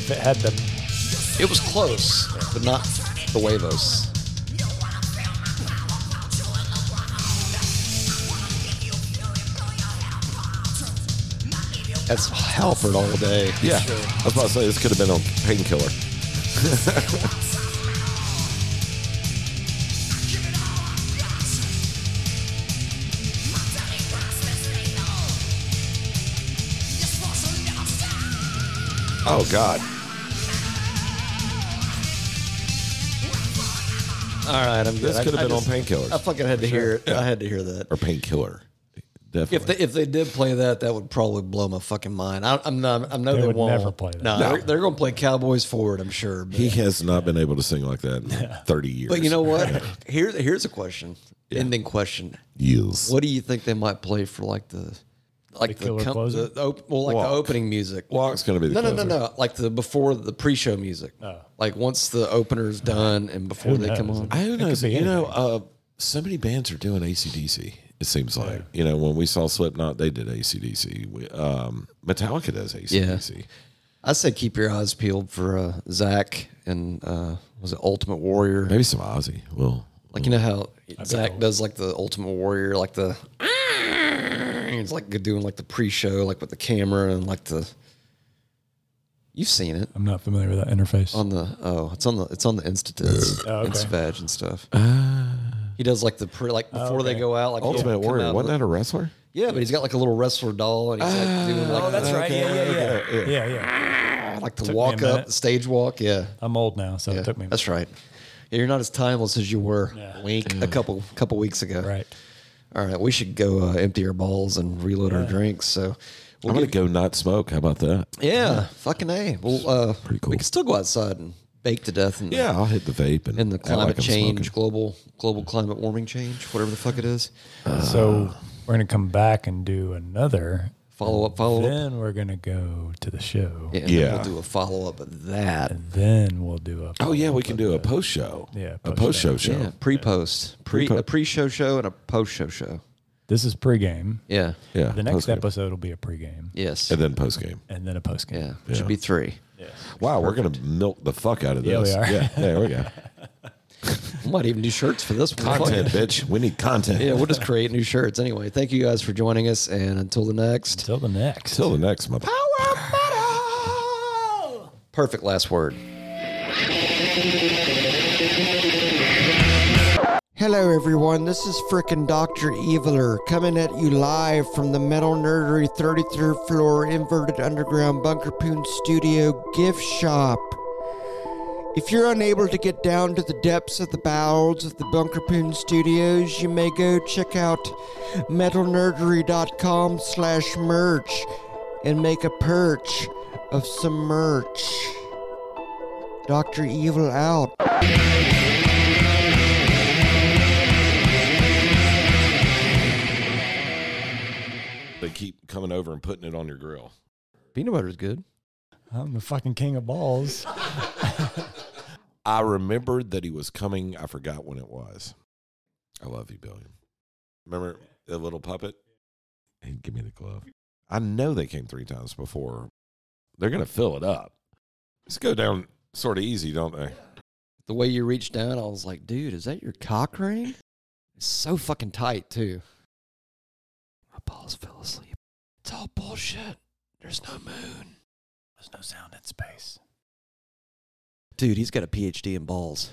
[SPEAKER 3] If it had the.
[SPEAKER 2] It was close, but not the huevos. That's Halford all day.
[SPEAKER 1] yeah i was about to say this could have been on painkiller oh god
[SPEAKER 2] All right, I'm good.
[SPEAKER 1] This
[SPEAKER 2] I-
[SPEAKER 1] could have
[SPEAKER 2] I
[SPEAKER 1] been on
[SPEAKER 2] just-
[SPEAKER 1] painkillers
[SPEAKER 2] I fucking had to hear it. I had to hear that.
[SPEAKER 1] or painkiller. Definitely.
[SPEAKER 2] If they if they did play that, that would probably blow my fucking mind. I, I'm not. I know
[SPEAKER 3] They
[SPEAKER 2] they,
[SPEAKER 3] would
[SPEAKER 2] won't.
[SPEAKER 3] never play that.
[SPEAKER 2] No, they're, they're going to play Cowboys forward. I'm sure. But,
[SPEAKER 1] he has not been able to sing like that in 30 years.
[SPEAKER 2] but you know what? Here here's a question. Ending question.
[SPEAKER 1] Years.
[SPEAKER 2] What do you think they might play for like the like
[SPEAKER 3] The
[SPEAKER 2] the,
[SPEAKER 3] killer
[SPEAKER 2] com-
[SPEAKER 3] closer?
[SPEAKER 2] the op- well, like the opening music.
[SPEAKER 1] Walk's gonna be the
[SPEAKER 2] no, no, no,
[SPEAKER 1] closer.
[SPEAKER 2] no. Like the before the pre-show music. Like once the opener's done and before
[SPEAKER 3] Oh. Who
[SPEAKER 2] they come
[SPEAKER 3] knows?
[SPEAKER 2] on.
[SPEAKER 1] I don't know.
[SPEAKER 3] could be
[SPEAKER 1] You know, uh, so many bands are doing ACDC. It seems like you know when we saw Slipknot, they did ACDC. We, um, Metallica does ACDC.
[SPEAKER 2] I said keep your eyes peeled for uh, Zach and uh, was it Ultimate Warrior?
[SPEAKER 1] Maybe some Ozzy. Well,
[SPEAKER 2] Like you know how Zach does like the Ultimate Warrior, like the it's like doing like the pre-show, like with the camera and like the. You've seen it
[SPEAKER 3] I'm not familiar with that interface.
[SPEAKER 2] on the oh, it's on the it's on the Instatits,
[SPEAKER 3] Oh, okay.
[SPEAKER 2] Instavag and stuff. he does like the pre like before they
[SPEAKER 3] Oh, okay.
[SPEAKER 2] go out, like he'll
[SPEAKER 1] Ah. Ultimate
[SPEAKER 2] come
[SPEAKER 1] Warrior
[SPEAKER 2] out
[SPEAKER 1] wasn't
[SPEAKER 2] with-
[SPEAKER 1] that a wrestler?
[SPEAKER 2] yeah, but he's got like a little wrestler doll, and he's like doing like, the-
[SPEAKER 3] Ah. Oh, right. yeah, yeah, yeah. yeah,
[SPEAKER 2] like the
[SPEAKER 3] Took me a
[SPEAKER 2] walk up,
[SPEAKER 3] minute.
[SPEAKER 2] the stage walk. Yeah,
[SPEAKER 3] I'm old now, so
[SPEAKER 2] yeah,
[SPEAKER 3] it took me.
[SPEAKER 2] that's right. Yeah, you're not as timeless as you were,
[SPEAKER 3] Yeah.
[SPEAKER 2] Wink, a couple couple weeks ago.
[SPEAKER 3] right.
[SPEAKER 2] All right, we should go uh, empty our balls and reload our drinks. So, we'll
[SPEAKER 1] I'm gonna
[SPEAKER 2] get-
[SPEAKER 1] go not smoke. How about that?
[SPEAKER 2] yeah, fucking a. Well, uh,
[SPEAKER 1] Pretty cool.
[SPEAKER 2] We can still go outside and bake to death. And,
[SPEAKER 1] Yeah, I'll hit the vape and
[SPEAKER 2] and the
[SPEAKER 1] act like
[SPEAKER 2] climate
[SPEAKER 1] I'm
[SPEAKER 2] change,
[SPEAKER 1] smoking.
[SPEAKER 2] global global climate warming change, whatever the fuck it is.
[SPEAKER 3] so
[SPEAKER 1] Uh.
[SPEAKER 3] we're gonna come back and do another.
[SPEAKER 2] Follow up, follow up.
[SPEAKER 3] Then we're gonna go to the show.
[SPEAKER 2] Yeah, and then
[SPEAKER 1] Yeah.
[SPEAKER 2] we'll do a follow up of that.
[SPEAKER 3] Then we'll do a.
[SPEAKER 1] Oh yeah, we can do a post show.
[SPEAKER 3] Yeah,
[SPEAKER 1] a post
[SPEAKER 3] post-show.
[SPEAKER 1] show show.
[SPEAKER 2] Yeah, pre post, pre
[SPEAKER 1] Pre-po-
[SPEAKER 2] a pre show show and a post show show.
[SPEAKER 3] This is pregame.
[SPEAKER 2] Yeah,
[SPEAKER 1] Yeah,
[SPEAKER 3] The next
[SPEAKER 1] post-game.
[SPEAKER 3] episode will be a pregame
[SPEAKER 2] yes,
[SPEAKER 1] and then post game.
[SPEAKER 3] and then a postgame.
[SPEAKER 2] yeah, should be three.
[SPEAKER 1] Wow, we're gonna milk the fuck out of
[SPEAKER 3] Yeah, we
[SPEAKER 1] this.
[SPEAKER 3] are.
[SPEAKER 1] yeah there we go.
[SPEAKER 2] We might even do shirts for this one. Fuck it.
[SPEAKER 1] Content, bitch. We need content.
[SPEAKER 2] Yeah, we'll just create new shirts anyway. Thank you guys for joining us, and until the next.
[SPEAKER 3] Till the next.
[SPEAKER 1] Till the next month.
[SPEAKER 2] Perfect last word. Hello, everyone. This is frickin' Dr. Eviler coming at you live from the Metal Nerdery 33rd floor inverted underground Bunker Poon Studio gift shop. If you're unable to get down to the depths of the bowels of the Bunker Poon Studios, you may go check out metalnerdery.com slash merch and make a perch of some merch. Dr. Evil out.
[SPEAKER 1] They keep coming over and putting it on your grill.
[SPEAKER 2] Peanut butter's good.
[SPEAKER 3] I'm the fucking king of balls.
[SPEAKER 1] I remembered that he was coming. I forgot when it was. I love you, Billy. Remember the little puppet? He'd give me the glove. I know they came three times before. They're going to fill it up. Let's go down sort of easy, don't they?
[SPEAKER 4] The way you reached down, I was like, dude, is that your cock ring? It's so fucking tight, too. My balls fell asleep. It's all bullshit. There's no moon.
[SPEAKER 3] There's no sound in space.
[SPEAKER 4] Dude, he's got a PhD in balls.